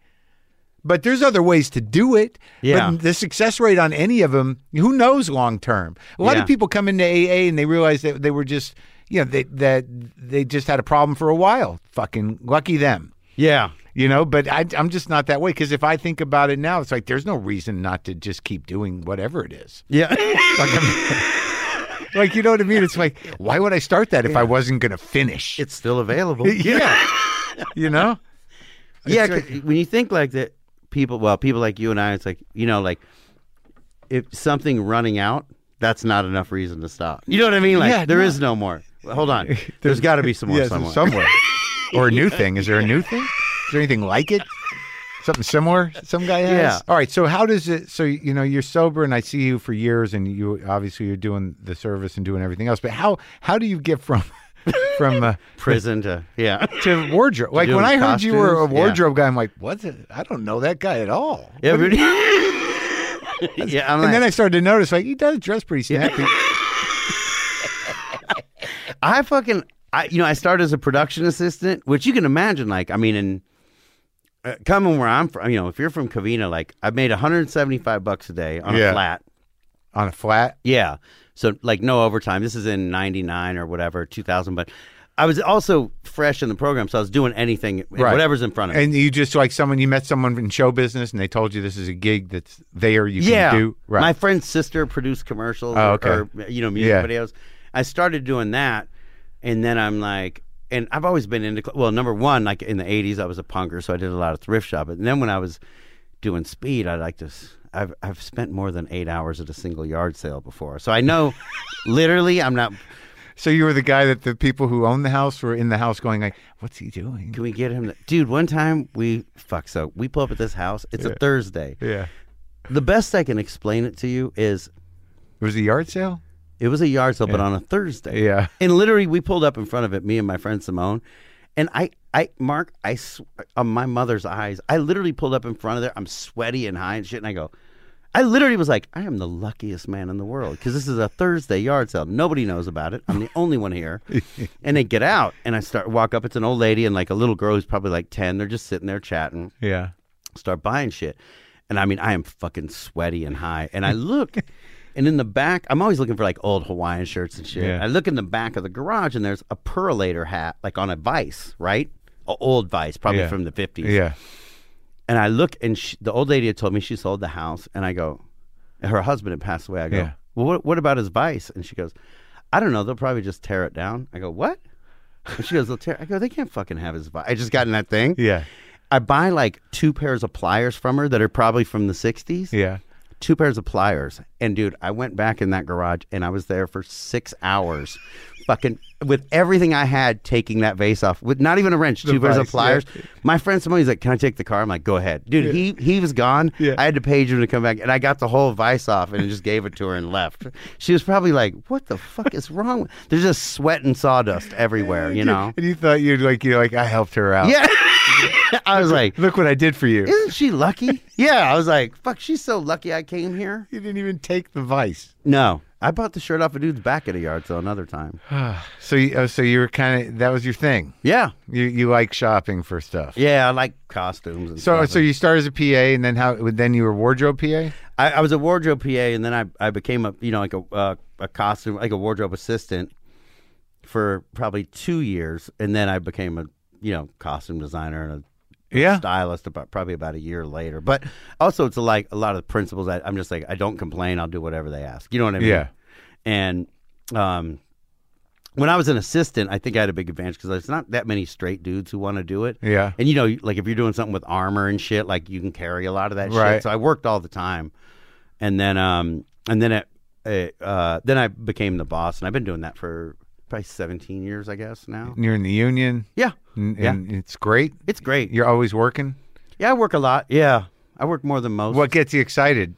[SPEAKER 1] But there's other ways to do it.
[SPEAKER 2] Yeah.
[SPEAKER 1] But the success rate on any of them, who knows long term? A lot
[SPEAKER 2] Yeah.
[SPEAKER 1] of people come into AA and they realize that they were just, you know, they, that they just had a problem for a while. Fucking lucky them
[SPEAKER 2] yeah.
[SPEAKER 1] you know but I, i'm just not that way because if i think about it now it's like there's no reason not to just keep doing whatever it is [LAUGHS]
[SPEAKER 2] Yeah.
[SPEAKER 1] like, I'm- like, you know what i mean it's like why would i start that if i wasn't going to finish
[SPEAKER 2] it's still available.
[SPEAKER 1] [LAUGHS] yeah you know
[SPEAKER 2] yeah,
[SPEAKER 1] It's like-
[SPEAKER 2] 'cause when you think like that, people, well, people like you and I, it's like you know, like if something running out, that's not enough reason to stop. You know what I mean? Like there
[SPEAKER 1] Yeah,
[SPEAKER 2] is
[SPEAKER 1] no.
[SPEAKER 2] no. more. Hold
[SPEAKER 1] [LAUGHS]
[SPEAKER 2] on, there's got to be [LAUGHS] some more
[SPEAKER 1] yeah,
[SPEAKER 2] somewhere. [LAUGHS]
[SPEAKER 1] somewhere or a new thing is there a new thing is there anything like it something similar some guy has
[SPEAKER 2] Yeah.
[SPEAKER 1] all right so how does it so you know you're sober and i see you for years and you obviously you're doing the service and doing everything else but how how do you get from [LAUGHS] from uh,
[SPEAKER 2] Prison to yeah.
[SPEAKER 1] to wardrobe. Like
[SPEAKER 2] doing
[SPEAKER 1] when I heard you were a
[SPEAKER 2] costumes? Yeah.
[SPEAKER 1] wardrobe guy, I'm like, what? The, I don't know that guy at all.
[SPEAKER 2] Everybody- yeah, I'm
[SPEAKER 1] And then
[SPEAKER 2] like,
[SPEAKER 1] I started to notice, like, he does dress pretty snappy.
[SPEAKER 2] I fucking, I you know, I started as a production assistant, which you can imagine. Like, I mean, in uh, coming where I'm from, you know, if you're from Covina, like I made 175 bucks a day on
[SPEAKER 1] Yeah.
[SPEAKER 2] a flat.
[SPEAKER 1] on a flat.
[SPEAKER 2] Yeah. So like no overtime. This is in 99 or whatever, 2000, but I was also fresh in the program, so I was doing anything
[SPEAKER 1] Right.
[SPEAKER 2] whatever's in front of me.
[SPEAKER 1] And you just like someone, you met someone in show business and they told you this is a gig that's there you
[SPEAKER 2] yeah.
[SPEAKER 1] can do.
[SPEAKER 2] My friend's sister produced commercials
[SPEAKER 1] Oh,
[SPEAKER 2] or-
[SPEAKER 1] okay.
[SPEAKER 2] or, you know, music
[SPEAKER 1] Yeah.
[SPEAKER 2] videos. I started doing that and then I'm like and I've always been into cl- well, number one, like in the 80s I was a punker, so I did a lot of thrift shop. And then when I was doing speed, I like to s- I've I've spent more than 8 hours at a single yard sale before. So I
[SPEAKER 1] [LAUGHS]
[SPEAKER 2] know literally I'm not
[SPEAKER 1] So you were the guy that the people who own the house were in the house going, like, what's he doing?
[SPEAKER 2] Can we get him? To, dude, one time we fuck so we pull up at this house. It's a Thursday.
[SPEAKER 1] Yeah.
[SPEAKER 2] The best I can explain it to you is
[SPEAKER 1] It was a yard sale?
[SPEAKER 2] it was a yard sale, but on a Thursday.
[SPEAKER 1] Yeah.
[SPEAKER 2] [LAUGHS] And literally, we pulled up in front of it, me and my friend Simone, and I, I, Mark, I, sw- on my mother's eyes, I literally pulled up in front of there. I'm sweaty and high and shit, and I go. I literally was like, I am the luckiest man in the world because this is a Thursday yard sale. Nobody knows about it. I'm the only one here. and they get out, and I start walk up. It's an old lady and like a little girl who's probably like ten. They're just sitting there chatting.
[SPEAKER 1] Yeah.
[SPEAKER 2] start buying shit. And I mean, I am fucking sweaty and high.
[SPEAKER 1] [LAUGHS]
[SPEAKER 2] And I look, and in the back, I'm always looking for like old Hawaiian shirts and shit.
[SPEAKER 1] Yeah.
[SPEAKER 2] I look in the back of the garage, and there's a perlator hat, like on a vice, right? A old vice, probably
[SPEAKER 1] Yeah.
[SPEAKER 2] from the 50s.
[SPEAKER 1] Yeah.
[SPEAKER 2] And I look, and she, the old lady had told me she sold the house. And I go, and her husband had passed away. I go,
[SPEAKER 1] Yeah.
[SPEAKER 2] well, what, what about his vice? And she goes, I don't know. They'll probably just tear it down. I go, what? And she goes, they'll tear. I go, they can't fucking have his vice. I just got in that thing.
[SPEAKER 1] Yeah.
[SPEAKER 2] I buy like two pairs of pliers from her that are probably from the 60s.
[SPEAKER 1] Yeah.
[SPEAKER 2] Two pairs of pliers. And dude, I went back in that garage and I was there for six hours, fucking with everything I had taking that vase off with not even a wrench, two pairs
[SPEAKER 1] vise,
[SPEAKER 2] of
[SPEAKER 1] yeah.
[SPEAKER 2] pliers. My friend Simone's like, Can I take the car? I'm like, Go ahead. Dude, he he was gone.
[SPEAKER 1] Yeah.
[SPEAKER 2] I had to page him to come back and I got the whole vise off and just gave it to her and left. She was probably like, What the fuck is wrong? with-" There's just sweat and sawdust everywhere, you know?
[SPEAKER 1] And you thought you'd like, you know, like, I helped her out.
[SPEAKER 2] Yeah. [LAUGHS] I was like,
[SPEAKER 1] Look what I did for you.
[SPEAKER 2] isn't she lucky? yeah, I was like, fuck, she's so lucky I came here.
[SPEAKER 1] You didn't even take the vice.
[SPEAKER 2] No, I bought the shirt off a dude's back at a yard sale another time.
[SPEAKER 1] [SIGHS] So, you, oh, so you were kind of that was your thing.
[SPEAKER 2] Yeah,
[SPEAKER 1] You you like shopping for stuff.
[SPEAKER 2] yeah, I like costumes. And
[SPEAKER 1] So
[SPEAKER 2] stuff.
[SPEAKER 1] so you started as a PA, and then how? Then you were wardrobe PA.
[SPEAKER 2] I, I was a wardrobe PA, and then I, I became a you know like a uh, a costume like a wardrobe assistant for probably two years, and then I became a you know costume designer and a
[SPEAKER 1] Yeah.
[SPEAKER 2] stylist about probably about a year later. But also, it's like a lot of the principles. I, I'm just like, I don't complain. I'll do whatever they ask. You know what I mean?
[SPEAKER 1] Yeah.
[SPEAKER 2] And um, when I was an assistant, I think I had a big advantage because there's not that many straight dudes who want to do it.
[SPEAKER 1] Yeah.
[SPEAKER 2] And you know, like if you're doing something with armor and shit, like you can carry a lot of that
[SPEAKER 1] Right.
[SPEAKER 2] shit. So I worked all the time, and then um, and then it, it, uh, then I became the boss, and I've been doing that for probably 17 years, I guess now.
[SPEAKER 1] And you're in the union,
[SPEAKER 2] Yeah,
[SPEAKER 1] and,
[SPEAKER 2] Yeah.
[SPEAKER 1] and it's great.
[SPEAKER 2] it's great.
[SPEAKER 1] You're always working.
[SPEAKER 2] Yeah, I work a lot. Yeah, I work more than most.
[SPEAKER 1] What gets you excited?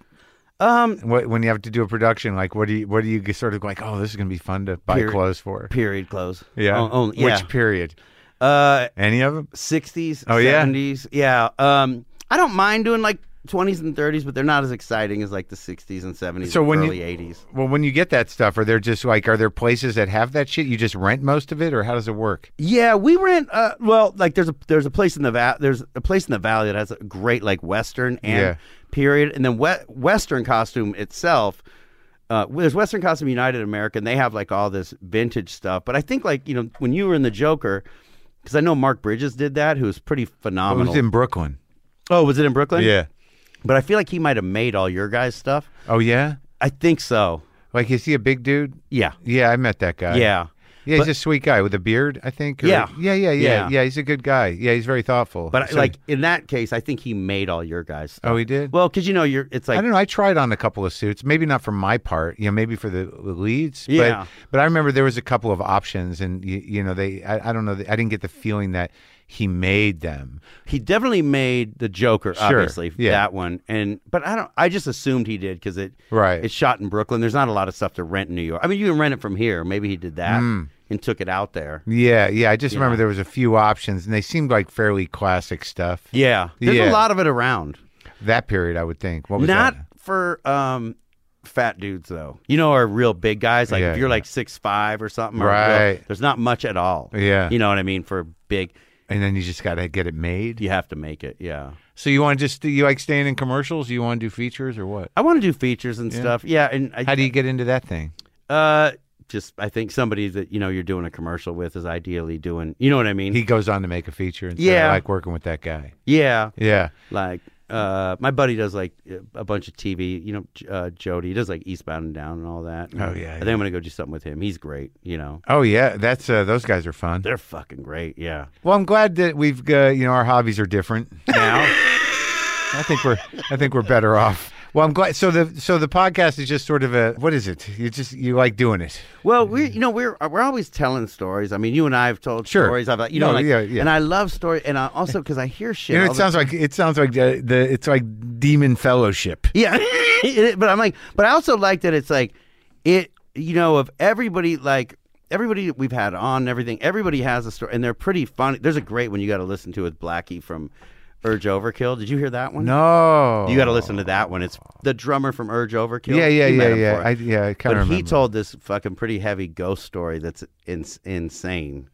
[SPEAKER 2] Um,
[SPEAKER 1] What when you have to do a production? Like what do you what do you get sort of like? Oh, this is gonna be fun to buy
[SPEAKER 2] Period.
[SPEAKER 1] clothes for.
[SPEAKER 2] period clothes.
[SPEAKER 1] Yeah.
[SPEAKER 2] O- only- yeah.
[SPEAKER 1] Which period?
[SPEAKER 2] uh,
[SPEAKER 1] Any of them?
[SPEAKER 2] sixties.
[SPEAKER 1] Oh, yeah?
[SPEAKER 2] 70s. yeah. Um, I don't mind doing like twenties and thirties, but they're not as exciting as like the sixties and seventies.
[SPEAKER 1] So when you-
[SPEAKER 2] early eighties.
[SPEAKER 1] Well, when you get that stuff, are there just like are there places that have that shit? You just rent most of it, or how does it work?
[SPEAKER 2] Yeah, we rent. Uh, well, like there's a there's a place in the va- there's a place in the valley that has a great like western and
[SPEAKER 1] Yeah.
[SPEAKER 2] period, and then we- western costume itself. Uh, well, there's Western Costume United American. They have like all this vintage stuff, but I think like you know when you were in the Joker, because I know Mark Bridges did that, who was pretty
[SPEAKER 1] It
[SPEAKER 2] phenomenal.
[SPEAKER 1] was in Brooklyn.
[SPEAKER 2] oh, was it in Brooklyn?
[SPEAKER 1] Yeah.
[SPEAKER 2] but I feel like he might have made all your guys' stuff.
[SPEAKER 1] Oh yeah.
[SPEAKER 2] I think so.
[SPEAKER 1] Like is he a big dude?
[SPEAKER 2] Yeah,
[SPEAKER 1] Yeah, I met that guy.
[SPEAKER 2] yeah.
[SPEAKER 1] Yeah, he's
[SPEAKER 2] But-
[SPEAKER 1] a sweet guy with a beard, I think. or-
[SPEAKER 2] Yeah.
[SPEAKER 1] yeah, yeah, yeah, yeah,
[SPEAKER 2] Yeah.
[SPEAKER 1] He's a good guy. Yeah, he's very thoughtful.
[SPEAKER 2] But
[SPEAKER 1] So-
[SPEAKER 2] like in that case, I think he made all your guys' stuff.
[SPEAKER 1] oh, he did.
[SPEAKER 2] Well, because you know you're. It's
[SPEAKER 1] I
[SPEAKER 2] like
[SPEAKER 1] don't know. I tried on a couple of suits, maybe not for my part, you know, maybe for the the leads.
[SPEAKER 2] Yeah.
[SPEAKER 1] But, but I remember there was a couple of options, and you, you know, they. I, I don't know. I didn't get the feeling that he made them.
[SPEAKER 2] He definitely made the Joker, obviously
[SPEAKER 1] yeah.
[SPEAKER 2] that one, and but I don't. I just assumed he did because it
[SPEAKER 1] Right.
[SPEAKER 2] It's shot in Brooklyn. There's not a lot of stuff to rent in New York. I mean, you can rent it from here. Maybe he did that
[SPEAKER 1] Mm.
[SPEAKER 2] and took it out there.
[SPEAKER 1] Yeah, yeah. I just remember
[SPEAKER 2] Yeah.
[SPEAKER 1] there was a few options, and they seemed like fairly classic stuff.
[SPEAKER 2] Yeah, there's
[SPEAKER 1] Yeah.
[SPEAKER 2] a lot of it around.
[SPEAKER 1] That period, I would think. What was
[SPEAKER 2] not
[SPEAKER 1] that?
[SPEAKER 2] for um, fat dudes though. You know, are real big guys. Like
[SPEAKER 1] Yeah,
[SPEAKER 2] if you're
[SPEAKER 1] yeah.
[SPEAKER 2] like six five or something, or real,
[SPEAKER 1] Right.
[SPEAKER 2] there's not much at all.
[SPEAKER 1] Yeah.
[SPEAKER 2] you know what I mean. For big,
[SPEAKER 1] And then you just got to get it made.
[SPEAKER 2] you have to make it. Yeah.
[SPEAKER 1] So you want to just you like staying in commercials? You want to do features or what?
[SPEAKER 2] I want to do features and stuff. Yeah, and I,
[SPEAKER 1] How do you get into that thing?
[SPEAKER 2] Uh, just I think somebody that you know you're doing a commercial with is ideally doing. You know what I mean?
[SPEAKER 1] He goes on to make a feature and yeah.
[SPEAKER 2] Yeah.
[SPEAKER 1] I like working with that guy.
[SPEAKER 2] yeah,
[SPEAKER 1] Yeah.
[SPEAKER 2] like uh, my buddy does like a bunch of TV. You know, J- uh, Jody he does like Eastbound and Down and all that.
[SPEAKER 1] Oh, yeah,
[SPEAKER 2] I think I'm gonna go do something with him. He's great. You know,
[SPEAKER 1] Oh yeah, that's uh, those guys are fun.
[SPEAKER 2] they're fucking great. Yeah.
[SPEAKER 1] [LAUGHS] Well, I'm glad that we've uh, you know our hobbies are different.
[SPEAKER 2] Now,
[SPEAKER 1] I think we're I think we're better off. Well, I'm glad. So the so the podcast is just sort of a what is it? You just you like doing it.
[SPEAKER 2] well, we you know we're uh, we're always telling stories. I mean, you and I have told
[SPEAKER 1] Mm. Sure.
[SPEAKER 2] stories. I've you
[SPEAKER 1] No,
[SPEAKER 2] know, like,
[SPEAKER 1] yeah, yeah.
[SPEAKER 2] and I love story, and I
[SPEAKER 1] [LAUGHS]
[SPEAKER 2] also because I hear shit.
[SPEAKER 1] You know,
[SPEAKER 2] all
[SPEAKER 1] it
[SPEAKER 2] the-
[SPEAKER 1] sounds like it sounds like the, the it's like demon fellowship.
[SPEAKER 2] [LAUGHS] Yeah, [LAUGHS] It- but I'm like, but I also like that it's like it. You know, of everybody, like everybody that we've had on and everything, everybody has a story, and they're pretty funny. There's a great one you got to listen to with Blackie from Urge Overkill. Did you hear that one?
[SPEAKER 1] No,
[SPEAKER 2] you got to listen to that one. It's the drummer from Urge Overkill.
[SPEAKER 1] Yeah, yeah,
[SPEAKER 2] You met
[SPEAKER 1] yeah,
[SPEAKER 2] him
[SPEAKER 1] yeah.
[SPEAKER 2] for it.
[SPEAKER 1] I, yeah, I
[SPEAKER 2] but
[SPEAKER 1] kind of
[SPEAKER 2] he told this fucking pretty heavy ghost story that's in, insane,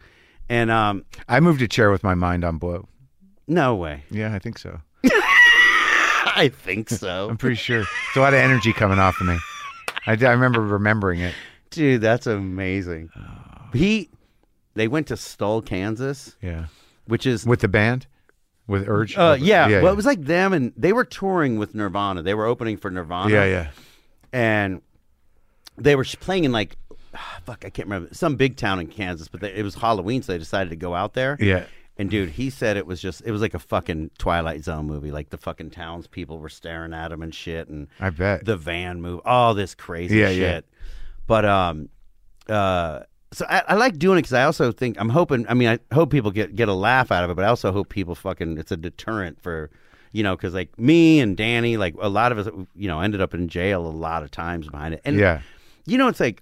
[SPEAKER 2] and um,
[SPEAKER 1] I moved a chair with my mind on blow.
[SPEAKER 2] no
[SPEAKER 1] [LAUGHS]
[SPEAKER 2] way.
[SPEAKER 1] Yeah, I think so.
[SPEAKER 2] I think so,
[SPEAKER 1] I'm pretty sure. It's a lot of energy coming off of me. I, d- I remember remembering it.
[SPEAKER 2] dude. That's amazing. He, they went to Stoll, Kansas.
[SPEAKER 1] Yeah.
[SPEAKER 2] which is
[SPEAKER 1] With the band? with Urge.
[SPEAKER 2] Uh, yeah.
[SPEAKER 1] yeah,
[SPEAKER 2] well, it was like them, and they were touring with Nirvana. They were opening for Nirvana.
[SPEAKER 1] yeah, yeah.
[SPEAKER 2] and they were playing in like ah, fuck i can't remember some big town in kansas but they, it was halloween so they decided to go out there
[SPEAKER 1] Yeah.
[SPEAKER 2] and dude he said it was just it was like a fucking twilight zone movie like the fucking townspeople were staring at him and shit and
[SPEAKER 1] I bet.
[SPEAKER 2] the van move all this crazy
[SPEAKER 1] Yeah,
[SPEAKER 2] shit
[SPEAKER 1] yeah.
[SPEAKER 2] but um uh so I, I like doing it because I also think I'm hoping. I mean, I hope people get get a laugh out of it, but I also hope people fucking it's a deterrent for, you know, because like me and Danny, like a lot of us, you know, ended up in jail a lot of times behind it. And
[SPEAKER 1] yeah,
[SPEAKER 2] you know, it's like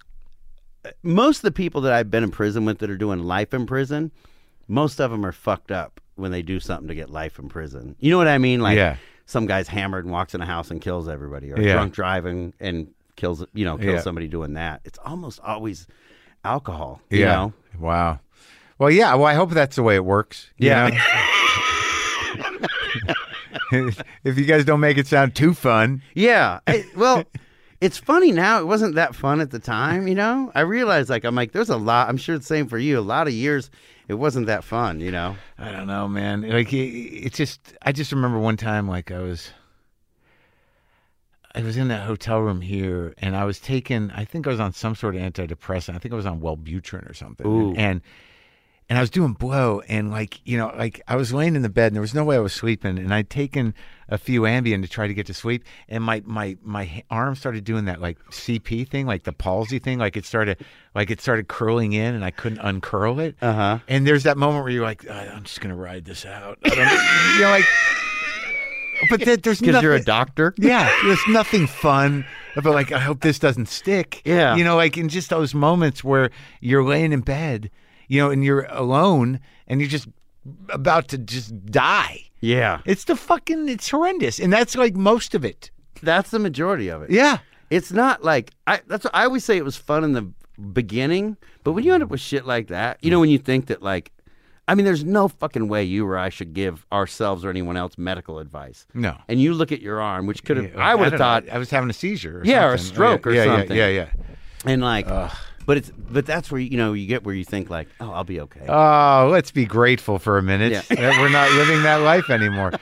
[SPEAKER 2] uh, most of the people that I've been in prison with that are doing life in prison, most of them are fucked up when they do something to get life in prison. You know what I mean? Like
[SPEAKER 1] Yeah.
[SPEAKER 2] some guy's hammered and walks in a house and kills everybody, or
[SPEAKER 1] Yeah.
[SPEAKER 2] drunk driving and kills you know kills
[SPEAKER 1] Yeah.
[SPEAKER 2] somebody doing that. It's almost always alcohol.
[SPEAKER 1] yeah.
[SPEAKER 2] You know?
[SPEAKER 1] Wow. Well, yeah. Well, I hope that's the way it works. you
[SPEAKER 2] Yeah. [LAUGHS]
[SPEAKER 1] know? [LAUGHS] if you guys don't make it sound too fun,
[SPEAKER 2] Yeah. I- well, [LAUGHS] it's funny now. It wasn't that fun at the time, you know? I realized, like, I'm like, there's a lot, I'm sure it's the same for you. A lot of years, it wasn't that fun, you know?
[SPEAKER 1] I don't know, man. Like it, it's just I just remember one time like I was I was in that hotel room here and I was taking I think I was on some sort of antidepressant. I think I was on Wellbutrin or something.
[SPEAKER 2] Ooh.
[SPEAKER 1] And and I was doing blow and like, you know, like I was laying in the bed and there was no way I was sleeping and I'd taken a few Ambien to try to get to sleep and my my my h- arm started doing that like CP thing, like the palsy thing, like it started like it started curling in and I couldn't uncurl it.
[SPEAKER 2] Uh huh.
[SPEAKER 1] And there's that moment where you're like, "I- I'm just gonna ride this out. I don't, you know, like,
[SPEAKER 2] [LAUGHS]
[SPEAKER 1] but there, there's
[SPEAKER 2] Because
[SPEAKER 1] nothing.
[SPEAKER 2] you're a doctor?
[SPEAKER 1] yeah, there's nothing fun about like I hope this doesn't stick.
[SPEAKER 2] Yeah.
[SPEAKER 1] you know, like in just those moments where you're laying in bed, you know, and you're alone and you're just about to just die.
[SPEAKER 2] Yeah.
[SPEAKER 1] It's the fucking. It's horrendous, and that's like most of it.
[SPEAKER 2] That's the majority of it.
[SPEAKER 1] Yeah,
[SPEAKER 2] It's not like I that's what I always say it was fun in the beginning, but when you end up with shit like that, you know when you think that like I mean there's no fucking way you or I should give ourselves or anyone else medical advice.
[SPEAKER 1] no.
[SPEAKER 2] And you look at your arm, which could have I would have
[SPEAKER 1] don't
[SPEAKER 2] thought
[SPEAKER 1] know. I was having a seizure. Or
[SPEAKER 2] Yeah, or a
[SPEAKER 1] something.
[SPEAKER 2] stroke or
[SPEAKER 1] yeah, yeah,
[SPEAKER 2] something.
[SPEAKER 1] Yeah, yeah,
[SPEAKER 2] and like but it's but that's where you know you get where you think like, "Oh, I'll be okay."
[SPEAKER 1] Oh, let's be grateful for a minute
[SPEAKER 2] Yeah.
[SPEAKER 1] that we're not living that life anymore.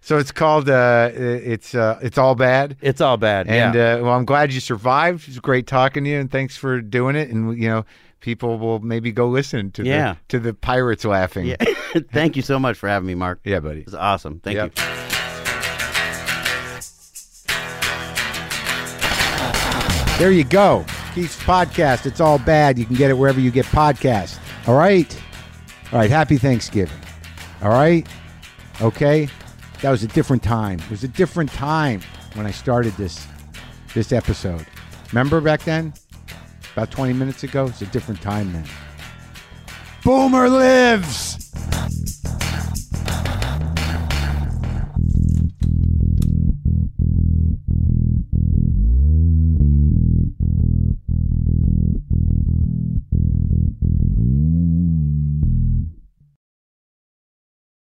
[SPEAKER 1] So it's called uh, it's uh, it's all bad.
[SPEAKER 2] it's all bad.
[SPEAKER 1] And
[SPEAKER 2] yeah.
[SPEAKER 1] uh, well, I'm glad you survived. It's great talking to you, and thanks for doing it. And you know, people will maybe go listen to
[SPEAKER 2] Yeah.
[SPEAKER 1] the, to the pirates laughing. Yeah,
[SPEAKER 2] yeah. [LAUGHS] Thank you so much for having me, Mark. It
[SPEAKER 1] buddy.
[SPEAKER 2] was awesome. Thank
[SPEAKER 1] Yep.
[SPEAKER 2] you.
[SPEAKER 5] There you go. Keith's podcast. It's all bad. You can get it wherever you get podcasts. All right. All right. Happy Thanksgiving. All right. Okay. That was a different time. It was a different time when I started this this episode. Remember back then? About 20 minutes ago? It's a different time then. Boomer lives.